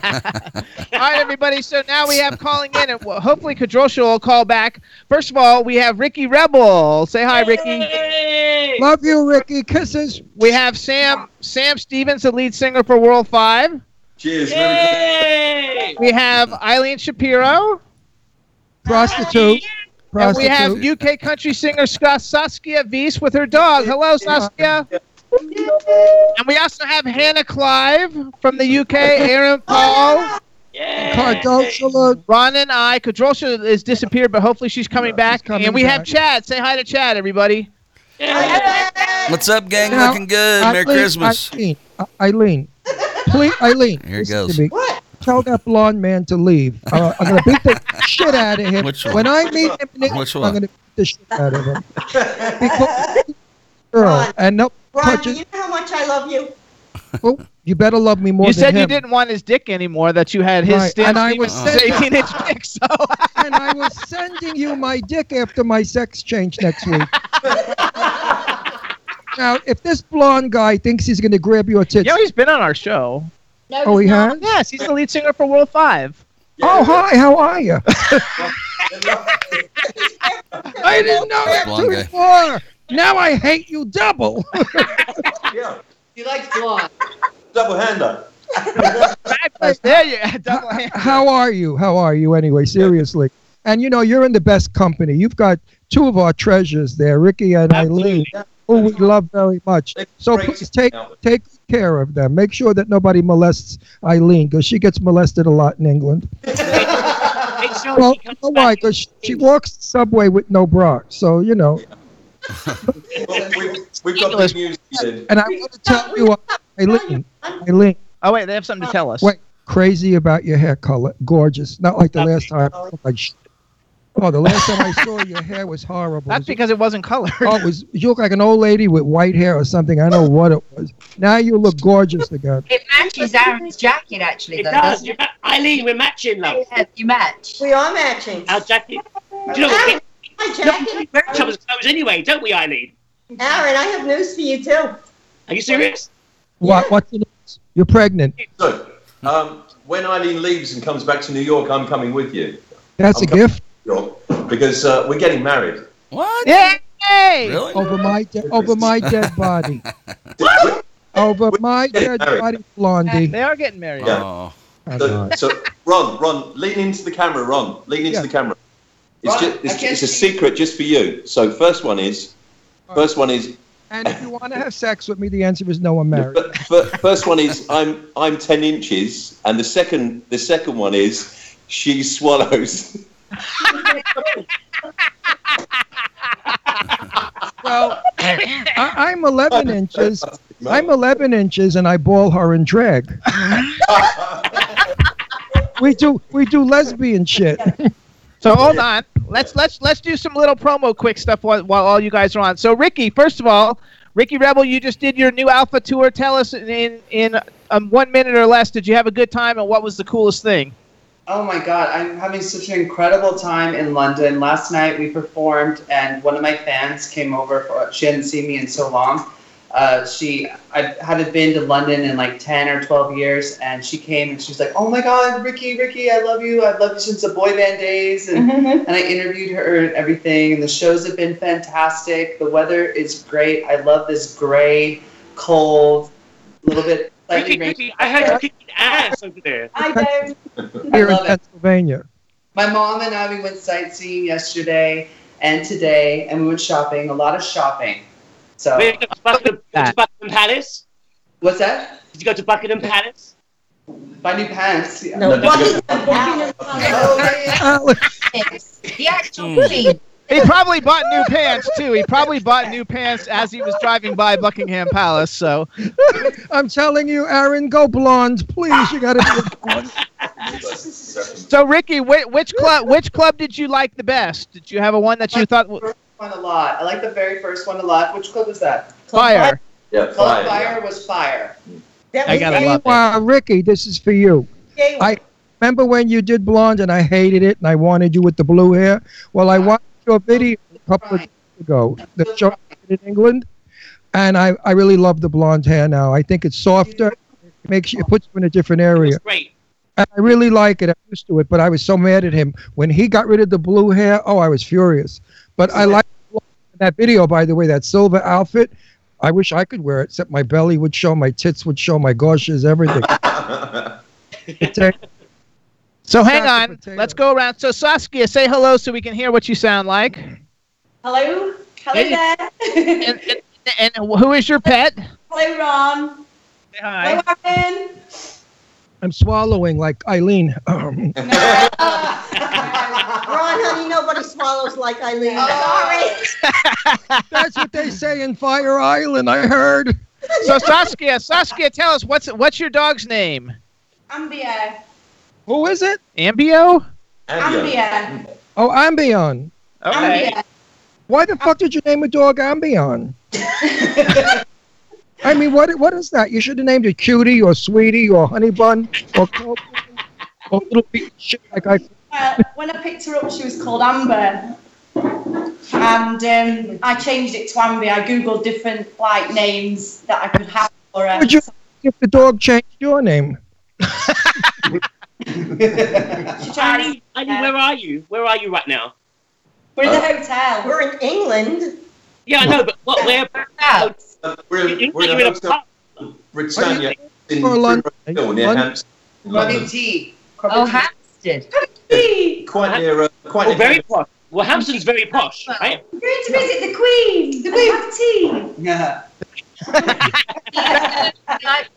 Speaker 3: right, everybody. So now we have calling in, and well, hopefully Kadrosha will call back. First of all, we have Ricky Rebel. Say hi, Ricky.
Speaker 4: Love you, Ricky. Kisses.
Speaker 3: We have Sam Sam Stevens, the lead singer for World Five.
Speaker 10: Cheers.
Speaker 8: Yay!
Speaker 3: We have Eileen Shapiro.
Speaker 4: Prostitute.
Speaker 3: And we
Speaker 4: Prostitute.
Speaker 3: have UK country singer Scott Saskia Vees with her dog. Hello, Saskia. And we also have Hannah Clive from the UK, Aaron Paul,
Speaker 4: Cardoxala.
Speaker 3: Ron, and I. Kadrosha is disappeared, but hopefully she's coming back.
Speaker 4: coming
Speaker 3: and we have
Speaker 4: back.
Speaker 3: Chad. Say hi to Chad, everybody.
Speaker 5: What's up, gang?
Speaker 4: Now,
Speaker 5: Looking good. Merry
Speaker 4: Eileen-
Speaker 5: Christmas.
Speaker 4: Eileen, uh, Eileen, please, Eileen.
Speaker 5: Here it
Speaker 4: listen to
Speaker 5: goes.
Speaker 4: me. Tell that blonde man to leave. Uh, I'm gonna beat the shit out of him.
Speaker 5: Which one?
Speaker 4: When I meet him, next,
Speaker 5: Which
Speaker 4: I'm
Speaker 5: one?
Speaker 4: gonna beat the shit out of him.
Speaker 11: [laughs]
Speaker 7: [laughs]
Speaker 4: Because girl, and no
Speaker 11: Ron, do
Speaker 4: touches.
Speaker 11: you know how much I love you?
Speaker 4: Oh, you better love me more
Speaker 3: you
Speaker 4: than
Speaker 3: said you
Speaker 4: him.
Speaker 3: didn't want his dick anymore, that you had his
Speaker 4: Right,
Speaker 3: stiff
Speaker 4: and I
Speaker 3: Steven
Speaker 4: was
Speaker 3: [laughs]
Speaker 4: saying- [laughs]
Speaker 3: 18 inch dick. So [laughs]
Speaker 4: and I was sending you my dick after my sex change next
Speaker 3: [laughs]
Speaker 4: week. now, if this blonde guy thinks he's going to grab your
Speaker 3: you
Speaker 4: tits,
Speaker 3: know he's been on our show.
Speaker 11: No,
Speaker 4: oh, he
Speaker 11: he's not.
Speaker 4: has.
Speaker 3: Yes, he's the lead singer for World Five.
Speaker 4: Oh, hi, how are you? I didn't know
Speaker 5: That
Speaker 4: that
Speaker 5: blonde guy.
Speaker 4: before. Now I hate you double.
Speaker 10: Yeah.
Speaker 11: He likes blonde.
Speaker 10: Double hander.
Speaker 3: Fabulous. There you [laughs] double hand.
Speaker 4: how are you? How are you anyway? Seriously. And you know you're in the best company. You've got two of our treasures there, Ricky and Eileen, who we love very much. So please take take care of them. Make sure that nobody molests Eileen because she gets molested a lot in England.
Speaker 8: Make sure
Speaker 4: Well,
Speaker 8: she
Speaker 4: you
Speaker 8: comes
Speaker 4: know why?
Speaker 8: back.
Speaker 4: Because she, she walks the subway with no bra. So, you know,
Speaker 10: Well, we, we've got big news. Ian.
Speaker 4: and I want to tell you, uh, Eileen, Eileen,
Speaker 3: Oh, wait, they have something to tell us.
Speaker 4: Wait. crazy about your hair color. Gorgeous. Not like the last time. Like, sh- oh, the last
Speaker 3: [laughs]
Speaker 4: time I saw your hair was horrible.
Speaker 3: That's because it wasn't colored.
Speaker 4: Oh, it was you look like an old lady with white hair or something. I don't know what it was. Now you look gorgeous again.
Speaker 9: It matches Aaron's jacket, actually,
Speaker 8: It
Speaker 9: though,
Speaker 8: does.
Speaker 9: doesn't
Speaker 8: You
Speaker 9: it?
Speaker 8: ma- Eileen, we're matching, love.
Speaker 9: Yeah, you match.
Speaker 11: We are matching.
Speaker 8: Our jacket. Do you know
Speaker 11: Aaron,
Speaker 8: what?
Speaker 11: my jacket.
Speaker 8: We're each other's clothes anyway, don't we, Eileen?
Speaker 11: Aaron, I have news for you too.
Speaker 8: Are you serious?
Speaker 4: What? What's the news? You're pregnant.
Speaker 10: So, um, when Eileen leaves and comes back to New York, I'm coming with you.
Speaker 4: That's a
Speaker 10: Okay.
Speaker 4: gift
Speaker 10: New York, because uh, we're getting married.
Speaker 5: What?
Speaker 3: Yay!
Speaker 5: Really?
Speaker 4: over my de- over my dead
Speaker 3: [laughs]
Speaker 4: body. Over my dead body, Blondie.
Speaker 3: They are getting married.
Speaker 10: Yeah.
Speaker 5: Oh.
Speaker 4: Oh,
Speaker 10: So,
Speaker 4: God.
Speaker 10: so, Ron, Ron, lean into the camera, Ron. Lean into
Speaker 4: Yeah.
Speaker 10: the camera. It's,
Speaker 11: Ron,
Speaker 10: just,
Speaker 11: I
Speaker 10: it's,
Speaker 11: can't
Speaker 10: it's a
Speaker 11: see you.
Speaker 10: secret just for you. So, first one is, first one is,
Speaker 4: And if you want to have sex with me, the answer is no. I'm married.
Speaker 10: but, but first one is, I'm I'm ten inches, and the second the second one is, she swallows.
Speaker 5: [laughs]
Speaker 4: Well, I- I'm 11 inches. I'm 11 inches, and I ball her and drag. we do we do lesbian shit.
Speaker 12: [laughs]
Speaker 3: So hold on. Let's let's let's do some little promo quick stuff while, while all you guys are on. So Ricky, first of all, Ricky Rebel, you just did your new Alpha tour. Tell us in in um, one minute or less, did you have a good time and what was the coolest thing?
Speaker 12: Oh my God, I'm having such an incredible time in London. Last night we performed, and one of my fans came over. For, she hadn't seen me in so long. Uh, she, I hadn't been to London in like 10 or 12 years, and she came and she's like, Oh my God, Ricky, Ricky, I love you. I've loved you since the boy band days. And and I interviewed her and everything. And the shows have been fantastic. The weather is great. I love this gray, cold, little bit slightly
Speaker 8: Ricky,
Speaker 12: rainy.
Speaker 8: Ricky, I heard you kicking ass over there.
Speaker 11: I don't.
Speaker 4: here in
Speaker 12: love it.
Speaker 4: Pennsylvania.
Speaker 12: My mom and I we went sightseeing yesterday and today, and we went shopping. A lot of shopping. So
Speaker 8: Where did you go to Buckingham, to Buckingham Palace?
Speaker 12: what's that?
Speaker 8: Did you go to Buckingham Palace?
Speaker 12: Buy new pants. Yeah.
Speaker 10: No,
Speaker 11: Buckingham
Speaker 10: no.
Speaker 11: Palace.
Speaker 12: Oh, yeah.
Speaker 4: Alex,
Speaker 9: The actual
Speaker 5: Mm.
Speaker 9: queen.
Speaker 3: He probably bought new pants too. He probably bought new pants as he was driving by Buckingham Palace. So
Speaker 4: I'm telling you, Aaron, go blonde, please. You gotta be.
Speaker 3: so Ricky, whi- which club which club did you like the best? Did you have a one that you thought w-
Speaker 12: First [laughs] one a lot. I like the very first one a lot. Which club was that?
Speaker 3: fire?
Speaker 10: yeah,
Speaker 12: Club
Speaker 10: fire.
Speaker 12: Fire was fire.
Speaker 11: That
Speaker 3: I
Speaker 11: was
Speaker 3: gotta
Speaker 11: the
Speaker 3: love it.
Speaker 4: Wow, Ricky, this is for you.
Speaker 11: day
Speaker 4: I remember when you did blonde and I hated it and I wanted you with the blue hair. Well, I watched your video a couple of
Speaker 12: Right.
Speaker 4: days ago, the show you did in England, and I, I really love the blonde hair now. I think it's softer. It makes you, it puts you in a different
Speaker 8: It was
Speaker 4: area.
Speaker 8: great.
Speaker 4: And I really like it. I'm used to it, but I was so mad at him when he got rid of the blue hair. Oh, I was furious. But I like that video, by the way, that silver outfit.
Speaker 3: [laughs]
Speaker 4: I wish I could wear it, except my belly would show, my tits would show, my gushes, everything.
Speaker 3: So hang on. Let's go around. So Saskia, say hello so we can hear what you sound like.
Speaker 13: Hello. Hello
Speaker 3: Hey.
Speaker 13: there. [laughs]
Speaker 3: And who is your pet?
Speaker 13: Hello, Ron. Hello,
Speaker 3: hi.
Speaker 13: Evan.
Speaker 4: I'm swallowing like
Speaker 3: [laughs]
Speaker 4: Eileen. Um,
Speaker 11: Ron, honey, nobody swallows like Eileen.
Speaker 12: Oh.
Speaker 11: Sorry.
Speaker 4: that's what they say in Fire Island. I heard.
Speaker 3: So Saskia, Saskia, tell us what's what's your dog's name?
Speaker 13: Ambia.
Speaker 4: Who is it?
Speaker 3: Ambio.
Speaker 13: Ambia.
Speaker 4: Oh, Ambion.
Speaker 13: Ambia.
Speaker 4: Why the fuck did you name a dog Ambion? I mean, what what is that? You should have named it Cutie or Sweetie or Honey Bun or, or Little Beat shit like I.
Speaker 13: Uh, when I picked her up, she was called Amber. And um, I changed it to Ambia. I googled different like names that I could have for her.
Speaker 4: Would you if the dog changed your name?
Speaker 8: Annie, Annie, where are you? Where are you right now?
Speaker 13: We're in the hotel.
Speaker 11: We're in England.
Speaker 8: Yeah, I know, but what? Where?
Speaker 10: We're, we're
Speaker 8: you're
Speaker 10: in
Speaker 8: in a
Speaker 10: a hotel. Britannia in
Speaker 4: Or Lon-
Speaker 10: Hill, near Hampstead. in London.
Speaker 12: Tea.
Speaker 9: Oh, Hampstead.
Speaker 10: Quite near. Uh, quite
Speaker 8: Well,
Speaker 10: near.
Speaker 8: Oh, very posh. Well, Hampton's very posh, right?
Speaker 13: I'm going to visit the Queen. The Queen. Have tea.
Speaker 12: Yeah.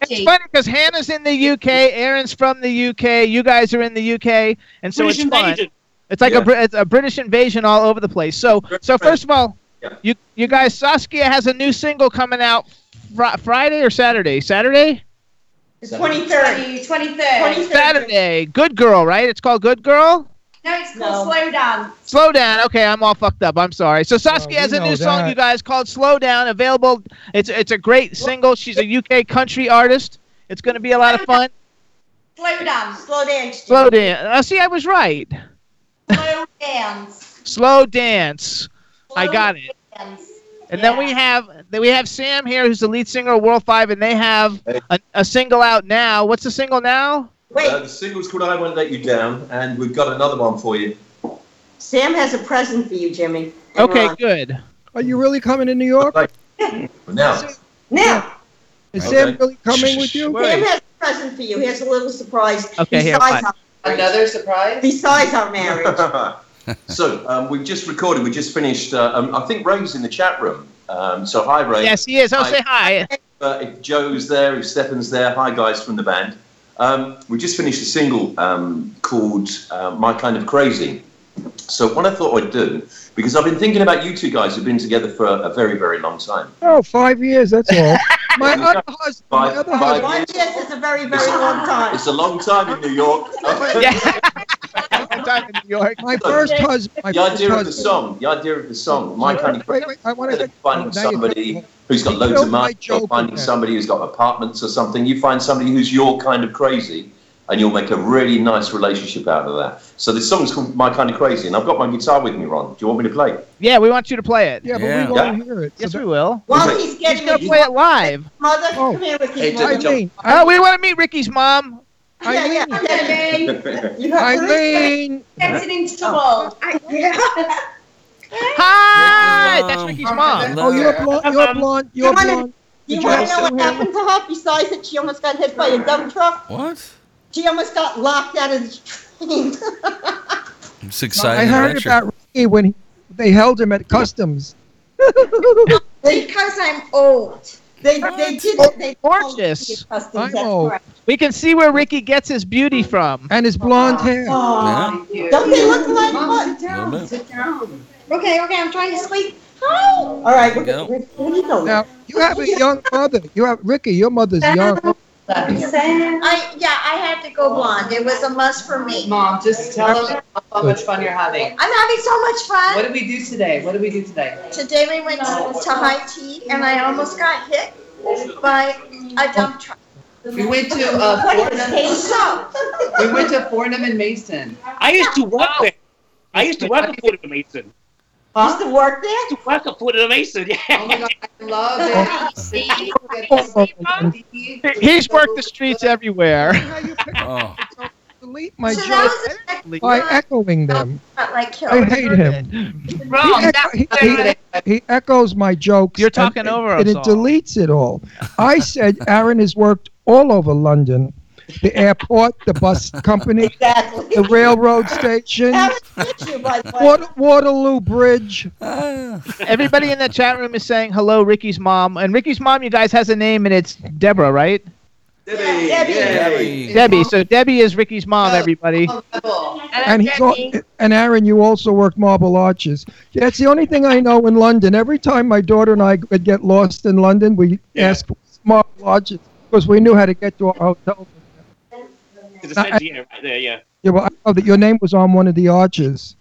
Speaker 3: It's funny because Hannah's in the UK, Aaron's from the UK, you guys are in the UK, and so
Speaker 8: British
Speaker 3: it's fun.
Speaker 8: invasion.
Speaker 3: It's like
Speaker 8: Yeah.
Speaker 3: a Brit- it's a British invasion all over the place. So so first of all, you you guys, Saskia has a new single coming out fr- Friday or Saturday? Saturday.
Speaker 11: The 23rd.
Speaker 13: 23rd.
Speaker 3: Saturday. Good girl, right? It's called Good Girl.
Speaker 13: No, it's called Slow Down.
Speaker 3: Slow down. Okay, I'm all fucked up. I'm sorry. So Saskia
Speaker 4: we
Speaker 3: has a
Speaker 4: Oh, know
Speaker 3: new song,
Speaker 4: that.
Speaker 3: you guys, called "Slow Down." Available. It's it's a great single. She's a UK country artist. It's going to be a lot of fun.
Speaker 13: Slow down.
Speaker 11: Slow down.
Speaker 3: Slow down. Uh, see, I was right.
Speaker 13: Slow dance.
Speaker 3: Slow dance. [laughs] I got it.
Speaker 13: Dance.
Speaker 3: And then we have then we have Sam here, who's the lead singer of World Five, and they have
Speaker 10: Hey.
Speaker 3: a, a single out now. What's the single now?
Speaker 10: Uh, the single's called "I Won't Let You Down," and we've got another one for you.
Speaker 11: Sam has a present for you, Jimmy. and
Speaker 3: Okay,
Speaker 11: Ron.
Speaker 3: good.
Speaker 4: Are you really coming to New York?
Speaker 10: Now,
Speaker 11: Now,
Speaker 4: Is
Speaker 10: Okay.
Speaker 4: Sam really coming with you?
Speaker 11: Sam has a present for you. He has a little surprise.
Speaker 3: Okay, here,
Speaker 11: besides
Speaker 3: fine.
Speaker 11: our-
Speaker 12: Another surprise?
Speaker 11: Besides our marriage.
Speaker 10: [laughs] so um, we've just recorded. We just finished. Uh, um, I think Ray's in the chat room. Um, so hi, Ray.
Speaker 3: Yes, he is. Oh,
Speaker 10: Hi.
Speaker 3: say hi.
Speaker 10: Uh, if Joe's there, if Stefan's there, hi guys from the band. Um, we just finished a single um, called uh, My Kind of Crazy. So what I thought I'd do, because I've been thinking about you two guys who've been together for a, a very, very long time.
Speaker 4: Oh, five years.
Speaker 11: [laughs]
Speaker 4: That's all. [laughs] My other husband. My
Speaker 10: Five-
Speaker 4: other
Speaker 10: five
Speaker 4: husband.
Speaker 11: Five years is a very, very long time.
Speaker 10: It's a long time in New York.
Speaker 3: [laughs] Yeah. [laughs] Time in New York.
Speaker 4: [laughs] My first husband. My
Speaker 10: the
Speaker 4: first
Speaker 10: idea of the
Speaker 4: husband.
Speaker 10: song, the idea of the song, My Kind of
Speaker 4: Wait, wait. I want
Speaker 10: instead
Speaker 4: to.
Speaker 10: of finding
Speaker 4: now you
Speaker 10: somebody who's got
Speaker 4: You
Speaker 10: loads
Speaker 4: killed
Speaker 10: of
Speaker 4: my
Speaker 10: money, or
Speaker 4: joke
Speaker 10: finding
Speaker 4: there.
Speaker 10: somebody who's got apartments or something, you find somebody who's your kind of crazy, and you'll make a really nice relationship out of that. So this song's called My Kind of Crazy, and I've got my guitar with me, Ron. Do you want me to play?
Speaker 3: Yeah, we want you to play it.
Speaker 4: Yeah, but
Speaker 5: Yeah.
Speaker 4: we won't hear it. So
Speaker 3: Yes,
Speaker 4: that-
Speaker 3: we will.
Speaker 11: While he's
Speaker 3: He's
Speaker 11: getting
Speaker 3: gonna
Speaker 11: his
Speaker 3: play it live.
Speaker 11: mother,
Speaker 4: Oh.
Speaker 11: come here with
Speaker 10: Hey,
Speaker 11: his
Speaker 10: Jimmy.
Speaker 11: mother.
Speaker 4: Eileen.
Speaker 3: Oh, we want to meet Ricky's mom.
Speaker 11: Yeah, yeah.
Speaker 4: Eileen.
Speaker 11: yeah.
Speaker 10: [laughs]
Speaker 11: You have to-
Speaker 4: Eileen.
Speaker 13: Getting into
Speaker 3: Oh.
Speaker 13: trouble.
Speaker 3: Hi. That's Ricky's mom.
Speaker 4: Oh, you're blonde. You're blonde. You're
Speaker 11: wanna-
Speaker 4: blonde.
Speaker 11: You
Speaker 4: Did
Speaker 11: want
Speaker 4: you
Speaker 11: to know
Speaker 4: have
Speaker 11: what happened to her? Besides that, she almost got hit by a dump truck.
Speaker 5: What?
Speaker 11: She almost got locked out of the train.
Speaker 5: I'm just excited.
Speaker 4: I heard
Speaker 5: adventure.
Speaker 4: about Ricky when he, they held him
Speaker 11: [laughs]
Speaker 4: at customs.
Speaker 11: because I'm old. They [laughs] they did it. They
Speaker 3: Oh, Gorgeous.
Speaker 4: I'm
Speaker 11: customs.
Speaker 4: old.
Speaker 3: We can see where Ricky gets his beauty from.
Speaker 4: And his blonde
Speaker 11: Oh,
Speaker 4: hair.
Speaker 5: Yeah,
Speaker 11: Don't they look like what?
Speaker 5: a little bit.
Speaker 11: Okay, okay, I'm trying to sleep. Hi. All right, we're,
Speaker 5: Go.
Speaker 11: we're, what are you doing?
Speaker 4: Now you have a young mother. You have Ricky. Your mother's young.
Speaker 11: I yeah, I had to go blonde. It was a must for me.
Speaker 12: Mom, just [laughs] tell them how much fun you're having.
Speaker 11: I'm having so much fun.
Speaker 12: What did we do today? What did we do today?
Speaker 11: Today we went to, to high tea, and I almost got hit by a dump truck.
Speaker 12: We went to uh, Fordham.
Speaker 11: So
Speaker 12: We went to Fordham and Mason. Oh.
Speaker 8: I used to work there. I used to work at Fordham and Mason.
Speaker 11: used to work there.
Speaker 8: I used to work at Fordham and Mason. [laughs]
Speaker 12: Oh my
Speaker 8: Yeah.
Speaker 12: god, I love it.
Speaker 3: He's worked the streets everywhere.
Speaker 4: How you pick
Speaker 5: Oh,
Speaker 4: delete my
Speaker 11: So that
Speaker 4: jokes
Speaker 11: was a second
Speaker 4: by
Speaker 11: time,
Speaker 4: echoing them.
Speaker 11: not like Carol.
Speaker 4: I hate him.
Speaker 9: Ron,
Speaker 4: he,
Speaker 9: that
Speaker 4: he- he- he echoes my jokes.
Speaker 3: You're
Speaker 4: and-
Speaker 3: talking over
Speaker 4: and
Speaker 3: us
Speaker 4: it
Speaker 3: all. [laughs]
Speaker 4: deletes it all. I said Aaron has worked all over London. the airport, the
Speaker 3: [laughs]
Speaker 4: bus company,
Speaker 11: exactly.
Speaker 4: the railroad station, Water, Waterloo Bridge.
Speaker 3: [laughs] Everybody in the chat room is saying hello, Ricky's mom. And Ricky's mom, you guys, has a name, and it's Deborah, right?
Speaker 10: Debbie.
Speaker 3: Debbie. So Debbie is Ricky's
Speaker 14: Oh.
Speaker 3: mom, everybody.
Speaker 4: And he al- and Aaron, you also work Marble Arches. Yeah, it's the only thing I know in London. Every time my daughter and I would get lost in London, we asked Marble Arches because we knew how to get to our hotel.
Speaker 8: It's essentially yeah, right there, yeah.
Speaker 4: Yeah, well, I know that your name was on one of the arches.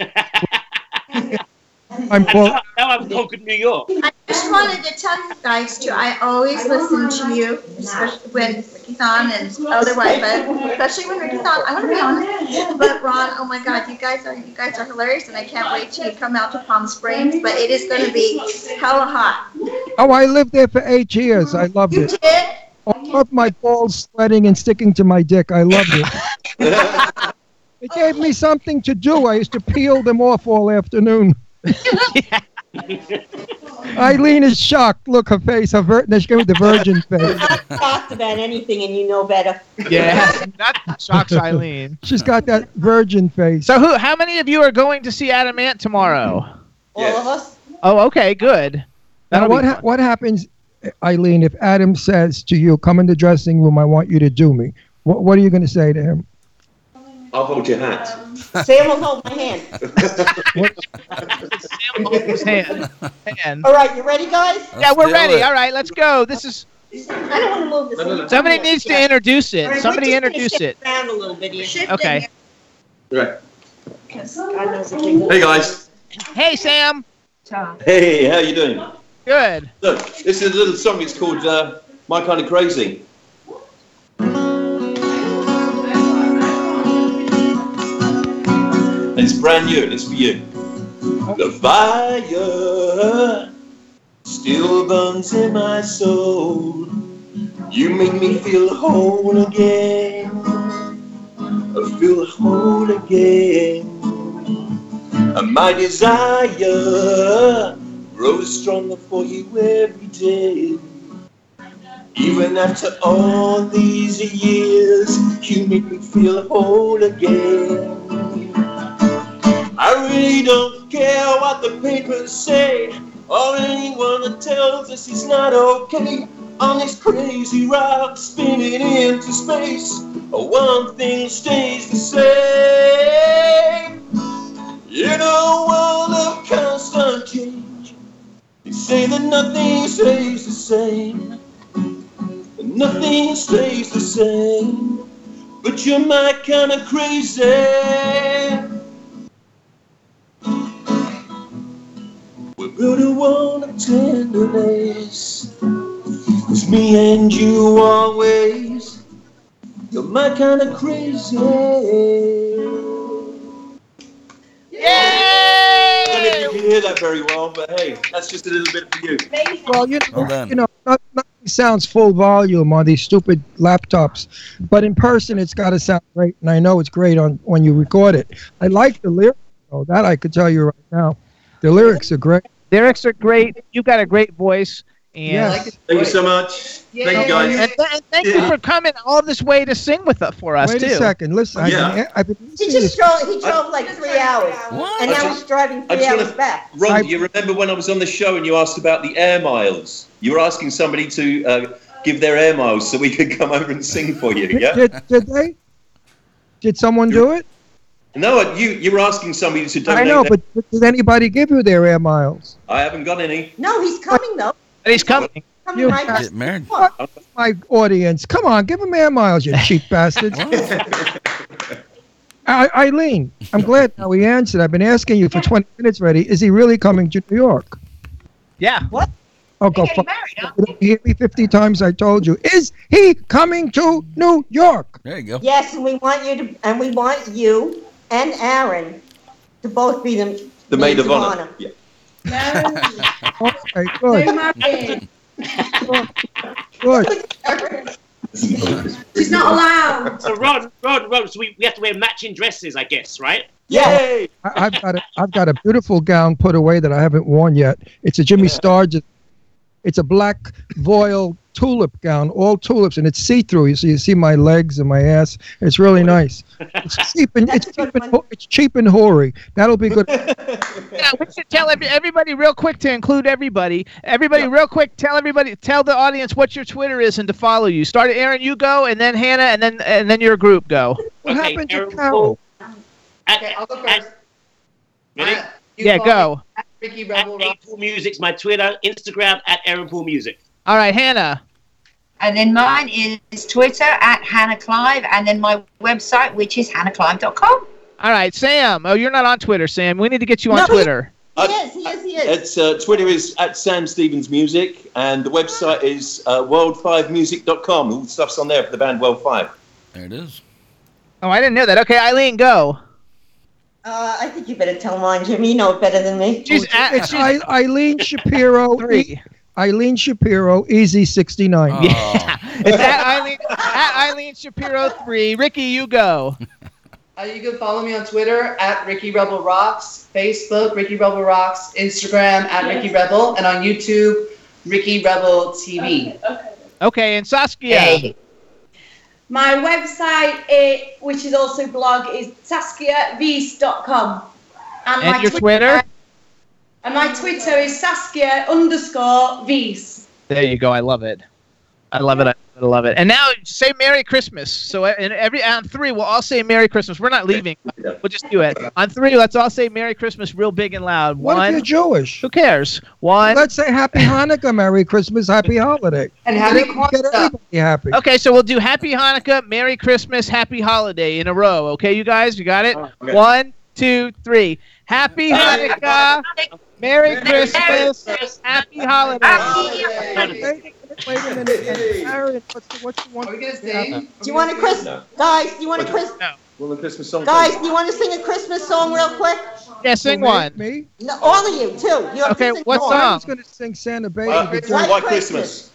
Speaker 4: I'm
Speaker 8: And
Speaker 4: Paul.
Speaker 8: now, now I've conquered New York.
Speaker 11: I just wanted to tell you guys too. I always listen to you, especially when Ricky's on and otherwise, but especially when Ricky's on. I want to be honest, but Ron, oh my God, you guys are you guys are hilarious, and I can't wait till you come out to Palm Springs. But it is going to be hella hot.
Speaker 4: Oh, I lived there for eight years. I loved
Speaker 11: You
Speaker 4: it.
Speaker 11: did.
Speaker 4: I love my balls sweating and sticking to my dick. I loved it. it gave me something to do. I used to peel them off all afternoon. Eileen is shocked. Look, her face, her vir- she gave me the virgin face.
Speaker 14: talked about anything and you know better.
Speaker 3: Yeah, that shocks Eileen.
Speaker 4: She's got that virgin face.
Speaker 3: So who? How many of you are going to see Adam Ant tomorrow?
Speaker 14: All of us.
Speaker 3: Oh, okay, good.
Speaker 4: Now, what, ha- what happens, Eileen, if Adam says to you, come in the dressing room, I want you to do me? What, what are you going to say to him?
Speaker 10: I'll hold your hat. [laughs]
Speaker 14: Sam will hold my hand. All right, you ready, guys?
Speaker 3: yeah, we're ready. All right, let's go. This is
Speaker 14: I don't want to move this.
Speaker 3: somebody needs to introduce it.
Speaker 14: All right, we're
Speaker 3: Somebody
Speaker 14: just gonna
Speaker 3: introduce
Speaker 14: shift
Speaker 3: it.
Speaker 14: Around a little bit here.
Speaker 3: Okay.
Speaker 10: Right.
Speaker 14: Hey
Speaker 10: Hey guys.
Speaker 3: Hey Sam.
Speaker 10: Hey, how you doing?
Speaker 3: Good.
Speaker 10: Look, this is a little song. It's called uh, "My Kind of Crazy." And it's brand new. and It's for you. The fire still burns in my soul. You make me feel whole again. I feel whole again. And my desire grows stronger for you every day. Even after all these years, you make me feel whole again. I really don't care what the papers say, or anyone that tells us it's not okay. On this crazy rock spinning into space, oh, one thing stays the same. In a world of constant change, they say that nothing stays the same. Nothing stays the same. But you're my kind of crazy. We built a wall of tenderness. It's me and you always. You're my kind of crazy. I don't know if you can hear that very well, but hey, that's just a little bit for you.
Speaker 4: Well, you
Speaker 10: Well
Speaker 4: know,
Speaker 10: done.
Speaker 4: you know not, not it sounds full volume on these stupid laptops, but in person it's got to sound great, and I know it's great on when you record it. I like the lyrics, though. That I could tell you right now. The lyrics are great.
Speaker 3: Lyrics are great. You've got a great voice. And
Speaker 4: Yes.
Speaker 10: Thank you so much. Thank you guys.
Speaker 3: And, th- and thank you
Speaker 10: Yeah.
Speaker 3: for coming all this way to sing with us for us
Speaker 4: Wait
Speaker 3: too.
Speaker 4: a second. Listen, I've been, I've been
Speaker 14: He just drove. He drove like three hours, and
Speaker 10: I
Speaker 14: now
Speaker 10: just-
Speaker 14: he's driving
Speaker 10: I
Speaker 14: three
Speaker 10: just wanna-
Speaker 14: hours back.
Speaker 10: Ron, you remember when I was on the show and you asked about the air miles? You were asking somebody to uh, give their air miles so we could come over and sing for
Speaker 4: [laughs]
Speaker 10: you. Yeah.
Speaker 4: Did, did they? Did someone do it?
Speaker 10: No, you you were asking somebody to donate.
Speaker 4: I know,
Speaker 10: their-
Speaker 4: but but did anybody give you their air miles?
Speaker 10: I haven't got any.
Speaker 14: No, he's coming though.
Speaker 3: He's coming.
Speaker 14: Coming right now.
Speaker 5: married.
Speaker 10: [laughs]
Speaker 4: My audience, come on, give them air miles, you cheap
Speaker 3: [laughs]
Speaker 4: bastards. I, Eileen, I'm
Speaker 14: [laughs]
Speaker 4: glad now he answered. I've been asking you for 20 minutes already. Is he really coming to New York?
Speaker 3: Yeah.
Speaker 14: What?
Speaker 4: Oh, go fuck. You hear me 50 times I told you. Is he coming to New York?
Speaker 5: There you go.
Speaker 14: Yes, and we want you to, and we want you and Aaron to both be the
Speaker 10: The maid of honor. Yeah. [laughs]
Speaker 4: Okay, good. Good.
Speaker 8: She's
Speaker 14: not allowed.
Speaker 8: So Ron, Ron, Ron, so we, we have to wear matching dresses, I guess, right?
Speaker 4: Yay! I, I've got a, I've got a beautiful gown put away that I haven't worn yet. It's a Jimmy Star. It's a black voile tulip gown, all tulips, and it's see-through. You see, you see my legs and my ass. It's really nice. It's cheap and it's cheap and, ho- it's cheap and hoary. That'll be good.
Speaker 3: Yeah, we should tell every, everybody real quick to include everybody. Everybody, real quick, tell everybody, tell the audience what your Twitter is and to follow you. Start at Aaron, you go, and then Hannah, and then and then your group go.
Speaker 4: What happened to Carol?
Speaker 8: Okay, I'll go first. Ready?
Speaker 3: Yeah, go.
Speaker 8: Ricky Rebel at Aaron Poole Music's my Twitter, Instagram at Aaron Poole Music.
Speaker 3: All right, Hannah.
Speaker 9: And then mine is Twitter at Hannah Clive, and then my website, which is hannahclive.com.
Speaker 3: All right, Sam. Oh, you're not on Twitter, Sam. We need to get you on
Speaker 10: No, he-
Speaker 3: Twitter.
Speaker 10: Uh,
Speaker 11: Yes, he is, he is.
Speaker 10: It's uh, Twitter is at Sam Stevens Music, and the website is uh, world5music.com. All the stuff's on there for the band World Five.
Speaker 5: There it is.
Speaker 3: Oh, I didn't know that. Okay, Eileen, go.
Speaker 14: Uh, I think you better tell mine, Jimmy. You know it better than me.
Speaker 4: it's I, Eileen Shapiro.
Speaker 3: [laughs]
Speaker 4: E,
Speaker 3: Three. Oh.
Speaker 4: Eileen Shapiro, easy sixty-nine.
Speaker 3: It's at Eileen, at Eileen Shapiro three. Ricky, you go.
Speaker 12: Uh, you can follow me on Twitter at Ricky Rebel Rocks, Facebook Ricky Rebel Rocks, Instagram at Ricky Rebel, and on YouTube Ricky Rebel TV.
Speaker 3: Okay, and Saskia.
Speaker 15: My website, eh, which is also blog, is saskiavis.com.
Speaker 3: And your Twitter?
Speaker 15: And my Twitter is saskia underscore vis.
Speaker 3: There you go. I love it. I love it. I love it. I love it. And now say Merry Christmas. So uh, and every on three, we'll all say Merry Christmas. We're not leaving. We'll just do it. On three, let's all say Merry Christmas real big and loud.
Speaker 4: What
Speaker 3: One.
Speaker 4: if you're Jewish?
Speaker 3: Who cares? One.
Speaker 4: Let's say Happy Hanukkah, Merry Christmas, Happy Holiday.
Speaker 12: And happy
Speaker 4: Get everybody happy.
Speaker 3: Okay, so we'll do Happy Hanukkah, Merry Christmas, Happy Holiday in a row. Okay, you guys, you got it.
Speaker 1: okay.
Speaker 3: One, two, three. Happy
Speaker 1: Happy
Speaker 3: Hanukkah, Merry Christmas,
Speaker 1: Christmas.
Speaker 3: Happy Holidays.
Speaker 4: Wait a minute, and Aaron, what's the, what you want? Are we
Speaker 12: gonna
Speaker 4: sing?
Speaker 14: Do you want a Chris?
Speaker 10: No.
Speaker 14: Guys, do you want a Chris?
Speaker 10: Will the Christmas song?
Speaker 14: Guys, do you want to sing a Christmas song real quick?
Speaker 3: Yeah, sing
Speaker 4: Me? one. Me?
Speaker 14: No, all of you too. You have to sing one.
Speaker 4: I was gonna sing Santa Baby.
Speaker 10: White
Speaker 4: but-
Speaker 10: Christmas. White Christmas.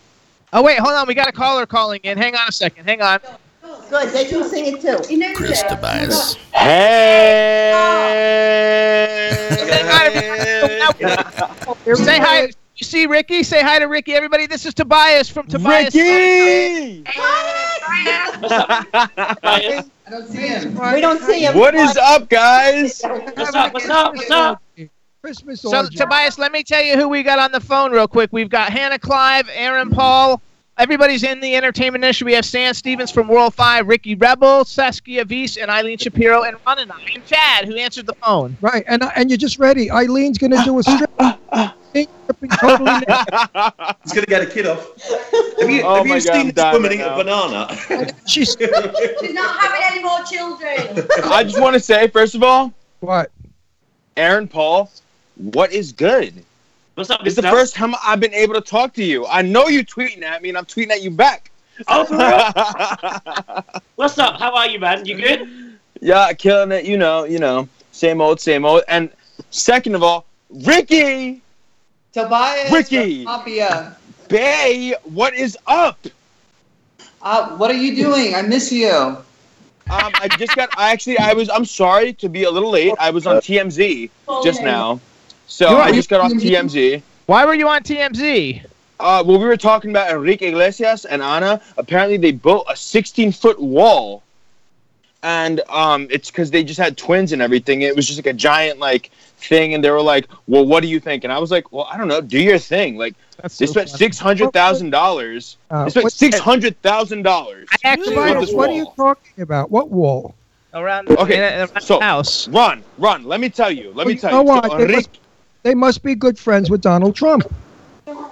Speaker 3: Oh wait, hold on, we got a caller calling in. Hang on a second. Hang on.
Speaker 14: Good, they can sing it too.
Speaker 5: Chris Tobias.
Speaker 3: Say hi. You see Ricky? Say hi to Ricky. Everybody, this is Tobias from Tobias.
Speaker 16: Ricky!
Speaker 12: I don't see him.
Speaker 3: We don't see him.
Speaker 16: What is up, guys?
Speaker 3: What's up? What's up? What's up?
Speaker 4: Christmas
Speaker 3: So, Tobias, let me tell you who we got on the phone real quick. We've got Hannah Clive, Aaron Paul. Everybody's in the entertainment industry. We have Stan Stevens from World 5, Ricky Rebel, Saskia Veese, and Eileen Shapiro, and Ron and I, and Chad, who answered the phone.
Speaker 4: Right, and uh, and you're just ready. Eileen's gonna do
Speaker 12: [laughs]
Speaker 4: a strip. Pink stripping
Speaker 3: [laughs]
Speaker 4: totally naked.
Speaker 10: He's gonna get a kid off. Have you,
Speaker 16: Oh
Speaker 10: have
Speaker 16: my
Speaker 10: you
Speaker 16: God, I'm
Speaker 10: seen this
Speaker 16: dying
Speaker 10: woman
Speaker 16: right
Speaker 10: eat
Speaker 16: now.
Speaker 10: a banana?
Speaker 3: [laughs]
Speaker 4: She's
Speaker 15: She's not having any more children.
Speaker 16: [laughs] I just want to say, first of all,
Speaker 4: what?
Speaker 16: Aaron Paul, what is good?
Speaker 8: What's up?
Speaker 16: It's the first time I've been able to talk to you. I know you tweeting at me, and I'm tweeting at you back.
Speaker 8: Oh, for
Speaker 16: [laughs]
Speaker 8: real? What's up? How are you, man? You good?
Speaker 16: Yeah, killing it. You know, you know, same old, same old. And second of all, Ricky,
Speaker 12: Tobias
Speaker 16: Ricky.
Speaker 12: from Apia.
Speaker 16: Bay, what is up?
Speaker 12: Uh, what are you doing? I miss you.
Speaker 16: Um, I just got. I actually, I was. I'm sorry to be a little late. I was on TMZ just now, so
Speaker 3: You're
Speaker 16: I
Speaker 3: on
Speaker 16: just got off
Speaker 3: TMZ?
Speaker 16: TMZ.
Speaker 3: Why were you on TMZ?
Speaker 16: Uh, well, we were talking about Enrique Iglesias and Ana. Apparently, they built a 16 foot wall, and um, it's because they just had twins and everything. It was just like a giant like thing, and they were like, "Well, what do you think?" And I was like, "Well, I don't know. Do your thing." Like
Speaker 4: That's
Speaker 16: they
Speaker 4: so
Speaker 16: spent
Speaker 4: funny.
Speaker 16: six hundred thousand dollars.
Speaker 4: Uh,
Speaker 16: They spent
Speaker 4: what's-
Speaker 16: six hundred thousand dollars.
Speaker 3: actually-
Speaker 4: Tobias, what are you talking about? What wall?
Speaker 3: Around
Speaker 16: Okay, so
Speaker 3: house.
Speaker 16: Run, run. Let me tell you. Let me tell
Speaker 4: know
Speaker 16: you. So
Speaker 4: what? They
Speaker 16: Enrique-
Speaker 4: must, they must be good friends with Donald Trump.
Speaker 16: Oh,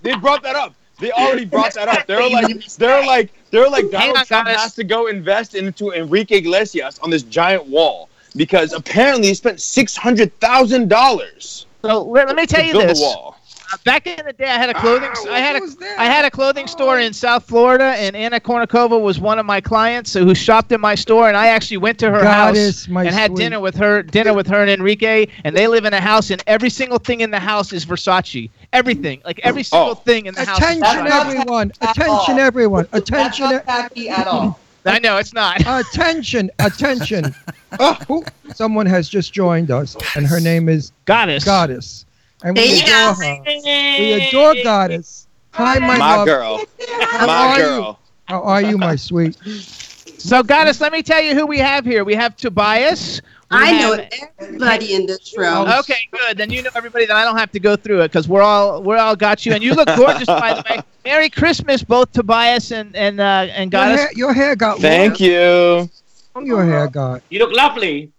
Speaker 16: they brought that up. They already brought that up. They're like, they're like, they're like, Donald Trump has to go invest into Enrique Iglesias on this giant wall because apparently he spent six hundred thousand dollars.
Speaker 3: So let, let me tell
Speaker 16: to
Speaker 3: you
Speaker 16: build
Speaker 3: this.
Speaker 16: A wall.
Speaker 3: Uh, back in the day, I had a clothing. I had a I had a clothing store in South Florida, and Anna Kournikova was one of my clients who shopped in my store, and I actually went to her
Speaker 4: Goddess,
Speaker 3: house
Speaker 4: my
Speaker 3: and had
Speaker 4: sweet.
Speaker 3: dinner with her. Dinner with her and Enrique, and they live in a house, and every single thing in the house is Versace. Everything, like every single thing in the
Speaker 4: Attention,
Speaker 3: house. is Versace.
Speaker 4: everyone! Attention, everyone! Attention! e-
Speaker 12: Not tacky at all.
Speaker 3: I know it's not.
Speaker 4: [laughs] Attention!
Speaker 12: [laughs]
Speaker 4: Attention! oh, who- someone has just joined us, and her name is
Speaker 3: Goddess.
Speaker 4: Goddess. and
Speaker 1: There
Speaker 4: we
Speaker 1: you
Speaker 4: adore
Speaker 1: go.
Speaker 4: her. We adore goddess. Hi, my,
Speaker 16: My
Speaker 4: love.
Speaker 16: girl.
Speaker 4: How
Speaker 16: My
Speaker 4: are
Speaker 16: girl.
Speaker 4: You? How are you, my sweet?
Speaker 3: So, Goddess, let me tell you who we have here. We have Tobias. We
Speaker 17: I know
Speaker 3: have-
Speaker 17: everybody in this room.
Speaker 3: Okay, good. Then you know everybody. Then I don't have to go through it because we're all we're all got you, and you look gorgeous by the way. Merry Christmas, both Tobias and and uh, and
Speaker 4: Your
Speaker 3: Goddess.
Speaker 4: hair, your hair got
Speaker 16: Thank you.
Speaker 4: long. Your hair got.
Speaker 8: You look lovely.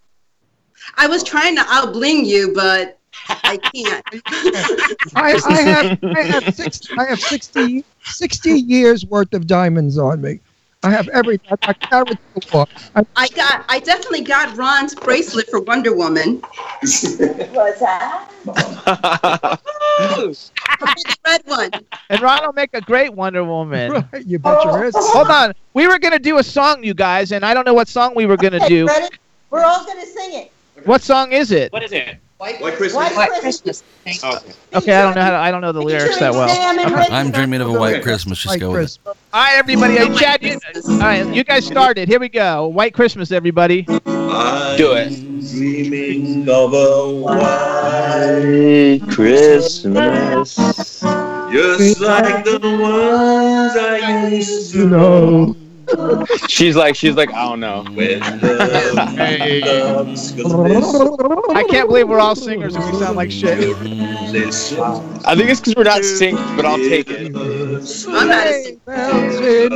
Speaker 17: I was trying to outbling you, but I
Speaker 3: [laughs]
Speaker 17: can't.
Speaker 4: I, I have I have six I have 60, 60 years worth of diamonds on me. I have everything. I got carrots to walk. I,
Speaker 17: I got. I definitely got Ron's bracelet for Wonder Woman. What's that?
Speaker 3: the
Speaker 17: red one.
Speaker 3: And Ron will make a great Wonder Woman.
Speaker 4: [laughs] Right, you bet your ass.
Speaker 3: Hold on. We were gonna do a song, you guys, and I don't know what song we were gonna
Speaker 14: Okay,
Speaker 3: do.
Speaker 14: ready? We're all gonna sing it.
Speaker 3: What song is it?
Speaker 8: What is it?
Speaker 14: White
Speaker 8: Christmas.
Speaker 14: White Christmas.
Speaker 8: [laughs]
Speaker 3: Okay, I don't know how to, I don't know the lyrics that well.
Speaker 5: I'm dreaming of a white Christmas. Just go with it.
Speaker 3: All right, everybody.
Speaker 14: Oh
Speaker 3: Hey, Chad, you, all right, you guys started. Here we go. White Christmas, everybody.
Speaker 16: Do it.
Speaker 1: Dreaming of a white Christmas, just like the ones I used to know.
Speaker 16: She's like, she's like, I don't know.
Speaker 3: I can't believe we're all singers and we sound like shit.
Speaker 16: I think it's because we're not synced, but I'll take it.
Speaker 17: I'm not a singer.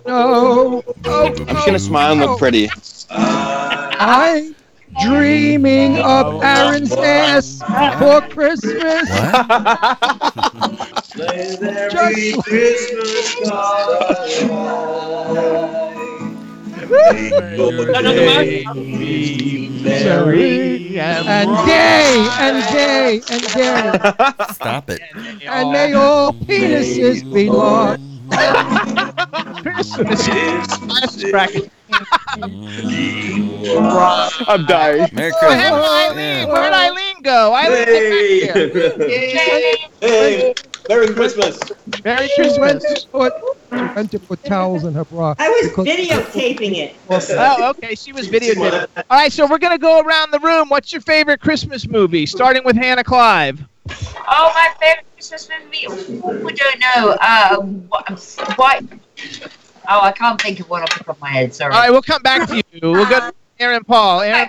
Speaker 4: snow. I'm
Speaker 16: just gonna smile and look pretty.
Speaker 4: I'm dreaming of Aaron's ass for Christmas.
Speaker 1: Merry Christmas,
Speaker 4: Merry and gay and gay and gay.
Speaker 5: Stop it.
Speaker 4: and may all penises be large.
Speaker 16: I'm dying.
Speaker 5: Merry
Speaker 3: Oh, where did Eileen? Where did Eileen go? Eileen, get back here.
Speaker 10: Hey, Merry Christmas.
Speaker 3: Merry
Speaker 4: She went to put, she went to put towels in her bra.
Speaker 3: I was
Speaker 4: because-
Speaker 3: videotaping it. oh, okay. She was videotaping. it. All right, so we're gonna go around the room. What's your favorite Christmas movie? Starting with Hannah Clive.
Speaker 9: Oh, my favorite Christmas movie. I don't know. Uh, wh- white. Oh, I can't think of one off the top of my head. Sorry.
Speaker 3: All right, we'll come back to you. We'll go to Aaron Paul. Aaron.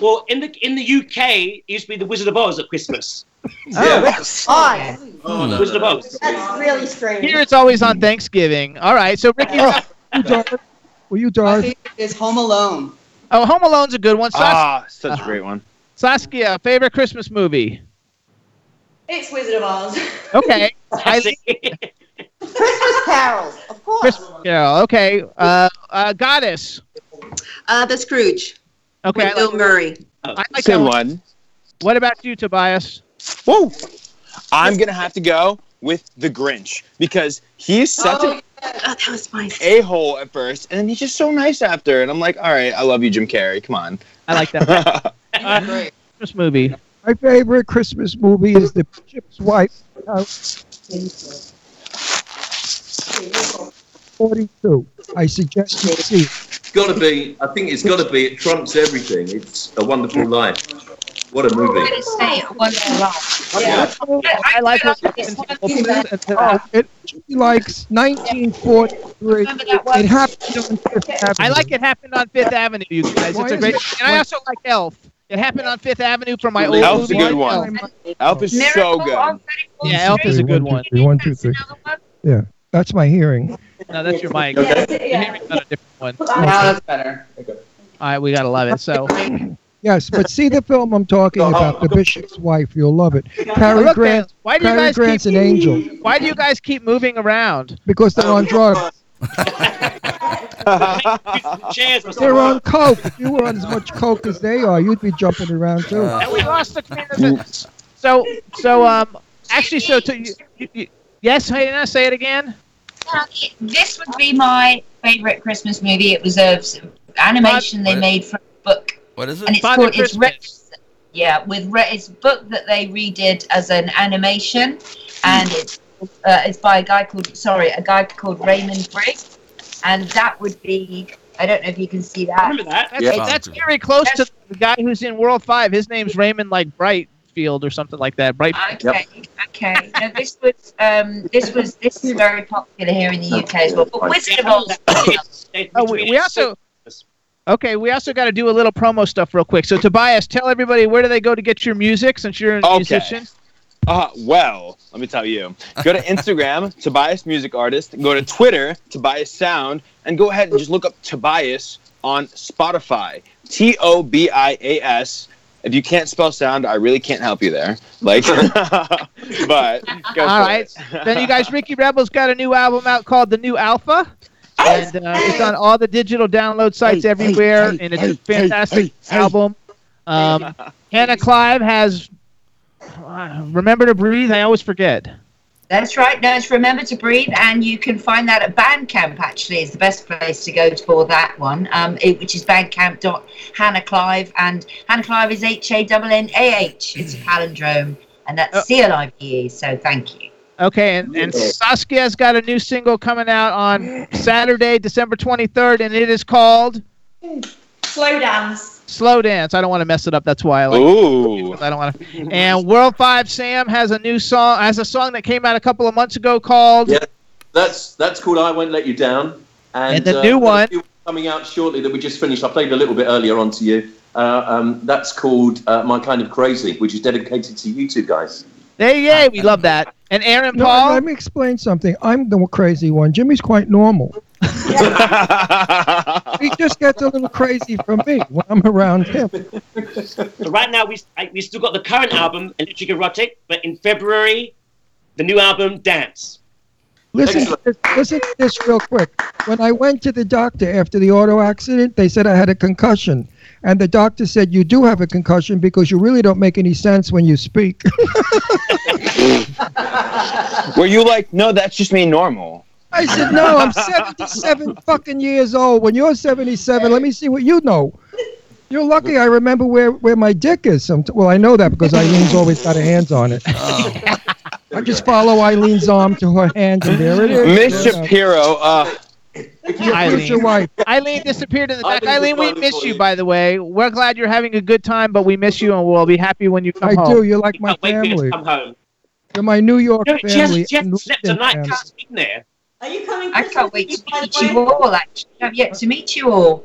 Speaker 8: Well, in the in the UK, it used to be the Wizard of Oz at Christmas.
Speaker 4: Oh,
Speaker 14: Odd.
Speaker 8: The Wizard of Oz.
Speaker 14: That's really strange.
Speaker 3: Here it's always on Thanksgiving. All right, so Ricky.
Speaker 4: Oh, Were you dark?
Speaker 3: Is Home Alone. Oh, Home Alone's a good one. Sas-
Speaker 16: Ah, such a great one.
Speaker 3: Saskia, favorite Christmas movie.
Speaker 15: It's Wizard of Oz.
Speaker 3: [laughs] Okay.
Speaker 12: [laughs]
Speaker 3: Eileen,
Speaker 14: Christmas carols, of course.
Speaker 3: Christmas Carol. Okay. Uh, uh, Goddess.
Speaker 17: Uh, the Scrooge.
Speaker 3: Okay.
Speaker 17: With Bill Murray.
Speaker 3: I like
Speaker 16: Oh, Same
Speaker 3: that
Speaker 16: one.
Speaker 3: What about you, Tobias?
Speaker 16: Whoa. I'm gonna have to go with the Grinch because he's such
Speaker 17: Oh,
Speaker 16: a a hole at first, and then he's just so nice after. And I'm like, all right, I love you, Jim Carrey. Come on.
Speaker 3: I like
Speaker 16: that.
Speaker 3: Christmas movie.
Speaker 4: My favorite Christmas movie is The Bishop's Wife. uh, 42. I suggest you see it.
Speaker 10: It's got to be. I think it's got to be. It trumps everything. It's a wonderful life. What a movie.
Speaker 9: Say it once in a while.
Speaker 3: I like it.
Speaker 4: Oh, it should be like 1943. It happened on Fifth Avenue.
Speaker 3: I like it happened on Fifth Avenue, you guys.
Speaker 4: Why
Speaker 3: It's a
Speaker 4: is
Speaker 3: great.
Speaker 4: it-
Speaker 3: And I also like Elf. It happened on Fifth Avenue from my old.
Speaker 16: Elf's a
Speaker 3: movie.
Speaker 16: good one. Elf is so good.
Speaker 3: Yeah, Elf is a good one.
Speaker 4: One, two, three. Yeah, that's my hearing.
Speaker 3: No, that's your mic.
Speaker 4: Okay.
Speaker 3: Your hearing's not a different one.
Speaker 4: Wow, that's
Speaker 3: better. All right, we gotta love
Speaker 17: [laughs]
Speaker 3: it. So.
Speaker 4: Yes, but see the film I'm talking about, The Bishop's Wife. You'll love it. Cary
Speaker 3: Look,
Speaker 4: Grant.
Speaker 3: man, Why do you
Speaker 4: Cary
Speaker 3: guys
Speaker 4: Grant's
Speaker 3: keep,
Speaker 4: an angel
Speaker 3: Why do you guys keep moving around?
Speaker 4: because they're on drugs.
Speaker 8: Cheers. Mr.
Speaker 4: They're on coke. If you were on as much coke as they are, you'd be jumping around too.
Speaker 3: And we lost the queen of the. So so um actually so to you, you, you yes Hannah say it again.
Speaker 9: This would be my favorite Christmas movie. It was a s- animation they made from a book,
Speaker 5: What is it?
Speaker 9: and it's called it's re- yeah with re- it's a book that they redid as an animation, and it's uh, it's by a guy called sorry a guy called Raymond Briggs, and that would be I don't know if you can see that.
Speaker 8: Remember that?
Speaker 3: That's, that's very close to the guy who's in World Five. His name's Raymond like Bright Field or something like that. Bright.
Speaker 9: Okay, okay. No, this was um, this was this is very popular here in the UK as well. But Wizard of Oz,
Speaker 3: Oh, we, we also. Okay, we also got to do a little promo stuff real quick. So Tobias, tell everybody where do they go to get your music since you're a
Speaker 16: Okay.
Speaker 3: musician.
Speaker 16: [laughs] Uh, well, let me tell you. Go
Speaker 3: [laughs]
Speaker 16: to Instagram, Tobias Music Artist. Go to Twitter, Tobias Sound, and go ahead and just look up Tobias on Spotify. T O B I A S. If you can't spell sound, I really can't help you there. Like, [laughs] but go
Speaker 3: All
Speaker 16: for
Speaker 3: right.
Speaker 16: it.
Speaker 3: then you guys, Ricky Rebel's got a new album out called The New Alpha. And uh, it's on all the digital download sites everywhere, and it's a fantastic album. Um, Hannah Clive has [sighs] uh, Remember to Breathe. I always forget.
Speaker 9: That's right. No, it's Remember to Breathe, and you can find that at Bandcamp. Actually, is the best place to go for that one, um, it, which is Bandcamp.Hannah Clive, and Hannah Clive is H A N N A H. It's a palindrome, and
Speaker 3: Uh,
Speaker 9: that's C L I V E. So thank you.
Speaker 3: Okay, and, and Saskia's got a new single coming out on Saturday, December 23rd, and it is called
Speaker 15: Slow dance.
Speaker 3: Slow Dance. I don't want to mess it up. That's why I like
Speaker 16: Ooh.
Speaker 3: I don't want to. [laughs] And World 5 Sam has a new song, has a song that came out a couple of months ago called
Speaker 10: Yeah, that's that's called "I Won't Let You Down," and, uh,
Speaker 3: And the new
Speaker 10: there's a
Speaker 3: one-
Speaker 10: new coming out shortly that we just finished. I played a little bit earlier on to you. Uh, um, that's called uh, "My Kind of Crazy," which is dedicated to you two guys.
Speaker 3: Hey, yay, we love that. And Aaron Paul.
Speaker 4: let me explain something. I'm the crazy one. Jimmy's quite normal. he just gets a little crazy from me when I'm around him.
Speaker 8: So right now, we I, we still got the current album, Electric Erotic, but in February, the new album, Dance.
Speaker 4: Listen, to this- listen to this real quick. When I went to the doctor after the auto accident, they said I had a concussion. And the doctor said, You do have a concussion because you really don't make any sense when you speak.
Speaker 16: Were you like, no, that's just me normal?
Speaker 4: I said, No, I'm [laughs] 77 fucking years old. When you're 77, let me see what you know. You're lucky I remember where, where my dick is. Somet- well, I know that because Eileen's always got her hands on it. Oh. I just follow Eileen's arm to her hand, and there it is.
Speaker 16: Miss Shapiro, uh,
Speaker 4: Where's your wife?
Speaker 3: [laughs] Eileen disappeared in the back.
Speaker 4: Eileen
Speaker 3: Eileen, we
Speaker 4: decided
Speaker 3: miss
Speaker 4: for
Speaker 3: you,
Speaker 4: you.
Speaker 3: by the way. We're glad you're having a good time, but we miss you, and we'll be happy when you come
Speaker 4: I
Speaker 3: home.
Speaker 4: do. You're like my family.
Speaker 8: Come home.
Speaker 4: You're my New York
Speaker 8: No,
Speaker 4: family.
Speaker 8: just, just
Speaker 4: and
Speaker 8: slept a
Speaker 4: London
Speaker 8: night,
Speaker 4: family.
Speaker 8: can't sleep there.
Speaker 15: Are you coming?
Speaker 9: I can't wait to meet you all. Actually, I've yet to meet you all.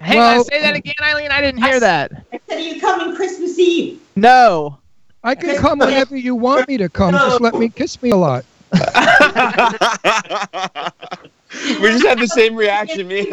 Speaker 3: Hang on, say that again, Eileen. I didn't hear that.
Speaker 15: I said, are you coming Christmas Eve?
Speaker 3: No.
Speaker 4: I can come whenever you want me to come. Just let me kiss me a lot.
Speaker 16: we just had the same
Speaker 4: [laughs]
Speaker 16: reaction, me.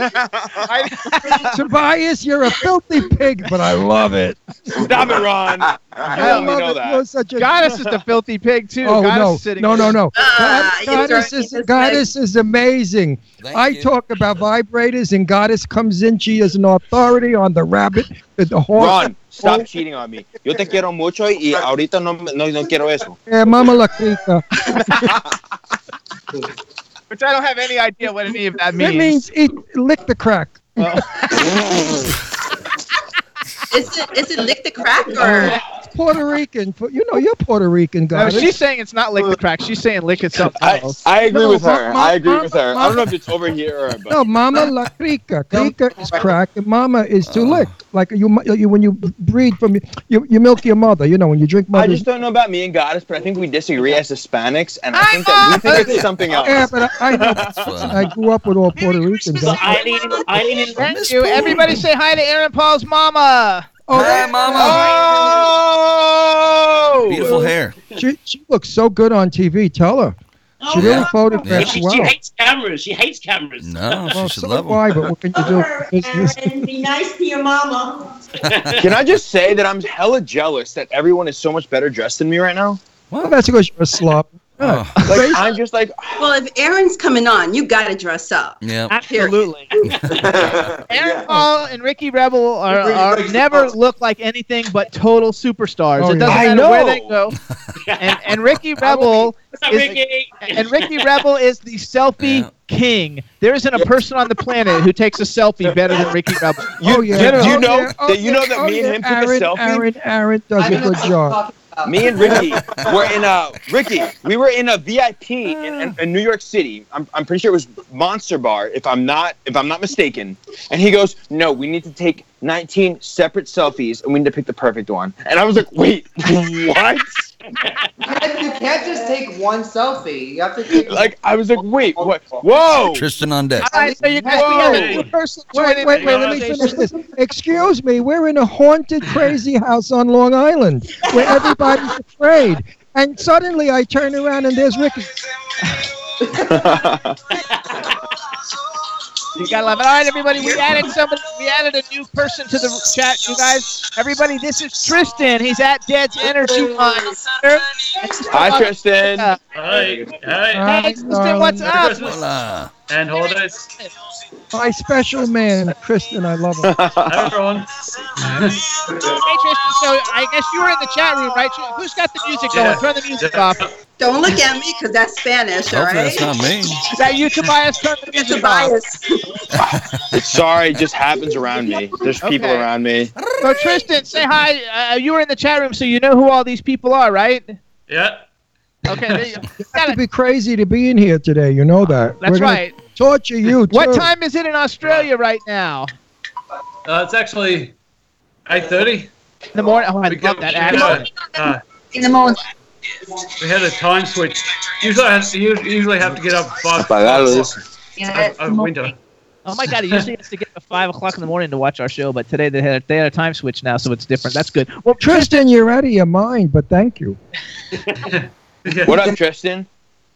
Speaker 4: Tobias,
Speaker 16: [laughs]
Speaker 4: you're a filthy pig, but I love it.
Speaker 16: Stop it, Ron.
Speaker 4: I
Speaker 16: I
Speaker 4: love
Speaker 16: know
Speaker 4: it.
Speaker 16: that.
Speaker 4: You're such a
Speaker 3: Goddess is the filthy pig [laughs] too.
Speaker 4: Oh
Speaker 3: Goddess
Speaker 4: no.
Speaker 3: sitting
Speaker 4: no, no, no,
Speaker 3: Ah,
Speaker 4: God-
Speaker 3: you're
Speaker 4: Goddess
Speaker 3: throwing
Speaker 4: is
Speaker 3: me this
Speaker 4: Goddess is amazing. I talk about vibrators, and Goddess comes in. She is an authority on the rabbit, the, the horse.
Speaker 16: Ron,
Speaker 4: Oh,
Speaker 16: stop cheating on me. Yo te quiero mucho y ahorita no, no, no quiero eso.
Speaker 4: eh, mama la crica.
Speaker 16: [laughs]
Speaker 3: Which I don't have any idea what any of that
Speaker 4: That
Speaker 3: means.
Speaker 4: means eat, lick the crack.
Speaker 3: Oh.
Speaker 4: [laughs]
Speaker 17: Is it, is it lick the crack
Speaker 3: Oh,
Speaker 17: or?
Speaker 4: Uh, Puerto Rican, fu- you know you're Puerto Rican,
Speaker 3: No,
Speaker 4: Goddess.
Speaker 3: she's saying it's not lick the crack. She's saying lick at something else.
Speaker 16: I agree
Speaker 4: No,
Speaker 16: with
Speaker 4: Ma-
Speaker 16: her.
Speaker 4: Ma-
Speaker 16: I agree
Speaker 4: Mama-
Speaker 16: with her. I don't know if
Speaker 4: Mama-
Speaker 16: it's over here or
Speaker 4: No, mama la
Speaker 3: [laughs]
Speaker 4: crica. Crica is crack, and mama is to
Speaker 16: Uh.
Speaker 4: lick. Like you, mu- you when you breed from you, you milk your mother. You know when you drink
Speaker 16: I
Speaker 4: mother's.
Speaker 16: just don't know about me and Goddess, but I think we disagree as Hispanics, and I think that we think it's something else.
Speaker 4: Yeah, but I, I, know, I grew up with all Puerto Ricans.
Speaker 8: Eileen, Eileen,
Speaker 3: Thank you. Everybody say hi to Aaron Paul's mama.
Speaker 4: Oh,
Speaker 3: hi,
Speaker 5: mama.
Speaker 3: Oh,
Speaker 5: Beautiful hair.
Speaker 4: She, she looks so good on TV. Tell her. She really photographs
Speaker 8: She, she
Speaker 4: well.
Speaker 8: hates cameras. She hates cameras.
Speaker 5: No,
Speaker 4: Well, so do I, but what can you do? for business?
Speaker 15: And be nice to your mama.
Speaker 16: Can I just say that I'm hella jealous that everyone is so much better dressed than me right now?
Speaker 4: Well, that's because you're a slob.
Speaker 5: Oh.
Speaker 4: Yeah.
Speaker 16: Like I'm just like,
Speaker 17: Oh, Well, if Aaron's coming on, you got to dress up.
Speaker 5: Yeah.
Speaker 16: [laughs]
Speaker 3: Absolutely. Aaron Paul and Ricky Rebel
Speaker 4: oh!
Speaker 3: are,
Speaker 17: Really
Speaker 3: are
Speaker 17: breaks the
Speaker 3: never look like anything but total superstars.
Speaker 4: Oh,
Speaker 3: it doesn't
Speaker 4: yeah. I
Speaker 3: matter where
Speaker 4: know.
Speaker 3: they go. and,
Speaker 4: [laughs]
Speaker 3: and Ricky Rebel is, and Ricky Rebel is the selfie king. There isn't a person on the planet who takes a selfie better than Ricky Rebel.
Speaker 16: you,
Speaker 4: oh yeah.
Speaker 16: do you
Speaker 4: oh,
Speaker 16: know
Speaker 4: yeah, oh,
Speaker 16: that you know
Speaker 4: yeah,
Speaker 16: that
Speaker 4: oh,
Speaker 16: me and
Speaker 4: yeah.
Speaker 16: him took
Speaker 4: Aaron,
Speaker 16: a selfie?
Speaker 4: Aaron, Aaron does a good job.
Speaker 16: Uh, Me and Ricky were in a Ricky. We were in a VIP in, in, in New York City. I'm, I'm pretty sure it was Monster Bar, if I'm not if I'm not mistaken. And he goes, "No, we need to take 19 separate selfies, and we need to pick the perfect one." And I was like, "Wait, [laughs] what?"
Speaker 12: You [laughs] can't just take one selfie. You have to
Speaker 3: [laughs]
Speaker 12: take
Speaker 16: Like I was like, "Wait, what? Whoa!"
Speaker 5: Tristan on deck.
Speaker 3: All right, so you guys, we got one person
Speaker 4: [laughs] Wait,
Speaker 3: joining
Speaker 4: wait,
Speaker 3: the
Speaker 4: wait, let me
Speaker 3: conversation.
Speaker 4: finish this. Excuse me, we're in a haunted, crazy house on Long Island where everybody's afraid. And suddenly I turn around and there's [laughs] Ricky.
Speaker 3: You gotta love it. All right, everybody, we added somebody. We added a new person to the chat. You guys, everybody, this is Tristan. He's at Dad's Energy Line.
Speaker 16: Hi, Tristan.
Speaker 3: Hi.
Speaker 18: Hi.
Speaker 4: Hi,
Speaker 18: Hi.
Speaker 4: Tristan, what's darling. up?
Speaker 18: Hola. And holidays.
Speaker 4: My special man, Kristen, I
Speaker 3: [laughs]
Speaker 4: love him.
Speaker 18: Hi, everyone.
Speaker 3: Hey, Tristan. So I guess you were in the chat room, right? Who's got the music going?
Speaker 18: Yeah.
Speaker 3: Turn the music off.
Speaker 17: Don't look at me because that's Spanish, all
Speaker 18: Hopefully
Speaker 17: right?
Speaker 18: that's not me.
Speaker 3: Is that you, Tobias? Turn the music Tobias.
Speaker 16: [laughs] Sorry, it just happens around me. There's people
Speaker 3: Okay.
Speaker 16: around me.
Speaker 3: So Tristan, say hi. Uh, you were in the chat room, so you know who all these people are, right?
Speaker 18: Yeah.
Speaker 3: Okay. There you go.
Speaker 4: It would be crazy to be in here today. You know that.
Speaker 3: That's
Speaker 4: We're gonna
Speaker 3: right.
Speaker 4: Torture you.
Speaker 3: What
Speaker 4: too.
Speaker 3: time is it in Australia right now?
Speaker 18: Uh, it's actually 8.30.
Speaker 3: In the morning. Oh, I love that accent.
Speaker 18: Uh,
Speaker 9: In the morning.
Speaker 18: we had a time switch. Usually I have to, us- usually have to get up at 5 o'clock Uh, over winter.
Speaker 3: Oh my God! It usually has to get to five o'clock in the morning to watch our show, but today they had a, they had a time switch now, so it's different. That's good. Well,
Speaker 4: Tristan, you're out of your mind, but thank you.
Speaker 16: What up, Tristan?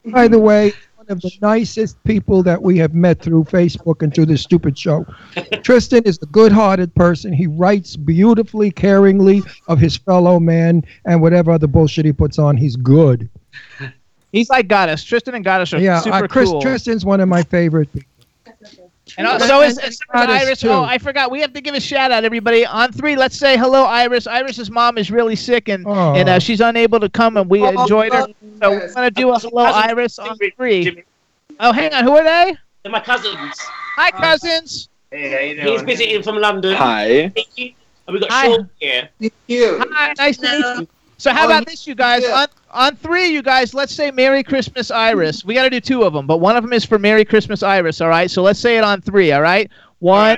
Speaker 4: By the way, one of the nicest people that we have met through Facebook and through this stupid show. Tristan is a good hearted person. He writes beautifully, caringly of his fellow man and whatever other bullshit he puts on, he's good.
Speaker 3: he's like Goddess. Tristan and Goddess are
Speaker 4: Yeah,
Speaker 3: super
Speaker 4: uh, Chris,
Speaker 3: cool.
Speaker 4: Tristan's one of my favorite people.
Speaker 3: And uh, so is,
Speaker 4: And-
Speaker 3: and so is
Speaker 4: Goddess,
Speaker 3: Iris.
Speaker 4: too.
Speaker 3: Oh, I forgot. We have to give a shout out, everybody. On three, let's say hello, Iris. Iris's mom is really sick, and
Speaker 4: Aw.
Speaker 3: and uh, she's unable to come, and we
Speaker 12: Oh,
Speaker 3: enjoyed her.
Speaker 12: oh,
Speaker 3: So we're gonna do a hello, Iris, on three. Oh, hang on. Who are they?
Speaker 8: They're my cousins.
Speaker 3: Hi, cousins.
Speaker 8: Hey, how you doing? He's visiting from London.
Speaker 16: Hi.
Speaker 8: Thank you. And we got
Speaker 3: Hi.
Speaker 8: Sean here.
Speaker 3: Hi, nice to meet you. So how about this, you guys? On, on three, you guys, let's say Merry Christmas, Iris. We got to do two of them, but one of them is for Merry Christmas, Iris. All right. So let's say it on three. All right. One,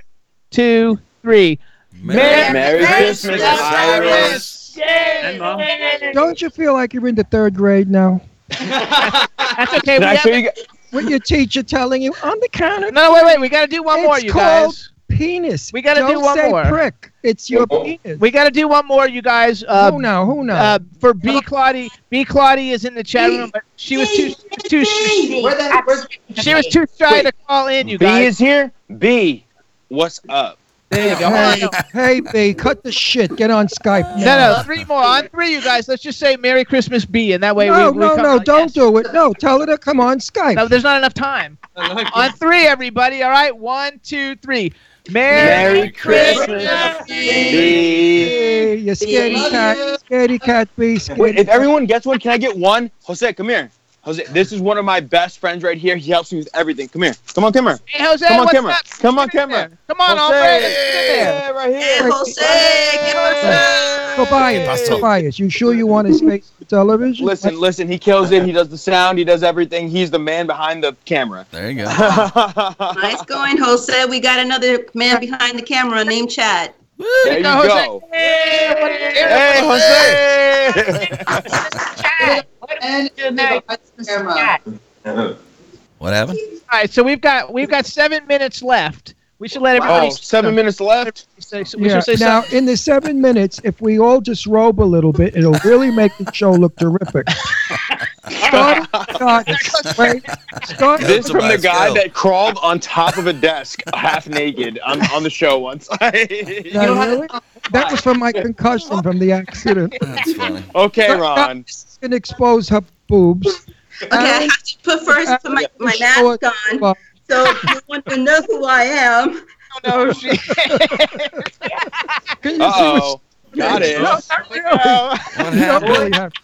Speaker 3: two, three.
Speaker 16: Merry Christmas, Iris.
Speaker 3: Yay!
Speaker 4: Don't you feel like you're in the third grade now?
Speaker 16: [laughs]
Speaker 3: That's okay. We
Speaker 4: That's
Speaker 3: have
Speaker 4: what you With your teacher telling you on the counter.
Speaker 3: No, wait, wait. We got to do one more,
Speaker 4: It's
Speaker 3: you
Speaker 4: called
Speaker 3: guys.
Speaker 4: penis.
Speaker 3: We got to
Speaker 4: Don't
Speaker 3: do one
Speaker 4: say
Speaker 3: more.
Speaker 4: prick. It's your
Speaker 16: Oh.
Speaker 4: penis.
Speaker 3: We got to do one more, you guys. Uh,
Speaker 4: Who now? Who now?
Speaker 3: Uh, for B. Claudie. B. Claudie is in the chat room, but she was too too she,
Speaker 12: Where the- where-
Speaker 3: she was too shy to call in, you
Speaker 16: B
Speaker 3: guys.
Speaker 16: is here. B, what's up?
Speaker 3: There you go.
Speaker 4: Hey, hey, B, cut the shit. Get on Skype.
Speaker 3: No, no, three more. On three, you guys. Let's just say Merry Christmas, B, and that way
Speaker 4: no,
Speaker 3: we. we
Speaker 4: no,
Speaker 3: come-
Speaker 4: no, don't do it. No, tell her to come on Skype.
Speaker 3: No, there's not enough time. On three, everybody. All right, one, two, three. Merry,
Speaker 16: Merry Christmas, B.
Speaker 4: Hey, you scaredy cat, scaredy cat B.
Speaker 16: Wait,
Speaker 4: Scaredy
Speaker 16: if everyone gets one, can I get one? Jose, come here. Jose, this is one of my best friends right here. He helps me with everything. Come here. Come on, camera.
Speaker 3: Hey, Jose,
Speaker 16: Come on,
Speaker 3: what's
Speaker 16: camera.
Speaker 3: up?
Speaker 16: Come on, camera.
Speaker 3: Come on,
Speaker 16: Jose.
Speaker 3: hombre. Get
Speaker 16: Yeah, right here.
Speaker 4: Tobias, Tobias, you sure you want his face on television?
Speaker 16: Listen, listen. He kills it. He does the sound. He does everything. He's the man behind the camera.
Speaker 5: There you
Speaker 17: Nice going, Jose. We got another man behind the camera named Chad.
Speaker 16: there you go. Hey, Jose.
Speaker 12: And camera.
Speaker 5: What happened?
Speaker 3: All right, so we've got we've got seven minutes left. We should let everybody.
Speaker 16: Oh, seven minutes left.
Speaker 3: Say, so we
Speaker 4: Yeah.
Speaker 3: should say
Speaker 4: Now,
Speaker 3: something.
Speaker 4: in the seven minutes, if we all disrobe a little bit, it'll really make the show look
Speaker 16: [laughs]
Speaker 4: terrific. Start, start, wait, start.
Speaker 16: [laughs] This from the
Speaker 5: Tobias
Speaker 16: guy
Speaker 5: Hill.
Speaker 16: that crawled on top of a desk half naked on, on the show once. [laughs]
Speaker 4: No, really? That was from my concussion from the accident.
Speaker 5: [laughs] That's funny.
Speaker 16: okay,
Speaker 4: But-
Speaker 16: Ron.
Speaker 4: It's gonna expose her boobs.
Speaker 17: Okay, I have to put first put my, my mask on.
Speaker 4: Well,
Speaker 17: So if you want to know who I am,
Speaker 3: [laughs] No, she-
Speaker 4: Can you
Speaker 16: Uh-oh.
Speaker 4: [laughs]
Speaker 16: Got it.
Speaker 4: No,
Speaker 3: [laughs]
Speaker 5: What
Speaker 4: see what
Speaker 5: happened?
Speaker 4: really happened?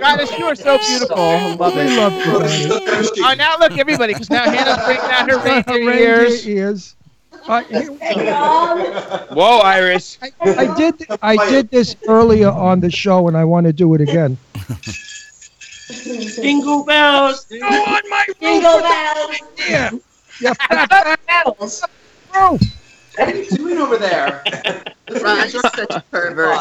Speaker 3: Goddess, you are so beautiful. Oh, I love
Speaker 4: We
Speaker 3: it.
Speaker 4: love you,
Speaker 3: [laughs]
Speaker 4: Diana.
Speaker 3: [laughs] Oh, now look, everybody, because now Hannah's bringing out her
Speaker 4: Her
Speaker 3: reindeer
Speaker 4: reindeer
Speaker 3: ears.
Speaker 4: ears.
Speaker 3: [laughs]
Speaker 16: Whoa, Iris.
Speaker 4: I did. I did this earlier on the show, and I want to do it again.
Speaker 8: Jingle bells. Go on my
Speaker 1: Jingle bells.
Speaker 4: Yeah.
Speaker 12: [laughs]
Speaker 4: Yeah.
Speaker 17: Battles.
Speaker 4: Oh.
Speaker 12: What are you doing over there?
Speaker 17: Ron, you're such a pervert.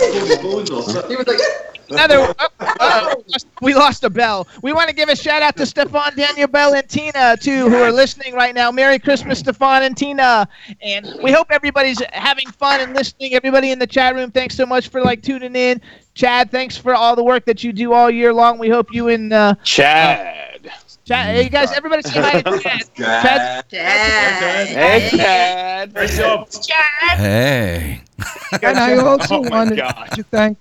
Speaker 12: He was like,
Speaker 3: Another. oh, uh-oh, we lost a bell. We want to give a shout out to Stefan, Daniel, Bell, and Tina too, who are listening right now. Merry Christmas, Stefan and Tina, and we hope everybody's having fun and listening. Everybody in the chat room, thanks so much for like tuning in. Chad, thanks for all the work that you do all year long. We hope you and uh,
Speaker 16: Chad.
Speaker 3: Chad, you guys, everybody say
Speaker 12: [laughs]
Speaker 3: hi
Speaker 10: [laughs]
Speaker 3: to Chad.
Speaker 16: Chad.
Speaker 17: Chad.
Speaker 16: Hey, Chad.
Speaker 5: Hey.
Speaker 4: and
Speaker 12: [laughs]
Speaker 4: I
Speaker 12: Oh
Speaker 19: Oh,
Speaker 4: also wanted to thank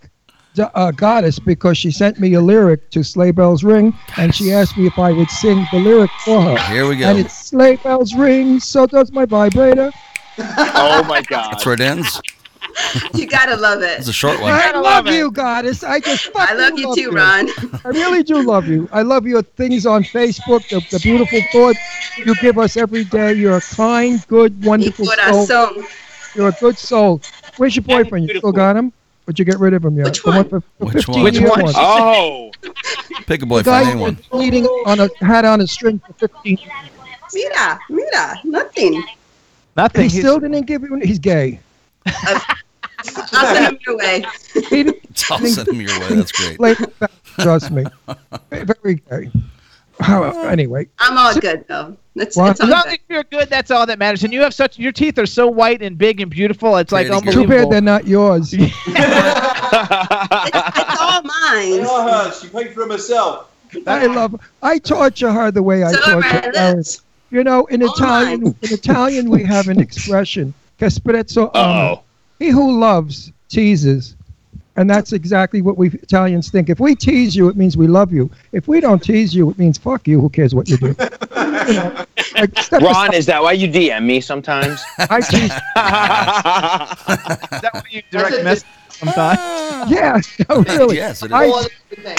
Speaker 4: D- uh, Goddess because she sent me a lyric to Sleigh Bells Ring, and she asked me if I would sing the lyric for her.
Speaker 5: Here we go.
Speaker 4: And it's Sleigh Bells Ring, so does my vibrator.
Speaker 16: Oh my God.
Speaker 5: That's where it ends.
Speaker 17: You gotta love it.
Speaker 5: It's a short one.
Speaker 4: I love you, Goddess. I just
Speaker 17: I love you too, Ron.
Speaker 4: I really do love you. I love your things on Facebook, the, the beautiful thoughts you give us every day. You're a kind, good, wonderful soul.
Speaker 17: corazón.
Speaker 4: You're a good soul. Where's your boyfriend? You still got him? Would you get rid of him yet? Which one? for, for
Speaker 5: Which
Speaker 4: 15
Speaker 5: one?
Speaker 4: year
Speaker 16: Oh.
Speaker 5: Pick a
Speaker 4: The
Speaker 5: boyfriend,
Speaker 4: guy
Speaker 5: anyone.
Speaker 4: was leading on a had on a string for 15 years.
Speaker 17: Mira, mira, nothing.
Speaker 4: Nothing. He still didn't give him. He's gay.
Speaker 17: I'll send him
Speaker 4: [laughs]
Speaker 17: your way.
Speaker 5: I'll send him your way. That's great.
Speaker 4: Like,
Speaker 5: [laughs]
Speaker 4: trust me. Very gay. How- anyway,
Speaker 17: I'm all good though. It's,
Speaker 4: Ron-
Speaker 17: it's
Speaker 3: As
Speaker 17: all
Speaker 3: long
Speaker 17: good.
Speaker 3: as you're good, that's all that matters. And you have such your teeth are so white and big and beautiful. It's like
Speaker 4: too bad
Speaker 3: unbelievable.
Speaker 4: they're not yours.
Speaker 17: It's all mine.
Speaker 10: It's all hers. She paid for them herself.
Speaker 4: I love. I torture her the way I
Speaker 17: So am I.
Speaker 4: torture Alice. You know, in Italian, in Italian, we have an expression, "Casprezzo amo." He who loves teases, and that's exactly what we Italians think. If we tease you, it means we love you. If we don't tease you, it means fuck you. Who cares what you do? Like, step
Speaker 16: Ron,
Speaker 4: aside.
Speaker 16: is that why you DM me sometimes?
Speaker 4: I tease.
Speaker 16: [laughs]
Speaker 3: Is that why you direct message sometimes?
Speaker 4: [laughs] Yeah, no, really.
Speaker 3: Yes, it is.
Speaker 4: I,
Speaker 3: Well,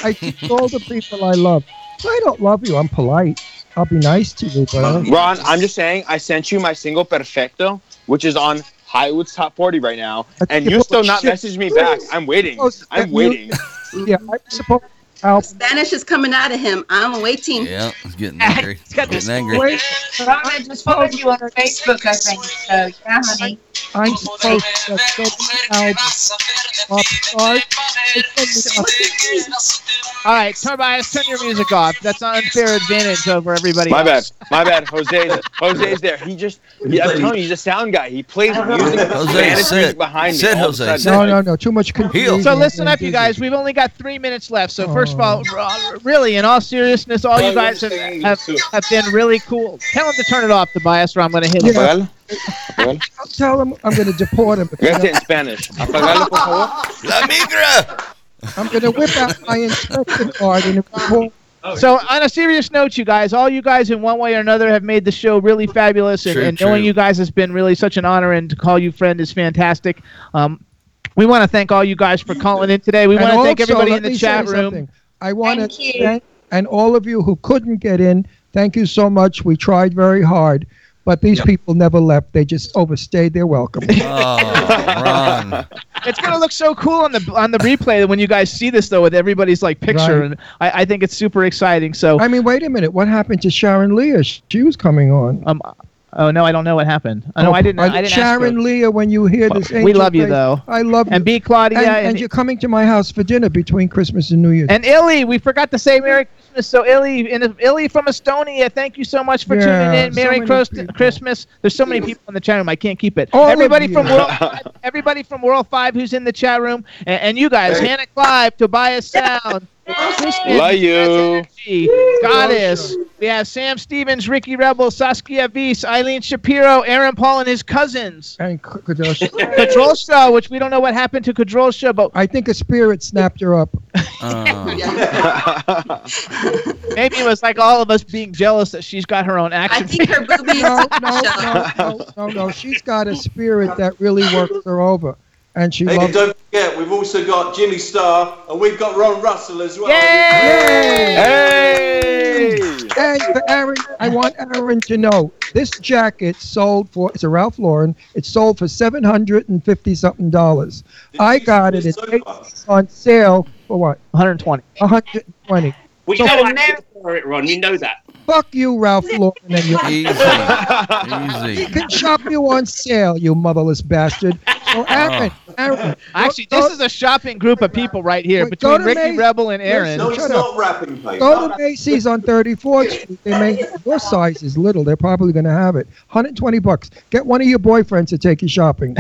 Speaker 4: I tease all the people I love. I don't love you. I'm polite. I'll be nice to you, but I don't-
Speaker 16: Ron, I'm just saying, I sent you my single Perfecto, which is on Hollywood's top 40 right now, and
Speaker 4: think
Speaker 16: you're
Speaker 4: you're
Speaker 16: still
Speaker 4: full
Speaker 16: not
Speaker 4: of shit.
Speaker 16: messaging me back. I'm waiting.
Speaker 4: Close to that
Speaker 16: I'm waiting.
Speaker 4: Yeah, I'm supposed to help.
Speaker 17: Spanish is coming out of him. I'm waiting.
Speaker 5: Yeah, he's getting angry. getting angry.
Speaker 4: Wait,
Speaker 9: Ron, I just followed you on Facebook, I think. So, yeah, honey.
Speaker 4: I'm supposed to go to help. Off guard.
Speaker 3: All right, Tobias, turn your music off. That's an unfair advantage over everybody.
Speaker 16: My bad.
Speaker 3: else.
Speaker 4: [laughs]
Speaker 16: My bad. Jose's Jose's there. He just yeah, I'm telling you, he's a sound guy. He plays music.
Speaker 5: Jose,
Speaker 16: Spanish
Speaker 5: sit.
Speaker 16: music behind me.
Speaker 5: Sit,
Speaker 16: all of a
Speaker 5: Jose,
Speaker 16: sudden.
Speaker 5: sit.
Speaker 4: No, no, no. Too much confusion.
Speaker 3: So listen up, you guys. We've only got three minutes left. So first of all,
Speaker 4: Oh.
Speaker 3: r- really, in all seriousness, all
Speaker 16: Oh,
Speaker 3: you guys have, have, have been really cool. Tell him to turn it off, Tobias, or I'm going to hit him.
Speaker 16: Well, well.
Speaker 4: I'll tell him I'm going to deport him. if he
Speaker 16: That's it in
Speaker 4: doesn't. [laughs]
Speaker 16: Spanish. Apagalo, por favor.
Speaker 5: La migra.
Speaker 4: I'm going to whip out my inspection card and report.
Speaker 3: So on a serious note, you guys, all you guys in one way or another have made the show really fabulous, and,
Speaker 5: True,
Speaker 3: and knowing
Speaker 5: true.
Speaker 3: you guys has been really such an honor. And to call you friend is fantastic. Um, we want to thank all you guys for calling in today. We
Speaker 4: And
Speaker 3: want to thank
Speaker 4: also,
Speaker 3: everybody
Speaker 4: let
Speaker 3: in the
Speaker 4: me say
Speaker 3: chat room.
Speaker 4: something. I want to
Speaker 9: Thank you.
Speaker 4: thank and all of you who couldn't get in. Thank you so much. We tried very hard, but these people never left. They just overstayed their
Speaker 5: [laughs]
Speaker 4: welcome.
Speaker 3: [laughs]
Speaker 5: Oh, Ron.
Speaker 3: It's gonna look so cool on the on the replay when you guys see this though, with everybody's like picture,
Speaker 4: Right.
Speaker 3: and I, I think it's super exciting. So
Speaker 4: I mean, wait a minute. What happened to Sharon Leah? She was coming on.
Speaker 3: um, oh no, I don't know what happened. Oh, no, I didn't. I, didn't. ask
Speaker 4: Sharon
Speaker 3: her.
Speaker 4: Leah, when you hear this,
Speaker 3: We
Speaker 4: angel
Speaker 3: love you,
Speaker 4: face,
Speaker 3: though.
Speaker 4: I love
Speaker 3: and
Speaker 4: you.
Speaker 3: B Claudia
Speaker 4: and,
Speaker 3: and,
Speaker 4: and you're coming to my house for dinner between Christmas and New Year's.
Speaker 3: And Illy, we forgot to say Merry Christmas. So Illy, and Illy from Estonia, thank you so much for
Speaker 4: Yeah,
Speaker 3: tuning
Speaker 4: so
Speaker 3: in. Merry
Speaker 4: many
Speaker 3: Christ-
Speaker 4: people.
Speaker 3: Christmas. There's so many people in the chat room. I can't keep it.
Speaker 4: All of
Speaker 3: everybody
Speaker 4: you.
Speaker 3: from
Speaker 16: [laughs]
Speaker 3: World, everybody from World Five who's in the chat room, and, and you guys,
Speaker 16: Hey.
Speaker 3: Hannah Clive, Tobias Sound, Christian,
Speaker 16: Love you.
Speaker 3: G, Goddess. We have Sam Stevens, Ricky Rebel, Saskia Vies, Eileen Shapiro, Aaron Paul, and his cousins.
Speaker 4: And K- Kadosh,
Speaker 3: Kadrolsha, which we don't know what happened to Kadrolsha, but
Speaker 4: I think a spirit snapped her up.
Speaker 5: Um,
Speaker 16: [laughs]
Speaker 3: Maybe it was like all of us being jealous that she's got her own
Speaker 17: I
Speaker 3: action.
Speaker 17: think her boobies.
Speaker 4: No, no, no, no, no, no. She's got a spirit that really works her over, and she
Speaker 10: Hey, and
Speaker 4: loves.
Speaker 10: don't forget, we've also got Jimmy Starr and we've got Ron Russell as well.
Speaker 3: Yay!
Speaker 16: Hey!
Speaker 4: And for Aaron, I want Aaron to know this jacket sold for it's a Ralph Lauren. It sold for seven hundred and fifty something dollars. I got it at eight on sale for what?
Speaker 3: One hundred twenty.
Speaker 4: One hundred twenty.
Speaker 8: Well, you know I'm for it, Ron. You know that.
Speaker 4: Fuck you, Ralph Lauren, and your
Speaker 3: [laughs]
Speaker 19: Easy.
Speaker 4: [laughs] He can shop you on sale, you motherless bastard. So Aaron, Aaron,
Speaker 3: Oh. Actually, this is a shopping group of people right here
Speaker 4: go
Speaker 3: between
Speaker 4: to
Speaker 3: Ricky
Speaker 4: Macy's.
Speaker 3: Rebel and Aaron.
Speaker 20: No, it's not wrapping paper.
Speaker 4: Go to Macy's on 34th Street. They make your size is little. They're probably going to have it. 120 bucks. Get one of your boyfriends to take you shopping.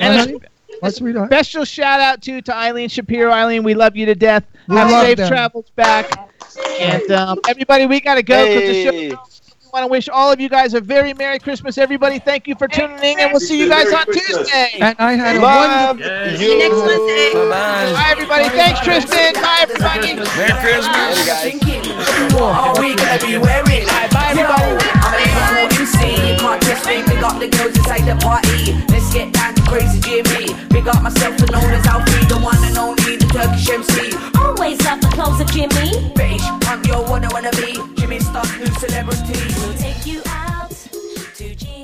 Speaker 3: And
Speaker 4: a
Speaker 3: special shout out too to Eileen Shapiro. Eileen, we love you to death.
Speaker 4: We
Speaker 3: Have
Speaker 4: love
Speaker 3: safe
Speaker 4: them.
Speaker 3: travels back. And um, everybody, we gotta go because the
Speaker 4: Hey.
Speaker 3: show. I want to wish all of you guys a very Merry Christmas, everybody. Thank you for tuning in, and we'll see you guys on Tuesday.
Speaker 4: And I had a
Speaker 3: Love
Speaker 4: wonderful.
Speaker 3: See you next Wednesday.
Speaker 19: Bye-bye.
Speaker 3: Bye, everybody. Thanks, Tristan. Bye, everybody.
Speaker 19: Merry Christmas.
Speaker 12: What are we gonna be wearing? Bye, everybody. I'm an animal MC. Can't just me. Big up the girls inside the party. Let's get down to crazy Jimmy. Big up myself and known as Alfie, the one and only, the Turkish MC. Always love the clothes of Jimmy. Bitch, I'm your one I wanna be. Jimmy Stark, new celebrity. We'll take you out to Jimmy.